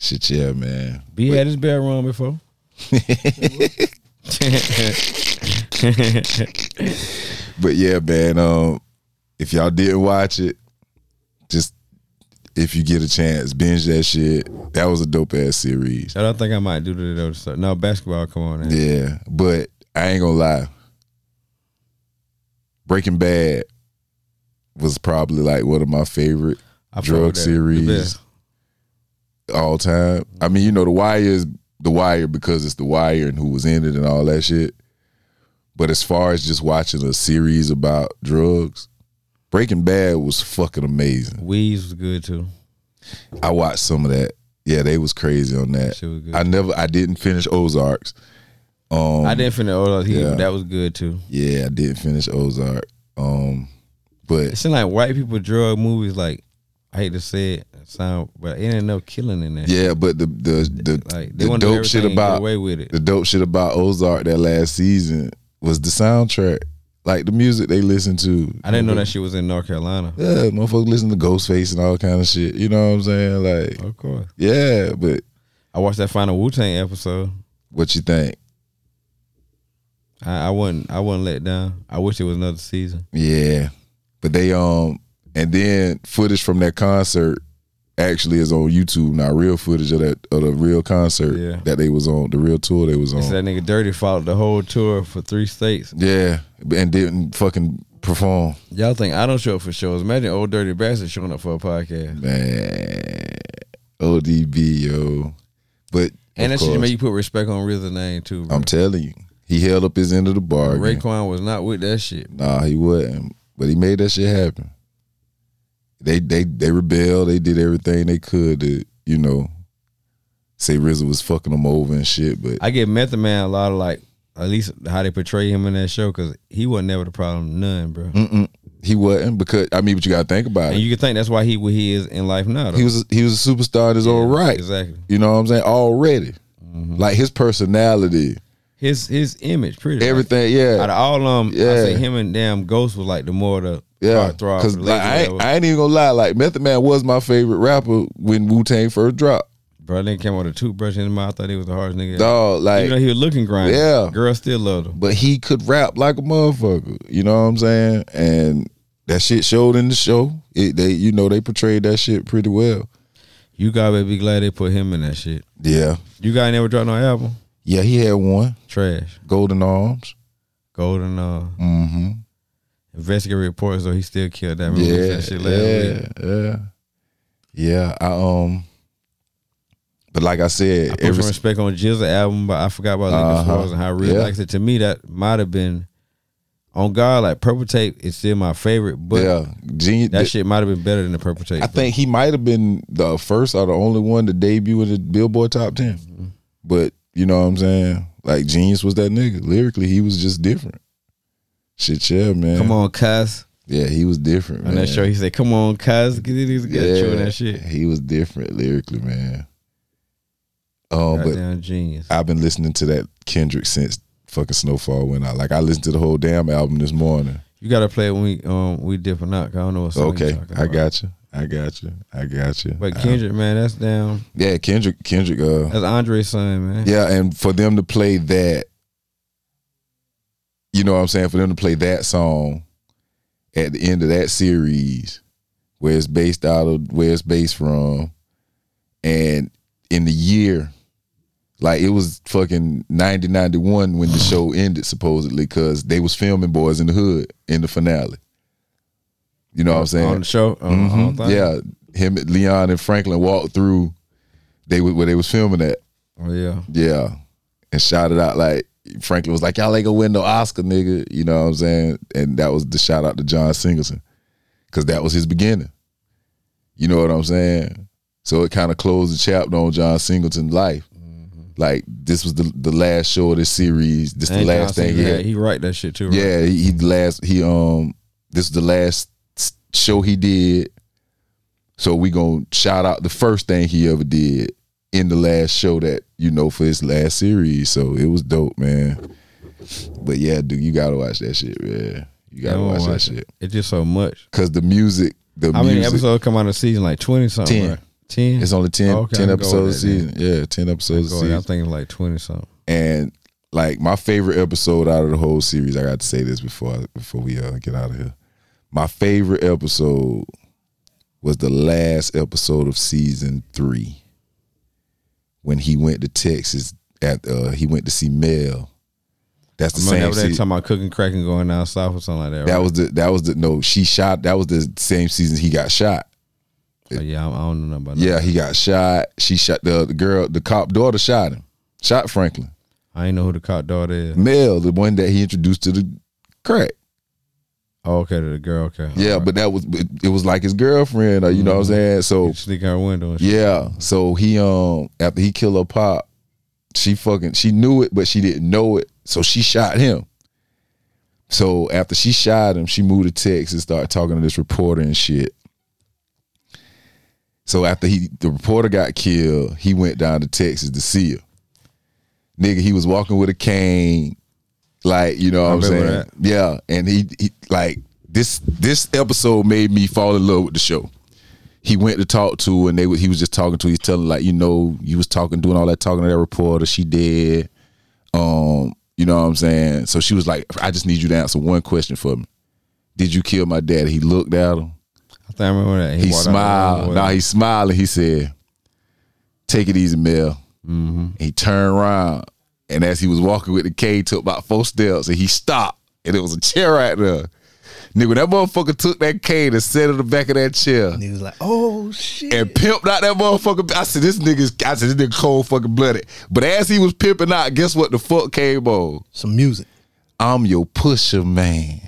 Speaker 2: Shit, yeah, man.
Speaker 1: B had his bell rung before.
Speaker 2: But yeah, man. Um, if y'all didn't watch it, just if you get a chance, binge that shit. That was a dope ass series.
Speaker 1: I don't think I might do that though. So, no basketball, come on. Now.
Speaker 2: Yeah, but I ain't gonna lie. Breaking Bad was probably like one of my favorite
Speaker 1: I fuck
Speaker 2: drug
Speaker 1: with that. The best.
Speaker 2: series all time. I mean, you know, The Wire is The Wire because it's The Wire and who was in it and all that shit. But as far as just watching a series about drugs, Breaking Bad was fucking amazing.
Speaker 1: Weeds was good too.
Speaker 2: I watched some of that Yeah, they was crazy on that.
Speaker 1: Shit was good.
Speaker 2: I never, I didn't finish Ozarks. Um,
Speaker 1: I didn't finish all of Heat,
Speaker 2: yeah.
Speaker 1: but that was good too.
Speaker 2: Yeah, I didn't finish Ozark. Um,
Speaker 1: It
Speaker 2: but
Speaker 1: seemed like white people drug movies like I hate to say it, sound but it ain't no killing in there.
Speaker 2: yeah, but the the the,
Speaker 1: Like they
Speaker 2: the
Speaker 1: want to
Speaker 2: dope shit about
Speaker 1: away with it.
Speaker 2: the dope shit about Ozark that last season was the soundtrack, like the music they listened to.
Speaker 1: I didn't know that shit was in North Carolina.
Speaker 2: Yeah, motherfucker listen to Ghostface and all kind of shit. You know what I'm saying? Like,
Speaker 1: Of course.
Speaker 2: yeah, but
Speaker 1: I watched that final Wu Tang episode.
Speaker 2: what you think?
Speaker 1: I, I wasn't I wasn't let down. I wish it was another season.
Speaker 2: Yeah, but they um, and then footage from that concert actually is on YouTube now. Real footage of that of the real concert
Speaker 1: Yeah.
Speaker 2: that they was on, the real tour they was on.
Speaker 1: They said that nigga Dirty followed the whole tour for three states.
Speaker 2: Yeah, and didn't fucking perform.
Speaker 1: Y'all think I don't show up for shows? Imagine old Dirty Bastard showing up for a podcast.
Speaker 2: Man, ODB yo, but
Speaker 1: And
Speaker 2: of
Speaker 1: that shit
Speaker 2: course,
Speaker 1: make you put respect on RZA's name too. Bro.
Speaker 2: I'm telling you, he held up his end of the bargain.
Speaker 1: Raekwon was not with that shit.
Speaker 2: Nah, he wasn't, but he made that shit happen. They they they rebelled. They did everything they could to you know say RZA was fucking them over and shit. But
Speaker 1: I give Method Man a lot of like, at least how they portray him in that show, because he wasn't never the problem, none, bro.
Speaker 2: mm-mm, he wasn't because I mean, but you gotta think about
Speaker 1: And
Speaker 2: it.
Speaker 1: you can think that's why he what he is in life now. Though.
Speaker 2: He was he was a superstar in his own right.
Speaker 1: exactly.
Speaker 2: You know what I'm saying? Already,
Speaker 1: Mm-hmm.
Speaker 2: like his personality.
Speaker 1: His his image, pretty much.
Speaker 2: Everything, yeah,
Speaker 1: Out of all of them, I
Speaker 2: Yeah.
Speaker 1: say him and damn Ghost was like the more the
Speaker 2: yeah.
Speaker 1: heartthrob,
Speaker 2: Because
Speaker 1: lazy
Speaker 2: like, I, ain't,
Speaker 1: whatever.
Speaker 2: I ain't even gonna lie, like Method Man was my favorite rapper when Wu Tang first dropped.
Speaker 1: bro. Then came out with a toothbrush in his mouth. I thought he was the hardest nigga. ever.
Speaker 2: Dog,
Speaker 1: Even though
Speaker 2: like,
Speaker 1: he was looking grimy,
Speaker 2: Yeah.
Speaker 1: Girl still loved him.
Speaker 2: but he could rap like a motherfucker. You know what I'm saying? And that shit showed in the show. It, they, you know, they portrayed that shit pretty well.
Speaker 1: You gotta be glad they put him in that shit.
Speaker 2: Yeah,
Speaker 1: You guy never dropped no album.
Speaker 2: yeah, he had one
Speaker 1: Trash.
Speaker 2: Golden Arms.
Speaker 1: Golden uh
Speaker 2: Mm-hmm.
Speaker 1: investigative reports though he still killed that. Remember we
Speaker 2: Yeah,
Speaker 1: said that shit last week?
Speaker 2: yeah, yeah, yeah. I um, but like I said,
Speaker 1: I put
Speaker 2: every
Speaker 1: some respect on Jizza album, but I forgot about Linda
Speaker 2: Uh-huh.
Speaker 1: Flowers and how real.
Speaker 2: Yeah.
Speaker 1: Like I said, to me, that might have been on God. Like Purple Tape is still my favorite, but
Speaker 2: yeah, genius.
Speaker 1: that shit might have been better than the Purple Tape.
Speaker 2: I think he might have been the first or the only one to debut in the Billboard Top 10
Speaker 1: Mm-hmm.
Speaker 2: But you know what I'm saying? Like Genius was that nigga. Lyrically, he was just different. Shit, yeah, man.
Speaker 1: Come on, Cuz.
Speaker 2: yeah, he was different.
Speaker 1: On
Speaker 2: man.
Speaker 1: that show, he said, "Come on, Cuz, get it, get yeah. chewing that shit."
Speaker 2: He was different lyrically, man. Um, but
Speaker 1: Goddamn genius.
Speaker 2: I've been listening to that Kendrick since fucking Snowfall went out. Like I listened to the whole damn album this morning.
Speaker 1: You gotta play it when we um we different out. 'cause I don't know what song
Speaker 2: okay,
Speaker 1: you're talking
Speaker 2: I
Speaker 1: about.
Speaker 2: got you. I got you. I got you.
Speaker 1: But
Speaker 2: I-
Speaker 1: Kendrick, man, that's down.
Speaker 2: yeah, Kendrick. Kendrick. Uh,
Speaker 1: That's Andre's son, man.
Speaker 2: Yeah, and for them to play that, you know what I'm saying? For them to play that song at the end of that series, where it's based out of, where it's based from, and in the year, like it was fucking 90, 91 when the show ended, supposedly, because they was filming Boys in the Hood in the finale. You know what I'm saying?
Speaker 1: on the show. Oh, On,
Speaker 2: Mhm.
Speaker 1: on thing.
Speaker 2: yeah, him, Leon, and Franklin walked through. They wa- where they was filming at.
Speaker 1: Oh, yeah.
Speaker 2: Yeah. And shouted out like Franklin was like, Y'all ain't gonna win no Oscar, nigga. You know what I'm saying? And that was the shout out to John Singleton. Cause that was his beginning. You know what I'm saying? So it kind of closed the chapter on John Singleton's life.
Speaker 1: Mm-hmm.
Speaker 2: Like this was the the last show of this series. This the
Speaker 1: And
Speaker 2: last
Speaker 1: John
Speaker 2: thing he
Speaker 1: Cena,
Speaker 2: had.
Speaker 1: He write that shit too. right?
Speaker 2: Yeah, he, he the last he um this is the last s- show he did. So we gonna shout out the first thing he ever did in the last show that you know for his last series. So it was dope, man. But yeah, dude, you gotta watch that shit, man. You gotta
Speaker 1: I'm gonna
Speaker 2: watch, that
Speaker 1: watch
Speaker 2: shit
Speaker 1: It's just so much.
Speaker 2: because the music, the
Speaker 1: How many
Speaker 2: music,
Speaker 1: episodes come out of season? Like twenty something.
Speaker 2: 10.
Speaker 1: Right? Ten.
Speaker 2: it's only 10,
Speaker 1: Oh, okay,
Speaker 2: 10
Speaker 1: I'll go with
Speaker 2: episodes a
Speaker 1: that then.
Speaker 2: season. Yeah, ten episodes a
Speaker 1: Go ahead,
Speaker 2: season.
Speaker 1: I'm thinking like twenty something.
Speaker 2: and like my favorite episode out of the whole series i got to say this before before we uh, get out of here my favorite episode was the last episode of season three when he went to texas at uh he went to see mel that's the
Speaker 1: I
Speaker 2: same
Speaker 1: remember that was they
Speaker 2: season
Speaker 1: talking about cooking crack and going down south or something like that.
Speaker 2: that
Speaker 1: right?
Speaker 2: was the that was the no she shot that was the same season he got shot
Speaker 1: Oh, yeah, I, I don't know nothing about that.
Speaker 2: yeah he got shot she shot the, the girl the cop daughter shot him shot franklin
Speaker 1: I ain't know who the cop daughter is.
Speaker 2: Mel, the one that he introduced to the crack.
Speaker 1: Oh, okay, to the girl. Okay.
Speaker 2: Yeah, but that was but it was like his girlfriend, or, you know what I'm saying? So
Speaker 1: Sneak out her window. And shit.
Speaker 2: yeah, so he um after he killed her pop, she fucking she knew it, but she didn't know it, so she shot him. So after she shot him, she moved to Texas, started talking to this reporter and shit. So after he the reporter got killed, he went down to Texas to see her. Nigga, he was walking with a cane, like you know what
Speaker 1: I
Speaker 2: I am saying?
Speaker 1: remember that.
Speaker 2: Yeah, and he, he like this this episode made me fall in love with the show. He went to talk to, her and they was- he was just talking to. her. He's telling like you know you was talking doing all that talking to that reporter. She dead. Um, you know what I'm saying? So she was like, I just need you to answer one question for me. Did you kill my daddy? He looked at him.
Speaker 1: I think I remember that.
Speaker 2: He
Speaker 1: walked out the
Speaker 2: smiled.
Speaker 1: window.
Speaker 2: Now he smiled and he said, "Take it easy, Mel."
Speaker 1: Mm-hmm.
Speaker 2: He turned around and as he was walking with the cane, took about four steps and he stopped. And it was a chair right there. Nigga, that motherfucker took that cane and set it in the back of that chair
Speaker 3: And he was like, "Oh shit!"
Speaker 2: and pimped out that motherfucker. I said, "This nigga's." I said, "This nigga cold fucking blooded." But as he was pimping out, guess what? The fuck came on.
Speaker 3: Some music.
Speaker 2: I'm your pusher man.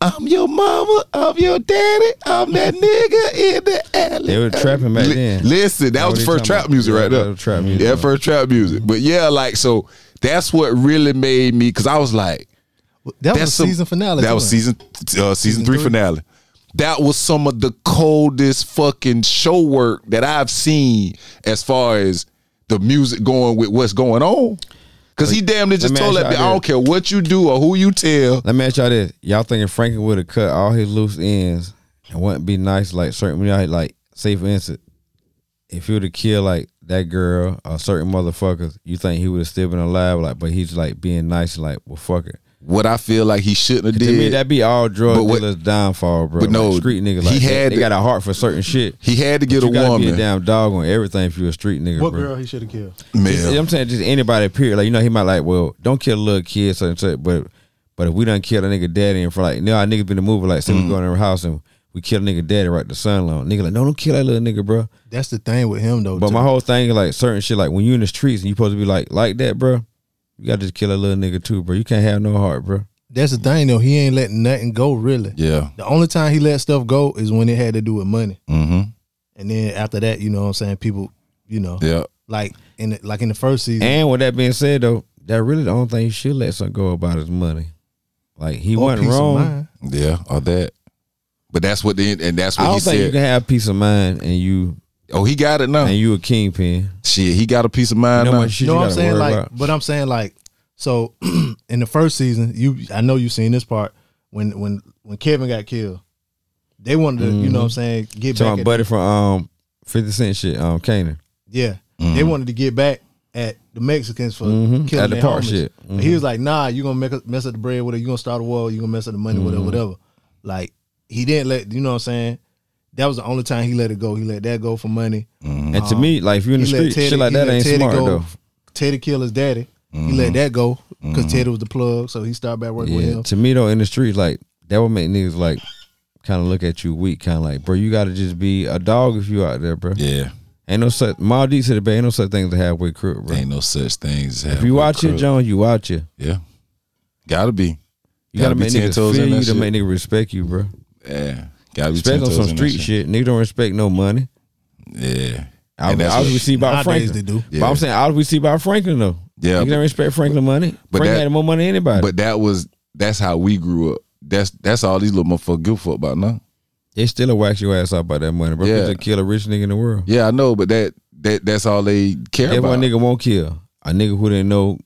Speaker 2: I'm your mama. I'm your daddy. I'm that nigga in the alley.
Speaker 1: They were trapping back
Speaker 2: Li-
Speaker 1: then.
Speaker 2: Listen, that
Speaker 1: Know
Speaker 2: was the
Speaker 1: what they
Speaker 2: first
Speaker 1: talking
Speaker 2: trap
Speaker 1: about.
Speaker 2: music
Speaker 1: Yeah,
Speaker 2: right
Speaker 1: that
Speaker 2: there.
Speaker 1: was trap music,
Speaker 2: Yeah,
Speaker 1: yeah.
Speaker 2: first trap music. But yeah, like so, that's what really made me because I was like,
Speaker 3: That was
Speaker 2: that's
Speaker 3: the
Speaker 2: some-
Speaker 3: season finale.
Speaker 2: That was
Speaker 3: too.
Speaker 2: season uh, season, three,
Speaker 3: three.
Speaker 2: finale. That was some of the coldest fucking show work that I've seen as far as the music going with what's going on. Cause he damn near just
Speaker 1: me
Speaker 2: told
Speaker 1: ask
Speaker 2: that bitch,
Speaker 1: y'all
Speaker 2: I don't care what you do or who you tell.
Speaker 1: Let me ask y'all this: Y'all thinking Franklin would have cut all his loose ends and wouldn't be nice? Like certain, like, like say for instance, if he would have killed like that girl or certain motherfuckers, you think he would have still been alive? Like, but he's like being nice, like well, fuck it.
Speaker 2: What I feel like he shouldn't have
Speaker 1: To me,
Speaker 2: did.
Speaker 1: that be all drug
Speaker 2: But what-
Speaker 1: dealers' downfall, bro.
Speaker 2: but
Speaker 1: Like,
Speaker 2: no,
Speaker 1: street
Speaker 2: he
Speaker 1: niggas, like they,
Speaker 2: had
Speaker 1: they
Speaker 2: to-
Speaker 1: got a heart for certain shit.
Speaker 2: he had to get a
Speaker 1: You gotta be a
Speaker 2: woman.
Speaker 1: damn dog on everything if you're a street nigga,
Speaker 4: What
Speaker 1: bro.
Speaker 4: girl he should have killed?
Speaker 1: Just-
Speaker 2: Mel.
Speaker 1: I'm saying just anybody. Period. Like you know, he might like, well, don't kill little kids, so, so, but but if we done kill a nigga daddy and for like, no, our niggas been in the movie. Like, say we
Speaker 3: Mm.
Speaker 1: go in her house and we kill a nigga daddy right the sun loan. Nigga like, no, don't kill that little nigga, bro.
Speaker 3: That's the thing with him though.
Speaker 1: But
Speaker 3: too.
Speaker 1: my whole thing is like certain shit. Like when you in the streets and you supposed to be like like that, bro. You gotta just kill a little nigga too, bro. You can't have no heart, bro.
Speaker 3: that's the thing though. He ain't letting nothing go really.
Speaker 2: Yeah.
Speaker 3: The only time he let stuff go is when it had to do with money.
Speaker 2: Mm-hmm.
Speaker 3: And then after that, you know what I'm saying? People, you know,
Speaker 2: Yeah.
Speaker 3: like in the, like in the first season.
Speaker 1: And with that being said, though, that really the only thing you should let something go about is money. Like he
Speaker 3: or
Speaker 1: wasn't
Speaker 3: peace of
Speaker 1: wrong.
Speaker 3: mind.
Speaker 2: Yeah. Or that. But that's what the and that's
Speaker 1: I
Speaker 2: what he
Speaker 1: don't think you
Speaker 2: said.
Speaker 1: can have peace of mind and you
Speaker 2: oh, he got it now.
Speaker 1: and you a kingpin.
Speaker 2: Shit, he got a peace of
Speaker 1: You
Speaker 2: mind
Speaker 1: know
Speaker 2: now.
Speaker 1: what shit
Speaker 3: You know
Speaker 1: you
Speaker 3: what I'm
Speaker 1: gotta
Speaker 3: saying?
Speaker 1: worry
Speaker 3: Like,
Speaker 1: about.
Speaker 3: but I'm saying like, so in the first season, you I know you've seen this part when when when Kevin got killed, they wanted to, you
Speaker 1: Mm-hmm.
Speaker 3: know what I'm saying, get
Speaker 1: To
Speaker 3: back.
Speaker 1: my
Speaker 3: at-
Speaker 1: buddy from um Fifty Cent shit, um Kanan.
Speaker 3: yeah, they wanted to get back at the Mexicans for
Speaker 1: Mhm,
Speaker 3: killing
Speaker 1: Mm-hmm. at the Mm-hmm.
Speaker 3: their
Speaker 1: park
Speaker 3: homies.
Speaker 1: shit.
Speaker 3: But He was like, nah, you gonna make, mess up the bread with it. You gonna start a war. You gonna mess up the money,
Speaker 1: Mm-hmm.
Speaker 3: whatever, whatever. Like he didn't let you know what I'm saying. That was the only time he let it go. He let that go for money.
Speaker 1: And to me, like if you in the
Speaker 3: Uh-huh. he let
Speaker 1: street,
Speaker 3: Teddy-
Speaker 1: shit like
Speaker 3: he
Speaker 1: that
Speaker 3: let
Speaker 1: ain't
Speaker 3: Teddy
Speaker 1: smart
Speaker 3: go.
Speaker 1: though. Mm-hmm.
Speaker 3: Teddy killed his daddy. He let that go because Teddy was the plug, so he started back working with
Speaker 1: Yeah.
Speaker 3: him.
Speaker 1: To me though, in the street, like that would make niggas like kind of look at you weak, kind of like, bro, you gotta just be a dog if you out there, bro.
Speaker 2: Yeah.
Speaker 1: Ain't no such Mob Deep to the bay, ain't no such thing to halfway crook, bro.
Speaker 2: Ain't no such things.
Speaker 1: If you out here, Jones, you out here.
Speaker 2: Yeah. Gotta be.
Speaker 1: You
Speaker 2: Gotta
Speaker 1: gotta,
Speaker 2: be
Speaker 1: make
Speaker 2: 10
Speaker 1: niggas
Speaker 2: toes
Speaker 1: fear
Speaker 2: in that
Speaker 1: you to
Speaker 2: shit.
Speaker 1: make niggas respect you, bro.
Speaker 2: Yeah. Gotta be.
Speaker 1: Respect
Speaker 2: ten
Speaker 1: on
Speaker 2: toes
Speaker 1: some
Speaker 2: in that
Speaker 1: street shit. Nigga don't respect no money.
Speaker 2: Yeah.
Speaker 1: I,
Speaker 2: And that's
Speaker 1: I was
Speaker 2: what-
Speaker 1: we see about
Speaker 3: Nowadays
Speaker 1: Franklin.
Speaker 3: they do.
Speaker 1: But
Speaker 2: Yeah.
Speaker 1: I'm saying I was we see about Franklin though.
Speaker 2: Yeah,
Speaker 1: you
Speaker 2: but-
Speaker 1: can respect Franklin money.
Speaker 2: but
Speaker 1: Franklin
Speaker 2: that-
Speaker 1: had more money than anybody.
Speaker 2: But
Speaker 1: But
Speaker 2: that was that's how we grew up. That's that's all these little motherfuckers give a fuck about now.
Speaker 1: they still a wax your ass out about that money, bro.
Speaker 2: Yeah.
Speaker 1: Yeah. Just kill a rich nigga in the world.
Speaker 2: Yeah, I know, but that that that's all they care
Speaker 1: That
Speaker 2: about.
Speaker 1: one nigga won't kill. A nigga who didn't know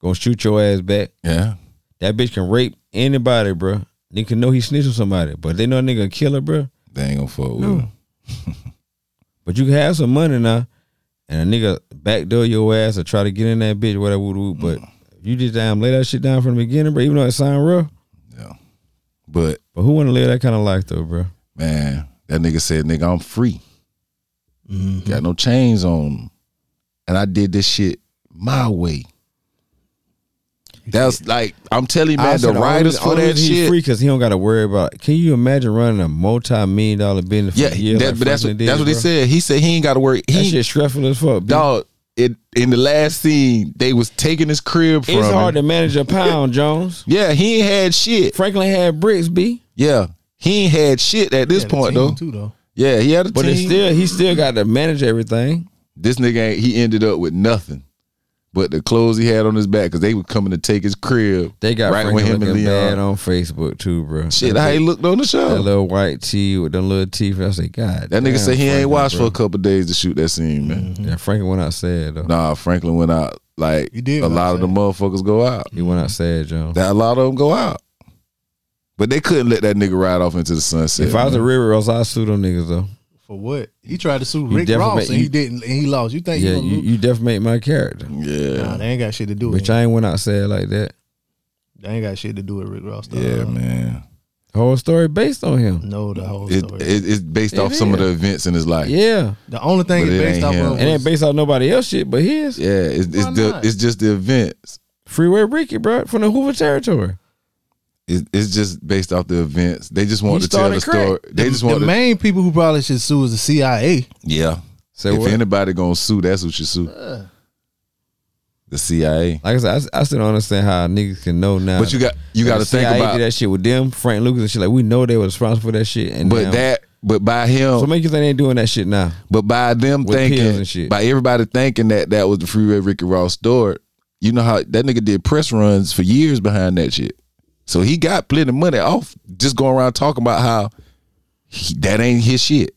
Speaker 1: gonna shoot your ass back.
Speaker 2: Yeah.
Speaker 1: That bitch can rape anybody, bro. Nigga can know he snitching somebody, but they know a nigga a killer, bro.
Speaker 2: They ain't gonna fuck with
Speaker 1: No.
Speaker 2: them.
Speaker 1: But you can have some money now, and a nigga backdoor your ass or try to get in that bitch, whatever. woo-woo, But you just damn lay that shit down from the beginning, bro. Even though it sound rough,
Speaker 2: But
Speaker 1: but who wanna live that kind of life though, bro?
Speaker 2: man, that nigga said, nigga, I'm free.
Speaker 1: Mm-hmm.
Speaker 2: Got no chains on. And I did this shit my way. That's like I'm telling you,
Speaker 1: I
Speaker 2: man,
Speaker 1: said
Speaker 2: the writers for
Speaker 1: only
Speaker 2: that
Speaker 1: reason he
Speaker 2: shit.
Speaker 1: free because he don't got to worry about. Can you imagine running a multi million dollar business?
Speaker 2: Yeah,
Speaker 1: for a year
Speaker 2: that,
Speaker 1: like
Speaker 2: but that's
Speaker 1: Franklin
Speaker 2: what,
Speaker 1: did,
Speaker 2: that's what
Speaker 1: bro?
Speaker 2: he said. He said he ain't got to worry.
Speaker 1: That
Speaker 2: He
Speaker 1: shit stressful as fuck. B.
Speaker 2: dog. it in the last scene they was taking his crib from
Speaker 1: It's
Speaker 2: him.
Speaker 1: hard to manage a pound, Jones.
Speaker 2: Yeah, he ain't had shit.
Speaker 1: Franklin had bricks, B.
Speaker 2: Yeah, he ain't had shit at this
Speaker 3: Yeah, the team
Speaker 2: point though.
Speaker 3: Too though.
Speaker 2: Yeah, he had a
Speaker 1: But
Speaker 2: team.
Speaker 1: it's still he still got to manage everything.
Speaker 2: this nigga ain't. He ended up with nothing. But the clothes he had on his back because they were coming to take his crib.
Speaker 1: They got
Speaker 2: right when
Speaker 1: Franklin
Speaker 2: him and
Speaker 1: looking bad
Speaker 2: Leon.
Speaker 1: on Facebook too, bro.
Speaker 2: Shit,
Speaker 1: that,
Speaker 2: how he looked on the
Speaker 1: that
Speaker 2: show.
Speaker 1: little white tee with them little teeth. I say, God,
Speaker 2: That nigga
Speaker 1: damn,
Speaker 2: said he ain't
Speaker 1: Franklin,
Speaker 2: watched for
Speaker 1: bro.
Speaker 2: a couple days to shoot that scene, man.
Speaker 1: Yeah, Franklin went out sad though.
Speaker 2: Nah, Franklin went out like
Speaker 3: He did
Speaker 2: a
Speaker 3: what I
Speaker 2: lot of the
Speaker 3: said.
Speaker 2: motherfuckers go out.
Speaker 1: He went out sad, Jones.
Speaker 2: That a lot of them go out, but they couldn't let that nigga ride off into the sunset.
Speaker 1: if I was a
Speaker 2: man.
Speaker 1: river Rose, I'd sue them niggas though.
Speaker 3: For what? He tried to sue
Speaker 1: You
Speaker 3: Rick
Speaker 1: definitely-
Speaker 3: Ross and
Speaker 1: you-
Speaker 3: he didn't and he lost. You think
Speaker 1: Yeah,
Speaker 3: he gonna
Speaker 1: you,
Speaker 3: lose?
Speaker 1: you defamate my character.
Speaker 3: Nah,
Speaker 2: yeah,
Speaker 3: they ain't got shit to do with
Speaker 1: Bitch,
Speaker 3: him.
Speaker 1: I ain't went out sad like that.
Speaker 3: They ain't got shit to do with Rick Ross. though.
Speaker 1: uh,
Speaker 2: yeah, man.
Speaker 1: Whole story based on him.
Speaker 3: No, the whole
Speaker 2: it,
Speaker 3: story.
Speaker 2: it, it's based
Speaker 1: It
Speaker 2: off some of
Speaker 1: is.
Speaker 2: the events in his life. Yeah,
Speaker 1: Yeah.
Speaker 3: the only thing
Speaker 2: but
Speaker 3: it's
Speaker 2: it
Speaker 3: based
Speaker 2: ain't
Speaker 3: off
Speaker 2: him.
Speaker 3: of
Speaker 1: It ain't
Speaker 3: was
Speaker 1: based on nobody else shit but his.
Speaker 2: it's, it's
Speaker 3: Why
Speaker 2: the
Speaker 3: not?
Speaker 2: it's just the events.
Speaker 1: Freeway Ricky, bro, from the Hoover territory.
Speaker 2: It's, it's just based off the events. They just want to
Speaker 1: He
Speaker 2: tell
Speaker 1: started
Speaker 2: the
Speaker 1: crack.
Speaker 2: story. They just want
Speaker 3: the
Speaker 2: to,
Speaker 3: main people who probably should sue is the CIA.
Speaker 2: yeah.
Speaker 1: Say
Speaker 2: if
Speaker 1: what?
Speaker 2: anybody gonna sue, that's who should sue. The CIA.
Speaker 1: like I said, I s- I, still don't understand how niggas can know now.
Speaker 2: But you got you got to
Speaker 1: The
Speaker 2: think
Speaker 1: CIA
Speaker 2: about.
Speaker 1: did that shit with them, Frank Lucas and shit. Like we know they were responsible for that shit. And
Speaker 2: But
Speaker 1: now-
Speaker 2: that, but by
Speaker 1: so
Speaker 2: him,
Speaker 1: make you think they ain't doing that shit now.
Speaker 2: but by them
Speaker 1: With pills
Speaker 2: thinking,
Speaker 1: and shit.
Speaker 2: by everybody thinking that that was the freeway Ricky Ross story. You know how that nigga did press runs for years behind that shit. So he got plenty of money off just going around talking about how he, that ain't his shit.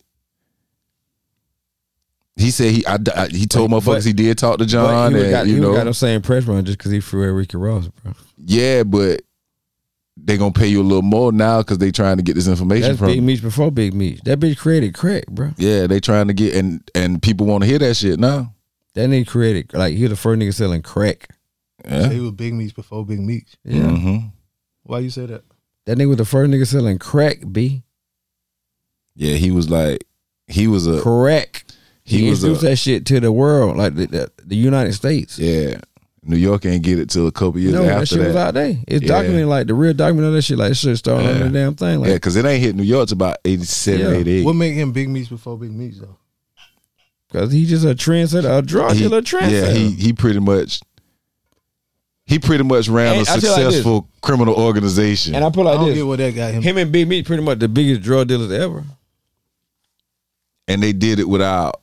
Speaker 2: He said he I, I- he told
Speaker 1: But-
Speaker 2: motherfuckers
Speaker 1: but-
Speaker 2: he did talk to
Speaker 1: But
Speaker 2: John
Speaker 1: he
Speaker 2: and
Speaker 1: would've got,
Speaker 2: you
Speaker 1: he would've
Speaker 2: know
Speaker 1: got them same press run just because he threw at Ricky Ross, bro.
Speaker 2: yeah, but they gonna pay you a little more now because they trying to get this information
Speaker 1: That's
Speaker 2: from.
Speaker 1: Big Meech before Big Meech. That bitch created crack, bro.
Speaker 2: Yeah, they trying to get and and people want to hear that shit now.
Speaker 1: That nigga created like he was the first nigga selling crack.
Speaker 2: Yeah.
Speaker 3: They were Big Meats before Big Meats.
Speaker 1: Yeah,
Speaker 2: Mhm.
Speaker 3: Why you say that?
Speaker 1: that nigga was the first nigga selling crack. B
Speaker 2: Yeah, he was like, he was a
Speaker 1: crack. He,
Speaker 2: he, was
Speaker 1: introduced
Speaker 2: a
Speaker 1: that shit to the world, like the, the, the United States.
Speaker 2: yeah. New York ain't get it till a couple years
Speaker 1: no, that
Speaker 2: after
Speaker 1: shit
Speaker 2: that.
Speaker 1: was out there. It's
Speaker 2: Yeah.
Speaker 1: documented like the real document of that shit. Like it should start on
Speaker 2: Yeah.
Speaker 1: the damn thing. Like
Speaker 2: yeah, because it ain't hit New York. It's about 87,
Speaker 1: Yeah.
Speaker 2: 88.
Speaker 3: What made him Big Meats before Big Meats though?
Speaker 1: Cause he just a trendsetter, a drug
Speaker 2: He-
Speaker 1: dealer, trendsetter.
Speaker 2: yeah, he he pretty much he pretty much ran
Speaker 1: And
Speaker 2: a
Speaker 1: I feel like this.
Speaker 2: successful criminal organization.
Speaker 1: and I put
Speaker 3: I
Speaker 1: like
Speaker 3: don't
Speaker 1: this:
Speaker 3: get what that got him.
Speaker 1: him and Big Meat, pretty much the biggest drug dealers ever.
Speaker 2: and they did it without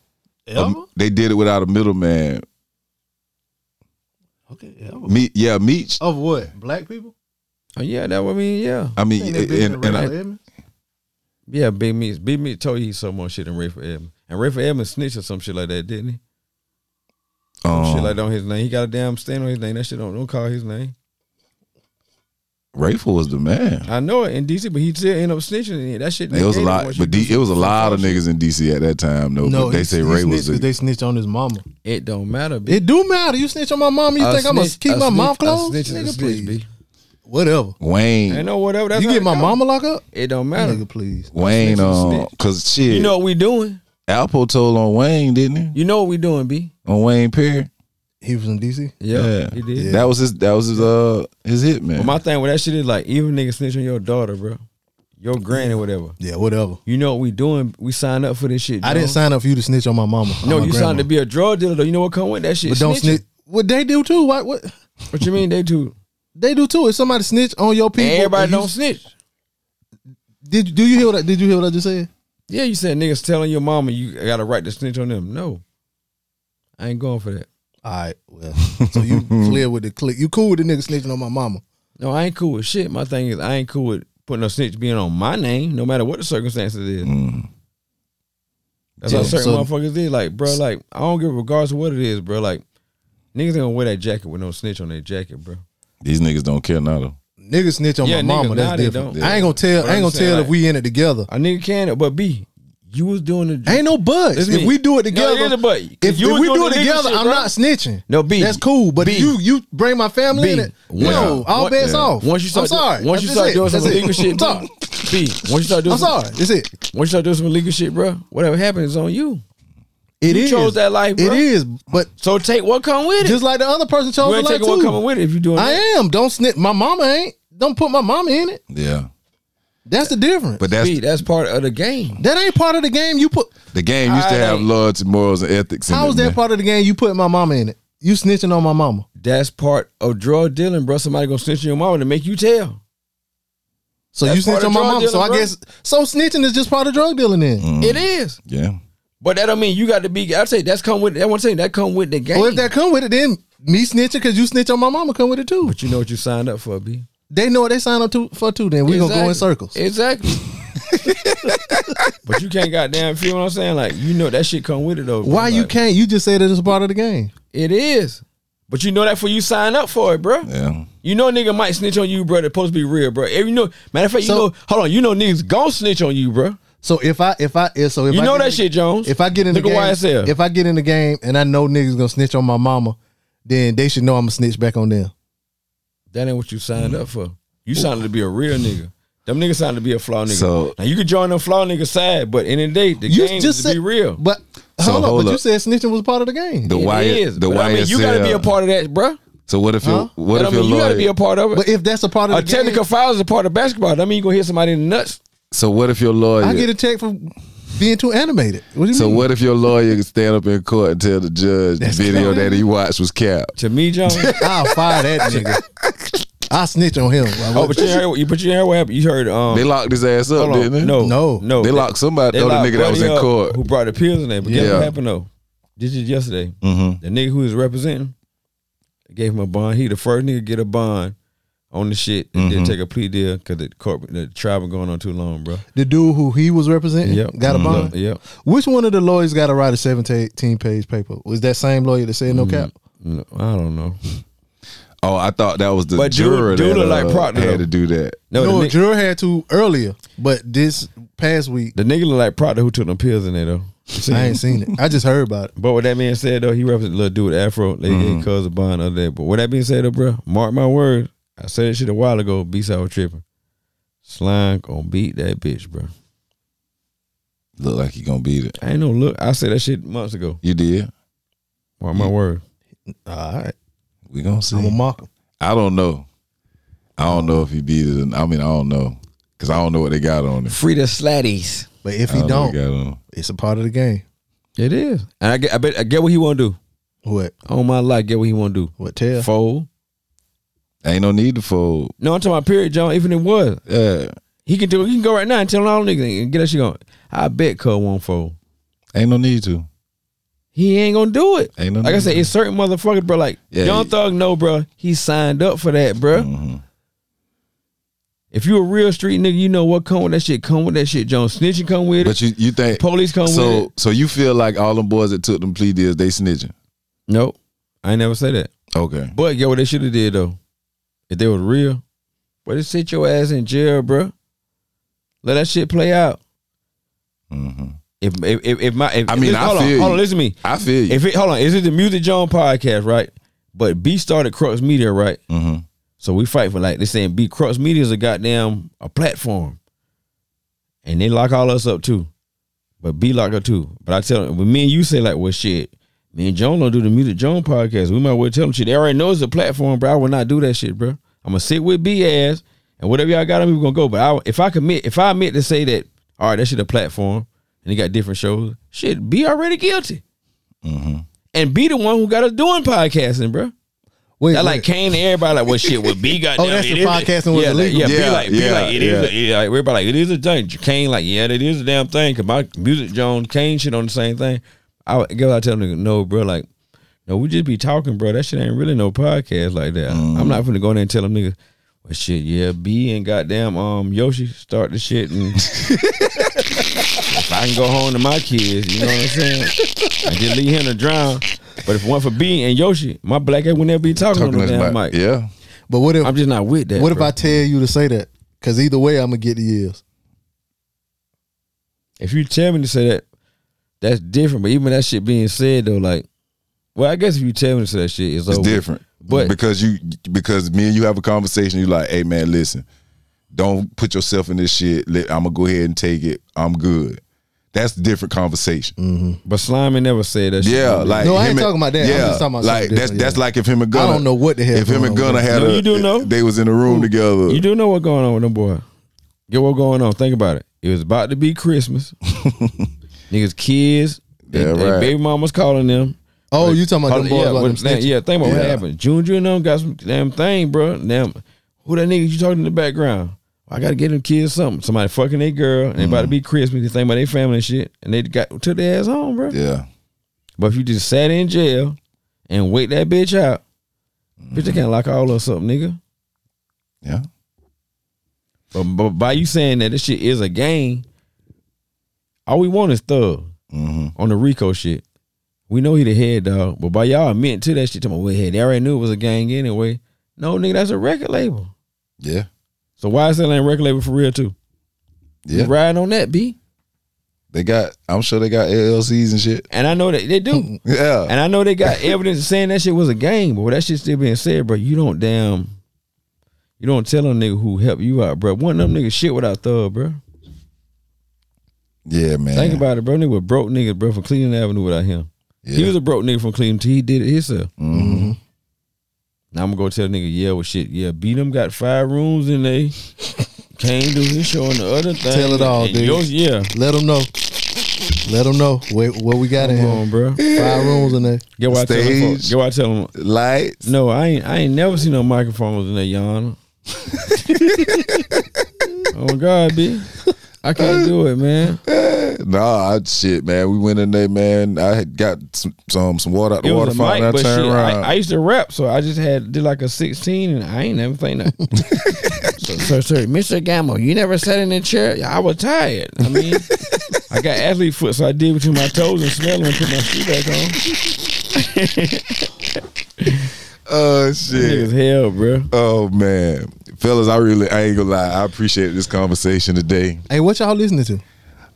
Speaker 3: Elmer?
Speaker 2: they did it without a middleman.
Speaker 3: okay, Elmer.
Speaker 2: Me yeah, Meach.
Speaker 3: Of what? Black people?
Speaker 1: Oh, yeah, that what I mean. Yeah,
Speaker 2: I mean,
Speaker 3: Ain't
Speaker 2: and,
Speaker 3: that big
Speaker 2: and,
Speaker 3: than
Speaker 2: I,
Speaker 3: Randall Edmonds?
Speaker 1: yeah. Big Meat, Big Meat told you he sold more shit than Rafe Edmonds, and Rafe Edmonds snitched or some shit like that, didn't he? Some
Speaker 2: um,
Speaker 1: shit like that on his name. He got a damn stain on his name. That shit don't don't call his name.
Speaker 2: Rayful was the man.
Speaker 1: I know it in DC, but he still end up snitching in it. That shit.
Speaker 2: It was a
Speaker 1: they don't
Speaker 2: lot,
Speaker 1: want you
Speaker 2: but
Speaker 1: to
Speaker 2: D,
Speaker 1: do
Speaker 2: it was a
Speaker 1: some-
Speaker 2: lot of
Speaker 1: some shit.
Speaker 2: niggas in DC at that time though. Oh, but they
Speaker 3: he-
Speaker 2: say
Speaker 3: he
Speaker 2: Ray
Speaker 3: snitched
Speaker 2: was
Speaker 3: 'cause
Speaker 2: the
Speaker 3: They snitched on his mama.
Speaker 1: It don't matter. bitch.
Speaker 3: It do matter. You snitch on my mama, you
Speaker 1: A
Speaker 3: think I'm gonna
Speaker 1: snitch-
Speaker 3: keep
Speaker 1: a
Speaker 3: my
Speaker 1: snitch-
Speaker 3: mouth
Speaker 1: a
Speaker 3: closed?
Speaker 1: snitch is a
Speaker 3: Nigga,
Speaker 1: snitch,
Speaker 3: please.
Speaker 1: B.
Speaker 3: Whatever.
Speaker 1: I
Speaker 2: Wayne.
Speaker 1: know whatever. That's
Speaker 3: You
Speaker 1: how
Speaker 3: get
Speaker 1: it
Speaker 3: my
Speaker 1: go.
Speaker 3: mama lock up?
Speaker 1: It don't matter.
Speaker 3: Nigga, please.
Speaker 2: Wayne,
Speaker 1: snitch is a
Speaker 2: um,
Speaker 1: snitch.
Speaker 2: cause shit,
Speaker 1: You know what we doing.
Speaker 2: Alpo told on Wayne, didn't he?
Speaker 1: You know what we doing, B.
Speaker 2: On Wayne Perry.
Speaker 3: He was in DC?
Speaker 1: Yeah, he did.
Speaker 2: That was his. That was his. Uh, his hit man.
Speaker 1: But my thing with that shit is like, even nigga snitch on your daughter, bro, your granny, whatever.
Speaker 3: Yeah, whatever.
Speaker 1: You know what we doing? We signed up for this shit.
Speaker 3: I didn't
Speaker 1: Jones.
Speaker 3: sign up for you to snitch on my mama. or
Speaker 1: No,
Speaker 3: my
Speaker 1: you
Speaker 3: grandma.
Speaker 1: signed to be a drug dealer. though. You know what come with that shit?
Speaker 3: But don't
Speaker 1: Snitching.
Speaker 3: snitch. What they do too? What what
Speaker 1: What you mean they do?
Speaker 3: they do too? If somebody snitch on your people,
Speaker 1: Everybody
Speaker 3: you-
Speaker 1: don't snitch.
Speaker 3: Did do you hear what? I, did you hear what I just said?
Speaker 1: Yeah, you said niggas telling your mama you got a right to snitch on them. No, I ain't going for that.
Speaker 3: All right, well, so you clear with the click. You cool with the nigga snitching on my mama?
Speaker 1: No, I ain't cool with shit. My thing is, I ain't cool with putting a snitch being on my name, no matter what the circumstances is.
Speaker 2: Mm.
Speaker 1: That's
Speaker 3: Yeah,
Speaker 1: how certain
Speaker 3: so-
Speaker 1: motherfuckers is. Like, bro, like I don't give a regards to what it is, bro. Like niggas ain't gonna wear that jacket with no snitch on their jacket, bro.
Speaker 2: These niggas don't care now though.
Speaker 3: Nigga snitch on
Speaker 1: Yeah,
Speaker 3: my mama.
Speaker 1: niggas, nah,
Speaker 3: That's
Speaker 1: they
Speaker 3: different.
Speaker 1: don't.
Speaker 3: I ain't gonna tell.
Speaker 1: But
Speaker 3: I
Speaker 1: I'm
Speaker 3: ain't gonna
Speaker 1: saying,
Speaker 3: tell
Speaker 1: like-
Speaker 3: if we in it together.
Speaker 1: A nigga can, but B, you was doing the
Speaker 3: Ain't no buts.
Speaker 1: That's
Speaker 3: If
Speaker 1: me.
Speaker 3: we do it
Speaker 1: No, it
Speaker 3: together,
Speaker 1: is a but.
Speaker 3: if,
Speaker 1: You
Speaker 3: if
Speaker 1: was
Speaker 3: we
Speaker 1: doing
Speaker 3: do it
Speaker 1: the nigga
Speaker 3: together,
Speaker 1: shit,
Speaker 3: I'm
Speaker 1: bro.
Speaker 3: not snitching.
Speaker 1: No, B.
Speaker 3: That's cool. But
Speaker 1: B.
Speaker 3: if you you bring my family in
Speaker 1: B.
Speaker 3: it.
Speaker 1: Once-
Speaker 3: No, all
Speaker 1: one-
Speaker 3: bets
Speaker 1: yeah.
Speaker 3: off.
Speaker 1: Once you start,
Speaker 3: I'm
Speaker 1: do-
Speaker 3: sorry.
Speaker 1: once you
Speaker 3: That's
Speaker 1: start
Speaker 3: it.
Speaker 1: doing some
Speaker 3: That's it.
Speaker 1: illegal shit,
Speaker 3: I'm
Speaker 1: too, B. Once you start doing,
Speaker 3: I'm
Speaker 1: some,
Speaker 3: sorry. That's it.
Speaker 1: Once you start doing some illegal shit, bro, whatever happens is on you.
Speaker 3: It
Speaker 1: you
Speaker 3: is.
Speaker 1: chose that life, bro.
Speaker 3: It is, but
Speaker 1: So take what come with it.
Speaker 3: just like the other person chose
Speaker 1: you
Speaker 3: the
Speaker 1: ain't
Speaker 3: life
Speaker 1: taking what
Speaker 3: too.
Speaker 1: coming with it if you doing.
Speaker 3: I
Speaker 1: that.
Speaker 3: am. Don't snitch. My mama ain't. Don't put my mama in it.
Speaker 2: Yeah.
Speaker 3: That's the difference. But
Speaker 2: But that's
Speaker 1: B, that's part of the game.
Speaker 3: that ain't part of the game. You put
Speaker 2: the game used to
Speaker 1: I
Speaker 2: have
Speaker 1: ain't-
Speaker 2: laws and morals and ethics. in
Speaker 3: how
Speaker 2: it,
Speaker 3: is
Speaker 2: man.
Speaker 3: that part of the game? You put my mama in it. You snitching on my mama.
Speaker 1: That's part of drug dealing, bro. Somebody gonna snitch on your mama to make you tell.
Speaker 3: So
Speaker 1: That's
Speaker 3: you
Speaker 1: part
Speaker 3: snitch
Speaker 1: of
Speaker 3: on my
Speaker 1: drug
Speaker 3: mama. so
Speaker 1: dealing,
Speaker 3: I
Speaker 1: bro.
Speaker 3: guess so snitching is just part of drug dealing then.
Speaker 2: Mm.
Speaker 1: It is,
Speaker 2: Yeah.
Speaker 1: but that don't mean you got to be. I say that's come with that one thing that come with the game.
Speaker 3: Well, if that come with it, then me snitching because you snitch on my mama come with it too.
Speaker 1: but you know what you signed up for, B.
Speaker 3: They know what they signed up to, for too. Then we gonna go in
Speaker 1: Exactly.
Speaker 3: circles.
Speaker 1: Exactly. but you can't goddamn feel what I'm saying. Like you know that shit come with it though. bro.
Speaker 3: Why you
Speaker 1: Like,
Speaker 3: can't? You just say that it's part of the game.
Speaker 1: It is. But you know that for you sign up for it, bro.
Speaker 2: Yeah.
Speaker 1: You know nigga might snitch on you, bro. That's supposed to be real, bro. If you know, matter of fact,
Speaker 3: So-
Speaker 1: you know. Hold on, you know niggas gon' snitch on you, bro.
Speaker 3: So if I if I if so if
Speaker 1: You
Speaker 3: I
Speaker 1: know
Speaker 3: get
Speaker 1: that
Speaker 3: in-
Speaker 1: shit, Jones.
Speaker 3: If I get in the
Speaker 1: Look
Speaker 3: game,
Speaker 1: at YSL.
Speaker 3: if I get in the game and I know niggas gonna snitch on my mama, then they should know I'm gonna snitch back on them.
Speaker 1: that ain't what you signed up for. You signed up to be a real nigga. Them niggas signed to be a flaw nigga.
Speaker 2: So-
Speaker 1: now you could join them flaw niggas side, but in the day, the
Speaker 3: You
Speaker 1: game
Speaker 3: just
Speaker 1: is
Speaker 3: said-
Speaker 1: to be real.
Speaker 3: But
Speaker 2: So
Speaker 3: hold,
Speaker 2: hold
Speaker 3: on, but you
Speaker 2: up.
Speaker 3: said snitching was part of the game.
Speaker 2: The
Speaker 1: It
Speaker 2: why
Speaker 1: is,
Speaker 2: the
Speaker 1: but I mean, you got to be a
Speaker 2: YSL
Speaker 1: part of that, bro.
Speaker 2: So what if
Speaker 3: Huh?
Speaker 2: your what
Speaker 1: That
Speaker 2: if
Speaker 1: I
Speaker 2: your
Speaker 1: mean, you got to be
Speaker 2: lawyer?
Speaker 1: a part of it.
Speaker 3: but if that's a part of
Speaker 1: a
Speaker 3: the
Speaker 1: technical
Speaker 3: game,
Speaker 1: foul is a part of basketball. That mean you gonna hit somebody in the nuts.
Speaker 2: So what if your lawyer?
Speaker 3: I get a check for being too animated. What do you
Speaker 2: so
Speaker 3: mean?
Speaker 2: what if your lawyer can stand up in court and tell the judge the video
Speaker 3: crazy.
Speaker 2: that he watched was cap?
Speaker 1: To me, John.
Speaker 3: I'll fire that nigga. I snitch on him.
Speaker 1: oh, but you heard, you- but you heard what happened. You heard um.
Speaker 2: They locked his ass up,
Speaker 1: hold on.
Speaker 2: didn't they?
Speaker 1: No,
Speaker 3: No.
Speaker 1: no.
Speaker 2: they locked somebody.
Speaker 1: they
Speaker 2: Oh, the
Speaker 1: locked
Speaker 2: nigga that was
Speaker 1: Buddy
Speaker 2: in
Speaker 1: up
Speaker 2: court.
Speaker 1: who brought the pills in there. But guess
Speaker 2: Yeah.
Speaker 1: what happened though? This is yesterday.
Speaker 2: Mm-hmm.
Speaker 1: The nigga who was representing gave him a bond. He the first nigga to get a bond on the shit and then
Speaker 2: Mhm.
Speaker 1: take a plea deal because the corporate the trial been going on too long, bro.
Speaker 3: the dude who he was representing
Speaker 1: Yep.
Speaker 3: got a
Speaker 2: Mm-hmm.
Speaker 3: bond.
Speaker 1: Look, Yep.
Speaker 3: Which one of the lawyers got to write a 17 page paper? Was that same lawyer that
Speaker 2: Mm-hmm.
Speaker 3: said no cap?
Speaker 1: No, I don't know.
Speaker 2: Oh, I thought that was the
Speaker 1: But dude-
Speaker 2: juror
Speaker 1: dude
Speaker 2: that
Speaker 1: look like
Speaker 2: uh,
Speaker 1: Proctor,
Speaker 2: had
Speaker 1: though.
Speaker 2: to do that.
Speaker 1: No,
Speaker 3: no,
Speaker 1: the,
Speaker 3: a
Speaker 1: ni-
Speaker 3: juror had to earlier, but this past week
Speaker 1: the nigga look like Proctor who took them pills in there though. See?
Speaker 3: I ain't seen it. I just heard about it.
Speaker 1: But with that being said, though, he represents little dude with Afro. They
Speaker 2: Mm-hmm.
Speaker 1: gave cuz a bond other day. But with that being said, though, bro, mark my words. I said that shit a while ago. Beast out tripping. Slime gonna beat that bitch, bro.
Speaker 2: Look like he gonna beat it.
Speaker 1: I ain't no look. I said that shit months ago.
Speaker 2: You did.
Speaker 1: Mark my word. Ah,
Speaker 3: All right,
Speaker 2: We gonna
Speaker 3: I'm
Speaker 2: see.
Speaker 3: gonna mock him.
Speaker 2: I don't know. I don't know if he beat it. or- I mean, I don't know because I don't know what they got on him.
Speaker 1: Free the slatties.
Speaker 3: But if
Speaker 2: I
Speaker 3: he
Speaker 2: don't know
Speaker 3: don't,
Speaker 2: what they got on him.
Speaker 3: it's a part of the game.
Speaker 1: It is. And I get I bet I get what he wanna do.
Speaker 3: What?
Speaker 1: On my life, get what he wanna do.
Speaker 3: What tell?
Speaker 1: Fold.
Speaker 2: Ain't no need to fold.
Speaker 1: No, I'm talking about period, John. Even if it was.
Speaker 2: Yeah.
Speaker 1: He can do it. He can go right now and tell all niggas and get that shit going. I bet cuz won't fold.
Speaker 2: Ain't no need to.
Speaker 1: He ain't gonna do it.
Speaker 2: Ain't no
Speaker 1: Like I
Speaker 2: need
Speaker 1: said, it's certain motherfuckers, bro. Like
Speaker 2: Yeah,
Speaker 1: Young
Speaker 2: yeah.
Speaker 1: Thug, no, bro. He signed up for that, bro.
Speaker 2: Mhm.
Speaker 1: If you a real street nigga, you know what come with that shit. Come with that shit, John. Snitching come with it.
Speaker 2: But you you think
Speaker 1: Police come with
Speaker 2: so?
Speaker 1: it.
Speaker 2: So you feel like all them boys that took them plea deals they snitching?
Speaker 1: Nope, I ain't never say that.
Speaker 2: Okay.
Speaker 1: But yo, what they should have did though, if they was real, but they sit your ass in jail, bro. Let that shit play out.
Speaker 2: hmm
Speaker 1: If if if, if my if,
Speaker 2: I mean,
Speaker 1: listen,
Speaker 2: I
Speaker 1: hold on,
Speaker 2: feel
Speaker 1: hold
Speaker 2: you.
Speaker 1: on, listen to me.
Speaker 2: I feel you.
Speaker 1: If it hold on, is it the Music John podcast right? But B started Crux Media right.
Speaker 2: hmm
Speaker 1: So we fight for like they saying B Crux Media is a goddamn a platform. And they lock all us up too. But B lock up too. But I tell them, but me and you say like, well shit, me and Joan don't do the Music Joan podcast. We might well tell them shit. They already know it's a platform, bro. I will not do that shit, bro. I'm gonna sit with B ass and whatever y'all got on me, we gonna go. But I, if I commit, if I admit to say that, all right, that shit a platform and they got different shows, shit, B already guilty.
Speaker 2: hmm
Speaker 1: And B the one who got us doing podcasting, bro.
Speaker 3: Wait,
Speaker 1: That
Speaker 3: wait.
Speaker 1: like came to everybody like, what shit? What B got?
Speaker 3: Oh,
Speaker 1: down,
Speaker 3: that's
Speaker 1: it
Speaker 3: the
Speaker 1: is-
Speaker 3: podcasting was
Speaker 1: yeah, like,
Speaker 3: illegal.
Speaker 1: yeah,
Speaker 2: Yeah,
Speaker 1: B like, B
Speaker 2: yeah,
Speaker 1: like, it is.
Speaker 2: yeah.
Speaker 1: A, yeah, like, everybody like, it is a thing. Kane like, yeah, it is a damn thing. Cause my music, Jones, Kane shit on the same thing. I would- guess I tell nigga, no, bro, like, no, we just be talking, bro. That shit ain't really no podcast like that.
Speaker 3: Mm.
Speaker 1: I'm not finna go in there and tell them niggas. Well, shit, yeah, B and goddamn um Yoshi start the shit, and if I can go home to my kids, you know what I'm saying? I just leave him to drown. But if it weren't for B and Yoshi, my black ass would never be talking,
Speaker 2: Talking
Speaker 1: on the damn
Speaker 2: about
Speaker 1: mic.
Speaker 2: yeah.
Speaker 3: but what if
Speaker 1: I'm just not with that.
Speaker 3: what if
Speaker 1: bro.
Speaker 3: I tell you to say that? Because either way, I'm gonna get the years.
Speaker 1: If you tell me to say that, that's different. But even that shit being said though, like, well, I guess if you tell me to say that shit, it's,
Speaker 2: It's
Speaker 1: over.
Speaker 2: different.
Speaker 1: But-
Speaker 2: because you because me and you have a conversation, you like, hey man, listen, don't put yourself in this shit. Let, I'm gonna go ahead and take it. I'm good. That's a different conversation.
Speaker 3: Mm,
Speaker 1: But Slimy never said that. shit.
Speaker 2: Yeah, like
Speaker 3: No, I ain't
Speaker 2: him and-
Speaker 3: talking about that. I'm
Speaker 2: Yeah,
Speaker 3: just talking about
Speaker 2: like
Speaker 3: something
Speaker 2: that's
Speaker 3: different,
Speaker 2: that's
Speaker 3: yeah.
Speaker 2: like if him and
Speaker 3: I
Speaker 2: Gunner.
Speaker 3: don't know what the hell
Speaker 2: If him
Speaker 3: going
Speaker 2: and
Speaker 3: on with
Speaker 2: Gunner
Speaker 3: that.
Speaker 2: had
Speaker 1: No,
Speaker 2: a,
Speaker 1: you do know.
Speaker 2: they was in a room together.
Speaker 1: you do know what's going on with them boy. Get what going on. Think about it. It was about to be Christmas. Niggas, kids, they,
Speaker 2: Yeah,
Speaker 1: they
Speaker 2: right.
Speaker 1: baby mama's calling them.
Speaker 3: Oh, you talking about
Speaker 1: Hold-
Speaker 3: them boys?
Speaker 1: yeah,
Speaker 3: like
Speaker 1: what-
Speaker 3: them
Speaker 1: damn-
Speaker 3: snitches?
Speaker 1: yeah, think about what
Speaker 2: Yeah.
Speaker 1: happened. Junior and them got some damn thing, bro. Damn, who that nigga you talking in the background? I gotta get them kids something. Somebody fucking their girl, and they about to
Speaker 3: Mm.
Speaker 1: be Christmas. They think about their family and shit, and they got took their ass home, bro.
Speaker 2: Yeah.
Speaker 1: But if you just sat in jail and wait that bitch out, bitch,
Speaker 3: Mm.
Speaker 1: they can't lock all us up, nigga.
Speaker 2: Yeah.
Speaker 1: But, but by you saying that this shit is a game, all we want is thug
Speaker 2: Mm-hmm.
Speaker 1: on the Rico shit. We know he the head dog, but by y'all admitting to that shit, talking about, well, head, they already knew it was a gang anyway. No, nigga, that's a record label.
Speaker 2: Yeah.
Speaker 1: So why is that ain't record label for real too?
Speaker 2: Yeah.
Speaker 1: You riding on that, B.
Speaker 2: They got I'm sure they got LLCs and shit.
Speaker 1: And I know that they
Speaker 3: Mm.
Speaker 1: do.
Speaker 2: Yeah.
Speaker 1: and I know they got evidence saying that shit was a game, but that shit still being said, bro. You don't damn, you don't tell a nigga who helped you out, bro. One of them niggas shit without thug, bro.
Speaker 2: yeah, man.
Speaker 1: Think about it, bro. Nigga was broke nigga, bro, from Cleveland Avenue without him.
Speaker 2: yeah.
Speaker 1: He was a broke nigga from Cleveland. He did it himself.
Speaker 3: Mm-hmm.
Speaker 2: Mhm.
Speaker 1: Now I'm gonna go tell nigga, yeah, well, shit, yeah, beat him. Got five rooms and they can't do his show and the other thing.
Speaker 3: Tell it all,
Speaker 1: And
Speaker 3: dude.
Speaker 1: yours- yeah,
Speaker 3: Let them know. Let them know what, what we got in
Speaker 1: come
Speaker 3: here.
Speaker 1: on, bro.
Speaker 3: Five rooms in there.
Speaker 1: Get what I tell him.
Speaker 2: Stage.
Speaker 1: Get what I tell him.
Speaker 2: Lights.
Speaker 1: No, I ain't. I ain't never seen no microphones in there, y'all. oh God, B, I can't do it, man.
Speaker 2: Nah, I, shit, man. We went in there, man. I had got some some, some water out the
Speaker 1: It
Speaker 2: water
Speaker 1: was a
Speaker 2: fountain.
Speaker 1: mic,
Speaker 2: I
Speaker 1: but shit,
Speaker 2: turned
Speaker 1: I,
Speaker 2: around.
Speaker 1: I used to rap, so I just had did like a sixteen, and I ain't never think that. so, so, sir, Mister Gamble, you never sat in the chair. I was tired. I mean, I got athlete foot, so I did between my toes and smell them and put my shoe back on.
Speaker 2: oh shit.
Speaker 1: Niggas hell, bro.
Speaker 2: Oh man. Fellas, I really I ain't gonna lie. I appreciate this conversation today.
Speaker 3: Hey, what y'all listening to?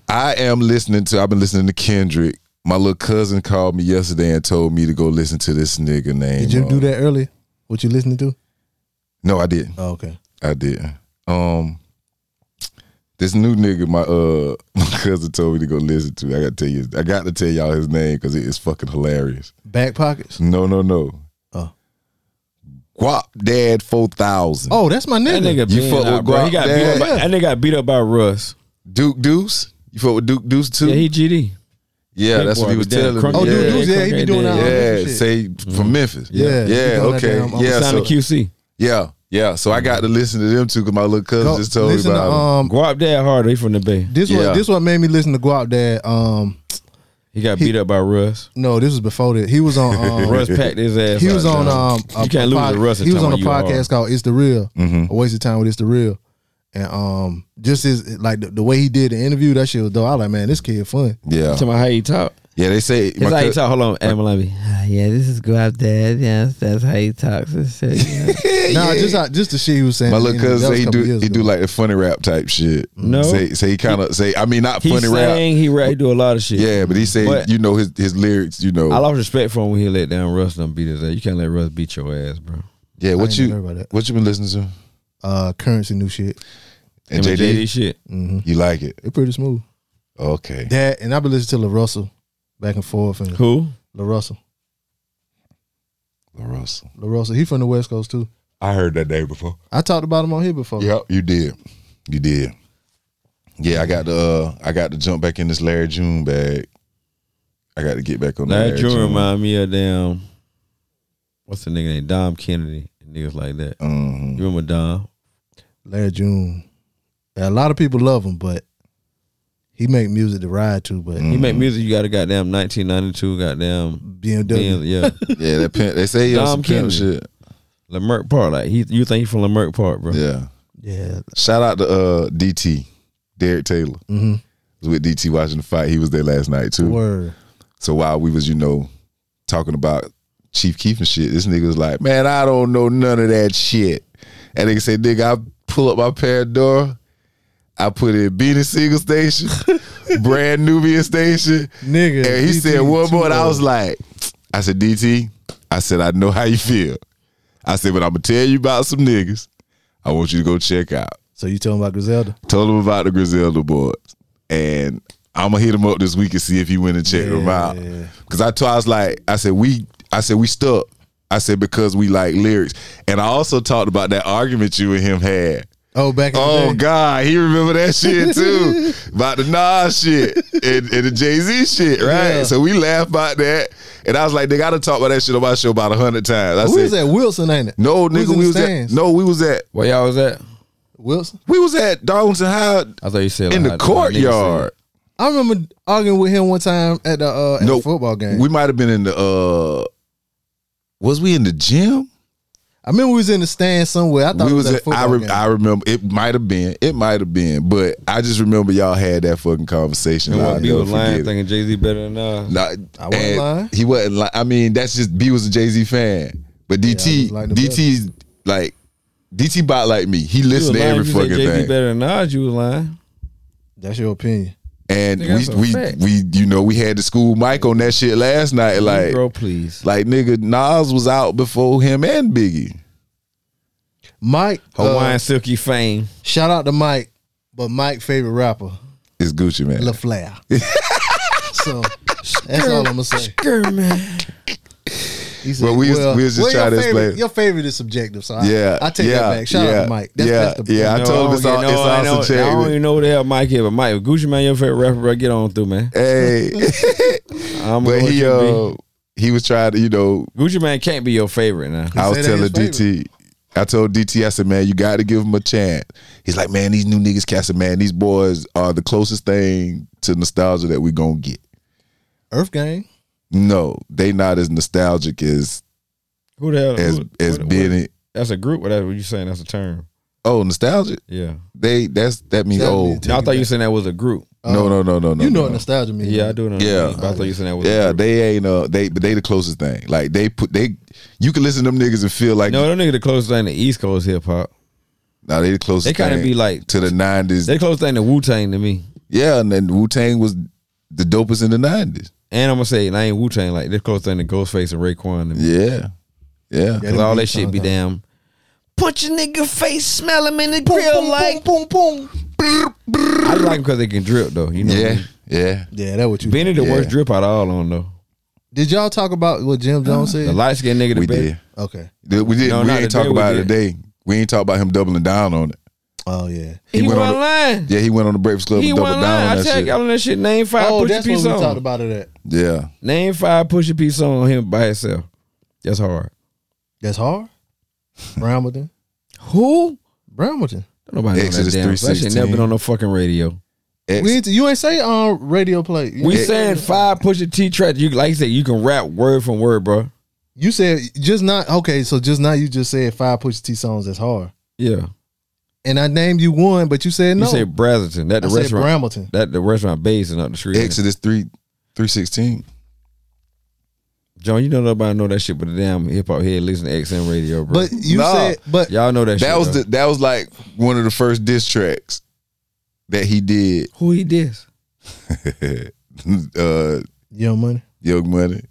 Speaker 2: I am listening to. I've been listening to Kendrick. My little cousin called me yesterday and told me to go listen to this nigga name.
Speaker 3: Did you
Speaker 2: uh,
Speaker 3: do that earlier? What you listening to?
Speaker 2: No, I didn't.
Speaker 3: Oh, okay.
Speaker 2: I didn't. Um, this new nigga, my uh, my cousin told me to go listen to. I gotta tell you, I got to tell y'all his name because it is fucking hilarious.
Speaker 3: Back pockets.
Speaker 2: No, no, no.
Speaker 3: Oh.
Speaker 2: Guap Dad Four Thousand.
Speaker 3: Oh, that's my
Speaker 1: That
Speaker 3: nigga.
Speaker 1: nigga
Speaker 2: You
Speaker 1: been
Speaker 2: fuck
Speaker 1: out,
Speaker 2: with
Speaker 1: bro. He
Speaker 2: Glock,
Speaker 1: got beat up by,
Speaker 2: man.
Speaker 1: that nigga got beat up by Russ.
Speaker 2: Duke Deuce. You fuck with Duke Deuce too?
Speaker 1: Yeah,
Speaker 2: Yeah,
Speaker 1: he GD. Big
Speaker 2: that's
Speaker 1: boy,
Speaker 2: what he was
Speaker 1: but damn,
Speaker 2: telling me.
Speaker 1: crunk-
Speaker 3: Oh,
Speaker 2: yeah.
Speaker 3: Duke Deuce, yeah, he
Speaker 1: crunk
Speaker 3: be doing
Speaker 1: that
Speaker 3: all
Speaker 1: damn-
Speaker 3: that
Speaker 2: Yeah,
Speaker 3: shit.
Speaker 2: say from Memphis.
Speaker 3: Mm-hmm. Yeah, he
Speaker 2: yeah,
Speaker 3: doing that
Speaker 2: okay,
Speaker 3: damn- uh,
Speaker 2: yeah.
Speaker 1: Sign
Speaker 2: So,
Speaker 1: to QC.
Speaker 2: Yeah, yeah. So I got to listen to them too because my little cousin
Speaker 3: Go-
Speaker 2: just told me
Speaker 3: listen to,
Speaker 2: about them.
Speaker 3: um,
Speaker 1: Guap Dad Harder, he from the Bay.
Speaker 3: this
Speaker 2: Yeah.
Speaker 3: what this what made me listen to Go Out Dad. Um,
Speaker 1: He got beat up by Russ.
Speaker 3: no, this was before that. He was on. Um,
Speaker 1: Russ packed his ass.
Speaker 3: he was
Speaker 1: out,
Speaker 3: on.
Speaker 1: dog.
Speaker 3: Um,
Speaker 1: You can't lose to Russ and
Speaker 3: He was
Speaker 1: tell
Speaker 3: on a
Speaker 1: him you are.
Speaker 3: podcast called "It's the Real."
Speaker 2: Mm-hmm.
Speaker 3: A waste of time with "It's the Real," and um, just his like the, the way he did the interview. That shit was dope. I was like, man, this kid fun.
Speaker 2: Yeah,
Speaker 1: Tell me how he talk.
Speaker 2: yeah. They say
Speaker 1: That's
Speaker 2: my
Speaker 1: how he
Speaker 2: cou-
Speaker 1: talk. Hold on, Amalami.
Speaker 4: Ah, yeah, this is Guap Dad. Yeah, that's, that's how he talks and shit. You know?
Speaker 3: Nah, just how, just the shit he was saying.
Speaker 2: my
Speaker 3: in the
Speaker 2: little
Speaker 3: interview. That was
Speaker 2: cousin say
Speaker 3: a
Speaker 2: he
Speaker 3: couple
Speaker 2: do
Speaker 3: years
Speaker 2: he do
Speaker 3: ago.
Speaker 2: like the funny rap type shit.
Speaker 1: No.
Speaker 2: say say he kind of say I mean not
Speaker 1: He
Speaker 2: funny rap.
Speaker 1: sang, he rap, he do a lot of shit.
Speaker 2: Yeah, but he say
Speaker 1: But-
Speaker 2: you know his his lyrics. You know,
Speaker 1: I lost respect for him when he let down Russ and beat his ass. You can't let Russ beat your ass, bro.
Speaker 2: yeah.
Speaker 3: I
Speaker 2: What
Speaker 3: ain't
Speaker 2: you
Speaker 3: never heard about that.
Speaker 2: what you been listening to?
Speaker 3: uh, currency new shit.
Speaker 2: And
Speaker 1: Him
Speaker 2: JD,
Speaker 1: shit.
Speaker 3: Mm-hmm.
Speaker 2: you like it?
Speaker 3: It pretty smooth.
Speaker 2: Okay.
Speaker 3: That and I've been listening to La Russell back and forth and
Speaker 1: Who?
Speaker 3: La Russell.
Speaker 2: Russell.
Speaker 3: La Russell. He from the West Coast too.
Speaker 2: I heard that name before.
Speaker 3: I talked about him on here before.
Speaker 2: Yep, you did. You did. Yeah, I got to uh, I got to jump back in this Larry June bag. I got to get back on the
Speaker 1: That
Speaker 2: Larry
Speaker 1: Drew
Speaker 2: June.
Speaker 1: remind me of damn. What's the nigga name? Dom Kennedy. Niggas like that.
Speaker 2: Mhm.
Speaker 1: You remember Dom?
Speaker 3: Larry June. A lot of people love him, but he make music to ride to. But
Speaker 2: Mm.
Speaker 1: He
Speaker 2: Mm-hmm.
Speaker 1: make music. You got a goddamn 1992 goddamn.
Speaker 3: BMW,
Speaker 1: Benz, yeah,
Speaker 2: Yeah, that pimp, they say he on
Speaker 1: Dom
Speaker 2: some pimp
Speaker 1: Kennedy.
Speaker 2: shit.
Speaker 1: Lemerck Park. Like he, you think he from Lemerck Park, bro?
Speaker 2: Yeah.
Speaker 3: yeah,
Speaker 2: Shout out to uh, DT, Derek Taylor.
Speaker 3: hmm
Speaker 2: Was with DT watching the fight. He was there last night too.
Speaker 3: word.
Speaker 2: So while we was, you know, talking about Chief Keef and shit, this nigga was like, "Man, I don't know none of that shit." And nigga said, "Nigga, I pull up my Pandora." I put in Beanie Single Station, Brand Nubian Station,
Speaker 3: Nigga,
Speaker 2: And he
Speaker 3: DT
Speaker 2: said one more, and I
Speaker 3: Chulo.
Speaker 2: was like, I said, DT, I said, I know how you feel. I said, but I'm gonna tell you about some niggas. I want you to go check out.
Speaker 3: So you talking about Griselda?
Speaker 2: Told him about the Griselda boys, and I'm gonna hit him up this week and see if he went and checked them out. Because I told, I was like, I said we, I said we stuck. I said because we like lyrics, and I also talked about that argument you and him had
Speaker 3: Oh, back in
Speaker 2: Oh
Speaker 3: the day.
Speaker 2: God, he remember that shit too about the Nas shit and, and the Jay Z shit, right?
Speaker 3: Yeah.
Speaker 2: So we laugh about that, and I was like, they gotta talk about that shit on my show about a hundred times. I
Speaker 3: We
Speaker 2: said,
Speaker 3: was at Wilson, ain't it?
Speaker 2: no,
Speaker 3: We was
Speaker 2: nigga,
Speaker 3: in
Speaker 2: we
Speaker 3: the
Speaker 2: was at
Speaker 3: stands.
Speaker 2: no, we was at
Speaker 1: Where y'all was at?
Speaker 3: Wilson.
Speaker 2: we was at Darlington High
Speaker 3: Oh,
Speaker 1: I thought you said
Speaker 2: in
Speaker 1: like,
Speaker 2: the
Speaker 1: how- how niggas say
Speaker 2: courtyard.
Speaker 3: I remember arguing with him one time at the, uh, at the
Speaker 2: No
Speaker 3: football game.
Speaker 2: We might have been in the. uh Was we in the gym?
Speaker 3: I remember we was in the stand somewhere. I thought
Speaker 2: we
Speaker 3: it was, at a
Speaker 2: at- I,
Speaker 3: football
Speaker 2: re-
Speaker 3: game.
Speaker 2: I remember it might have been it might have been but I just remember y'all had that fucking conversation
Speaker 1: It
Speaker 2: I'll
Speaker 1: was B
Speaker 2: never
Speaker 1: was lying,
Speaker 2: forget it.
Speaker 1: thinking Jay Z better than us.
Speaker 2: Nah,
Speaker 3: I wasn't
Speaker 2: and
Speaker 3: lying.
Speaker 2: He wasn't lying. I mean, that's just B was a Jay Z fan, but
Speaker 3: I
Speaker 2: DT
Speaker 3: just liked him
Speaker 2: DT's like DT bot like me. He
Speaker 1: You was
Speaker 2: listened to
Speaker 1: lying
Speaker 2: every
Speaker 1: if you said
Speaker 2: fucking
Speaker 1: Jay Z
Speaker 2: thing,
Speaker 1: better than us. You was lying.
Speaker 3: That's your opinion.
Speaker 2: and
Speaker 1: Nigga, that's a
Speaker 2: we
Speaker 1: fact.
Speaker 2: we we you know we had the school Mike on that shit last night. Like
Speaker 1: bro, please.
Speaker 2: like nigga, Nas was out before him and Biggie.
Speaker 3: Mike.
Speaker 1: Hawaiian
Speaker 3: Uh,
Speaker 1: silky fame.
Speaker 3: shout out to Mike, but Mike favorite rapper
Speaker 2: It's Gucci man.
Speaker 3: La Flair. so that's all I'm gonna say.
Speaker 4: man.
Speaker 3: He said,
Speaker 2: But we was- we was
Speaker 3: your
Speaker 2: just trying to
Speaker 3: favorite-
Speaker 2: explain-
Speaker 3: Your favorite is subjective, so I,
Speaker 2: Yeah,
Speaker 3: I take
Speaker 2: yeah,
Speaker 3: that back. Shout out
Speaker 2: yeah,
Speaker 3: to Mike. That's,
Speaker 2: yeah,
Speaker 3: that's the
Speaker 2: yeah. I told him it's
Speaker 1: don't
Speaker 2: all-
Speaker 1: get-
Speaker 2: it's
Speaker 1: I
Speaker 2: all
Speaker 1: don't- I
Speaker 2: subjective.
Speaker 1: don't even know what the hell Mike is, but Mike, Gucci Man, your favorite rapper, bro, get on through, man.
Speaker 2: hey,
Speaker 1: I'm
Speaker 2: but
Speaker 1: gonna
Speaker 2: he
Speaker 1: let you be.
Speaker 2: uh he was trying to you know
Speaker 1: Gucci Man can't be your favorite now.
Speaker 2: I was
Speaker 3: said that
Speaker 2: telling
Speaker 3: his
Speaker 2: DT, I told DT, I said, man, you got to give him a chance. He's like, man, these new niggas casting, man, these boys are the closest thing to nostalgia that we gonna get.
Speaker 3: Earth Gang.
Speaker 2: No, they not as nostalgic as
Speaker 1: Who the hell?
Speaker 2: as
Speaker 1: who-
Speaker 2: as
Speaker 1: what- what-
Speaker 2: Benny.
Speaker 1: That's a group. Or that's what you saying? That's a term.
Speaker 2: Oh, nostalgic?
Speaker 1: Yeah.
Speaker 2: They that's that means
Speaker 3: That
Speaker 2: old.
Speaker 3: means-
Speaker 1: No, I
Speaker 3: Take it
Speaker 1: thought you
Speaker 3: back.
Speaker 1: saying that was a group.
Speaker 2: no, no, no, no, no.
Speaker 3: You know
Speaker 2: no,
Speaker 3: what
Speaker 2: no.
Speaker 3: nostalgia means.
Speaker 1: Yeah, I do know.
Speaker 2: Yeah.
Speaker 1: that. But I thought you said that was.
Speaker 2: Yeah,
Speaker 1: a group.
Speaker 2: they ain't uh they but they the closest thing. Like they put they you can listen to them niggas and feel like
Speaker 1: No,
Speaker 2: no,
Speaker 1: them nigga the closest thing to East Coast hip hop.
Speaker 2: they the closest
Speaker 1: They kind of
Speaker 2: thing
Speaker 1: be like
Speaker 2: to the nineties.
Speaker 1: they closest thing to Wu Tang to me.
Speaker 2: Yeah, and then Wu Tang was the dopest in the nineties.
Speaker 1: And I'm gonna say, and I ain't Wu Tang like this close thing to Ghostface and Raekwon. To me.
Speaker 2: Yeah. Yeah.
Speaker 1: Cause all that shit be
Speaker 3: down.
Speaker 1: damn. Punch a nigga face, smell him in the grill like.
Speaker 3: boom, boom.
Speaker 1: I like them because they can drip though. You know. what I
Speaker 2: Yeah,
Speaker 1: mean?
Speaker 2: yeah.
Speaker 3: Yeah, that what you.
Speaker 1: Benny the
Speaker 2: Yeah.
Speaker 1: worst drip out of all on though.
Speaker 3: Did y'all talk about what Jim Jones
Speaker 1: The
Speaker 3: said?
Speaker 1: light skinned nigga. The
Speaker 2: We
Speaker 1: best.
Speaker 2: did.
Speaker 3: okay.
Speaker 2: Th- We did.
Speaker 1: No,
Speaker 2: we
Speaker 1: not
Speaker 2: ain't
Speaker 1: today,
Speaker 2: talk
Speaker 1: we
Speaker 2: about it
Speaker 1: did.
Speaker 2: today. We ain't talk about him doubling down on it.
Speaker 3: Oh yeah.
Speaker 1: He,
Speaker 2: went
Speaker 1: went
Speaker 2: on the-
Speaker 1: online.
Speaker 2: Yeah, he went on the Breakfast Club
Speaker 1: He
Speaker 2: and
Speaker 1: went
Speaker 2: doubled down on
Speaker 1: online. I
Speaker 2: that
Speaker 1: tell
Speaker 2: shit.
Speaker 1: y'all on that shit. Name five
Speaker 3: oh,
Speaker 1: push
Speaker 3: that's
Speaker 1: a
Speaker 3: what
Speaker 1: piece
Speaker 3: we talked
Speaker 1: on.
Speaker 3: about it at.
Speaker 2: Yeah,
Speaker 1: Name five push a piece on him by himself. That's hard.
Speaker 3: That's hard. Brambleton.
Speaker 1: Who?
Speaker 3: Brambleton.
Speaker 1: Don't nobody know that
Speaker 2: Exodus
Speaker 1: damn. so That shit
Speaker 2: 3:16.
Speaker 1: never been on no fucking radio.
Speaker 2: X,
Speaker 3: We ain't, you ain't say on um, radio play. You,
Speaker 1: We saying five Pusha T tracks. You like you said, you can rap word from word, bro.
Speaker 3: you said just not okay. So just now you just said five Pusha T songs that's hard,
Speaker 1: Yeah.
Speaker 3: and I named you one, but you said
Speaker 1: You
Speaker 3: no.
Speaker 1: say Brazelton. That the
Speaker 3: I said
Speaker 1: restaurant.
Speaker 3: Brambleton.
Speaker 1: that the restaurant basin up the street.
Speaker 2: Exodus three, three sixteen.
Speaker 1: John, you know nobody know that shit, but the damn hip hop head listen to XM radio, bro.
Speaker 3: But you
Speaker 2: Nah.
Speaker 3: said but
Speaker 1: y'all know that.
Speaker 2: That
Speaker 1: shit,
Speaker 2: was
Speaker 1: though.
Speaker 2: the that was like one of the first diss tracks that he did.
Speaker 1: who he diss.
Speaker 2: uh
Speaker 3: Young Money.
Speaker 2: Young Money.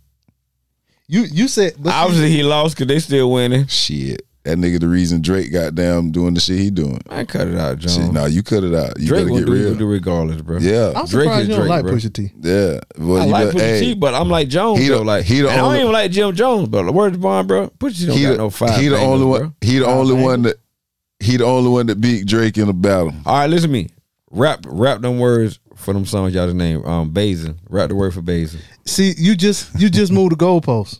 Speaker 3: You you said but
Speaker 1: Obviously, he lost because they still winning.
Speaker 2: Shit, that nigga the reason Drake got down doing the shit he doing.
Speaker 1: I cut it out,
Speaker 2: Shit,
Speaker 1: John.
Speaker 2: nah, you cut it out. You
Speaker 1: Drake
Speaker 2: better
Speaker 1: will
Speaker 2: get
Speaker 1: do,
Speaker 2: real.
Speaker 1: he do regardless, bro.
Speaker 2: yeah,
Speaker 3: I'm
Speaker 1: Drake
Speaker 3: surprised
Speaker 1: is
Speaker 3: you don't
Speaker 1: Drake,
Speaker 3: like
Speaker 1: bro.
Speaker 3: Pusha T.
Speaker 2: yeah. Well,
Speaker 1: I
Speaker 2: you
Speaker 1: like
Speaker 2: better-
Speaker 1: Pusha T,
Speaker 2: hey,
Speaker 1: but I'm like Jones.
Speaker 2: he the-
Speaker 1: though. Like
Speaker 2: he the
Speaker 1: and I
Speaker 2: only-
Speaker 1: don't even like Jim Jones, but the word Bond, bro. Pusha T don't got no five.
Speaker 2: he the
Speaker 1: bangers,
Speaker 2: only one.
Speaker 1: bro.
Speaker 2: He the only one that. He the only one that beat Drake in a battle.
Speaker 1: All right, listen to me. Rap, rap them words for them songs y'all just named. Um, Basin. Rap the word for Basin.
Speaker 3: See, you just you just moved the goalpost.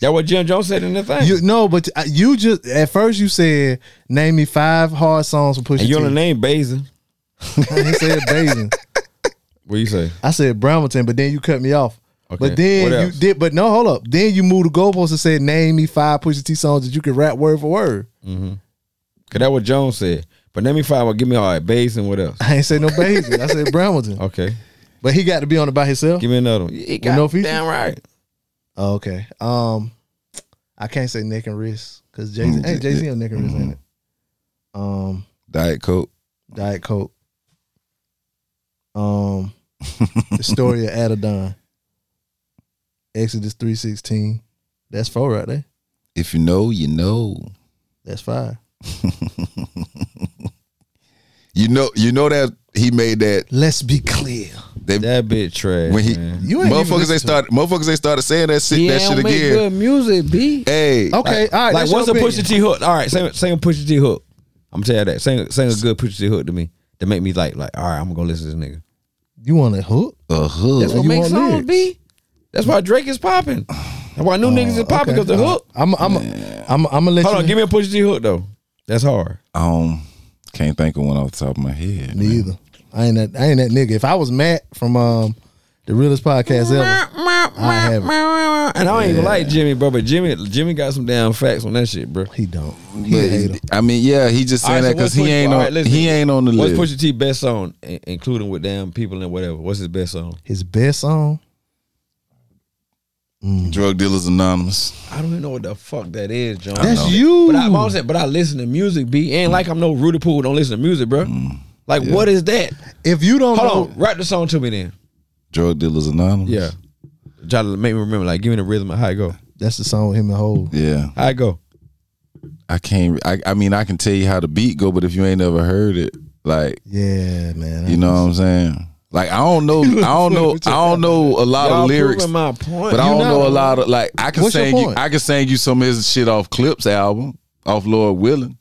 Speaker 1: That what Jim Jones said in the thing.
Speaker 3: You no, but uh, you just at first you said name me five hard songs from Pusha
Speaker 1: and you
Speaker 3: T.
Speaker 1: only named Basin.
Speaker 3: I ain't said Basin.
Speaker 1: What you say?
Speaker 3: I said Brambleton, but then you cut me off.
Speaker 1: Okay,
Speaker 3: But
Speaker 1: what
Speaker 3: then you
Speaker 1: else?
Speaker 3: did, but no, hold up. Then you moved the goalpost and said name me five Pusha T songs that you can rap word for word.
Speaker 1: Cause that what Jones said. But name me five. Well, give me all right. Basin. What else?
Speaker 3: I ain't say no Basin. I said Brambleton,
Speaker 1: Okay.
Speaker 3: but he got to be on it by himself.
Speaker 1: Give me another one. He got
Speaker 3: no feature?
Speaker 1: damn right.
Speaker 3: Oh, okay. Um, I can't say neck and wrist because Jay Z.
Speaker 2: Mm,
Speaker 3: Hey,
Speaker 2: yeah,
Speaker 3: Jay Z
Speaker 2: yeah.
Speaker 3: on neck and wrist,
Speaker 1: Mm-hmm.
Speaker 3: ain't it? Um,
Speaker 2: Diet Coke.
Speaker 3: Diet Coke. Um, the story of Adidon. Exodus three sixteen. That's four right there.
Speaker 2: If you know, you know.
Speaker 3: That's five.
Speaker 2: You know. You know that he made that.
Speaker 3: Let's be clear.
Speaker 2: They,
Speaker 1: That bitch trash.
Speaker 2: when he
Speaker 1: man.
Speaker 3: You ain't even
Speaker 2: motherfuckers, they
Speaker 3: listen to
Speaker 2: started. Motherfuckers, they started saying that shit.
Speaker 4: He
Speaker 2: that shit
Speaker 4: don't make
Speaker 2: again.
Speaker 4: good music, B.
Speaker 2: Hey,
Speaker 3: Okay, all right.
Speaker 1: like
Speaker 3: that's
Speaker 1: what's a
Speaker 3: your
Speaker 1: Pusha
Speaker 3: opinion.
Speaker 1: T hook? All right, same same Pusha T hook. I'm gonna tell you that. Sing, sing a good Pusha T hook to me to make me like, like, all right, I'm gonna go listen to this nigga.
Speaker 3: You want a hook?
Speaker 2: A hook.
Speaker 1: That's what
Speaker 3: you want
Speaker 1: makes songs
Speaker 3: lyrics.
Speaker 1: be. That's why Drake is popping. That's why new niggas is popping because the hook.
Speaker 3: Uh, I'm I'm I'm I'm gonna let
Speaker 1: Hold
Speaker 3: you
Speaker 1: on, give me a Pusha T hook though. That's hard.
Speaker 2: Um, can't think of one off the top of my head.
Speaker 3: me either. I ain't that I ain't that nigga. If I was Matt from um the realest podcast ever, I have it.
Speaker 1: And I ain't even like Jimmy, bro. But Jimmy, Jimmy got some damn facts on that shit, bro.
Speaker 3: he don't. He a hater.
Speaker 2: But, I mean, yeah, he just saying
Speaker 1: All right,
Speaker 2: that 'cause
Speaker 1: so
Speaker 2: that because he
Speaker 1: what's Pusha-
Speaker 2: ain't
Speaker 1: all
Speaker 2: on
Speaker 1: right, listen.
Speaker 2: he ain't on the
Speaker 1: What's
Speaker 2: list.
Speaker 1: Pusha T best song, in- including with damn people and whatever? What's his best song?
Speaker 3: His best song.
Speaker 2: Drug dealers anonymous.
Speaker 1: I don't even know what the fuck that is, John.
Speaker 3: That's
Speaker 1: But I, but I'm
Speaker 3: you.
Speaker 1: saying, but I listen to music, B. Ain't like I'm no Rudy Pool. Don't listen to music, bro. Like, what is that?
Speaker 3: If you don't
Speaker 1: Hold on,
Speaker 3: know,
Speaker 1: write the song to me then.
Speaker 2: Drug dealers anonymous.
Speaker 1: Yeah, try to make me remember. Like, give me the rhythm of how it go.
Speaker 3: that's the song with him and Hov.
Speaker 2: yeah.
Speaker 1: How it go?
Speaker 2: I can't. I, I mean, I can tell you how the beat go, but if you ain't ever heard it, like
Speaker 3: Yeah, man.
Speaker 2: you know what I'm saying. Like I don't know. I don't know. I don't know a lot
Speaker 1: Y'all
Speaker 2: of lyrics.
Speaker 1: proving my point.
Speaker 2: But I
Speaker 1: You
Speaker 2: don't
Speaker 1: not-
Speaker 2: know a lot of like I can
Speaker 3: What's your
Speaker 2: sing you
Speaker 3: point?
Speaker 2: I can sing you some of his shit off Clips album, off Lord Willing.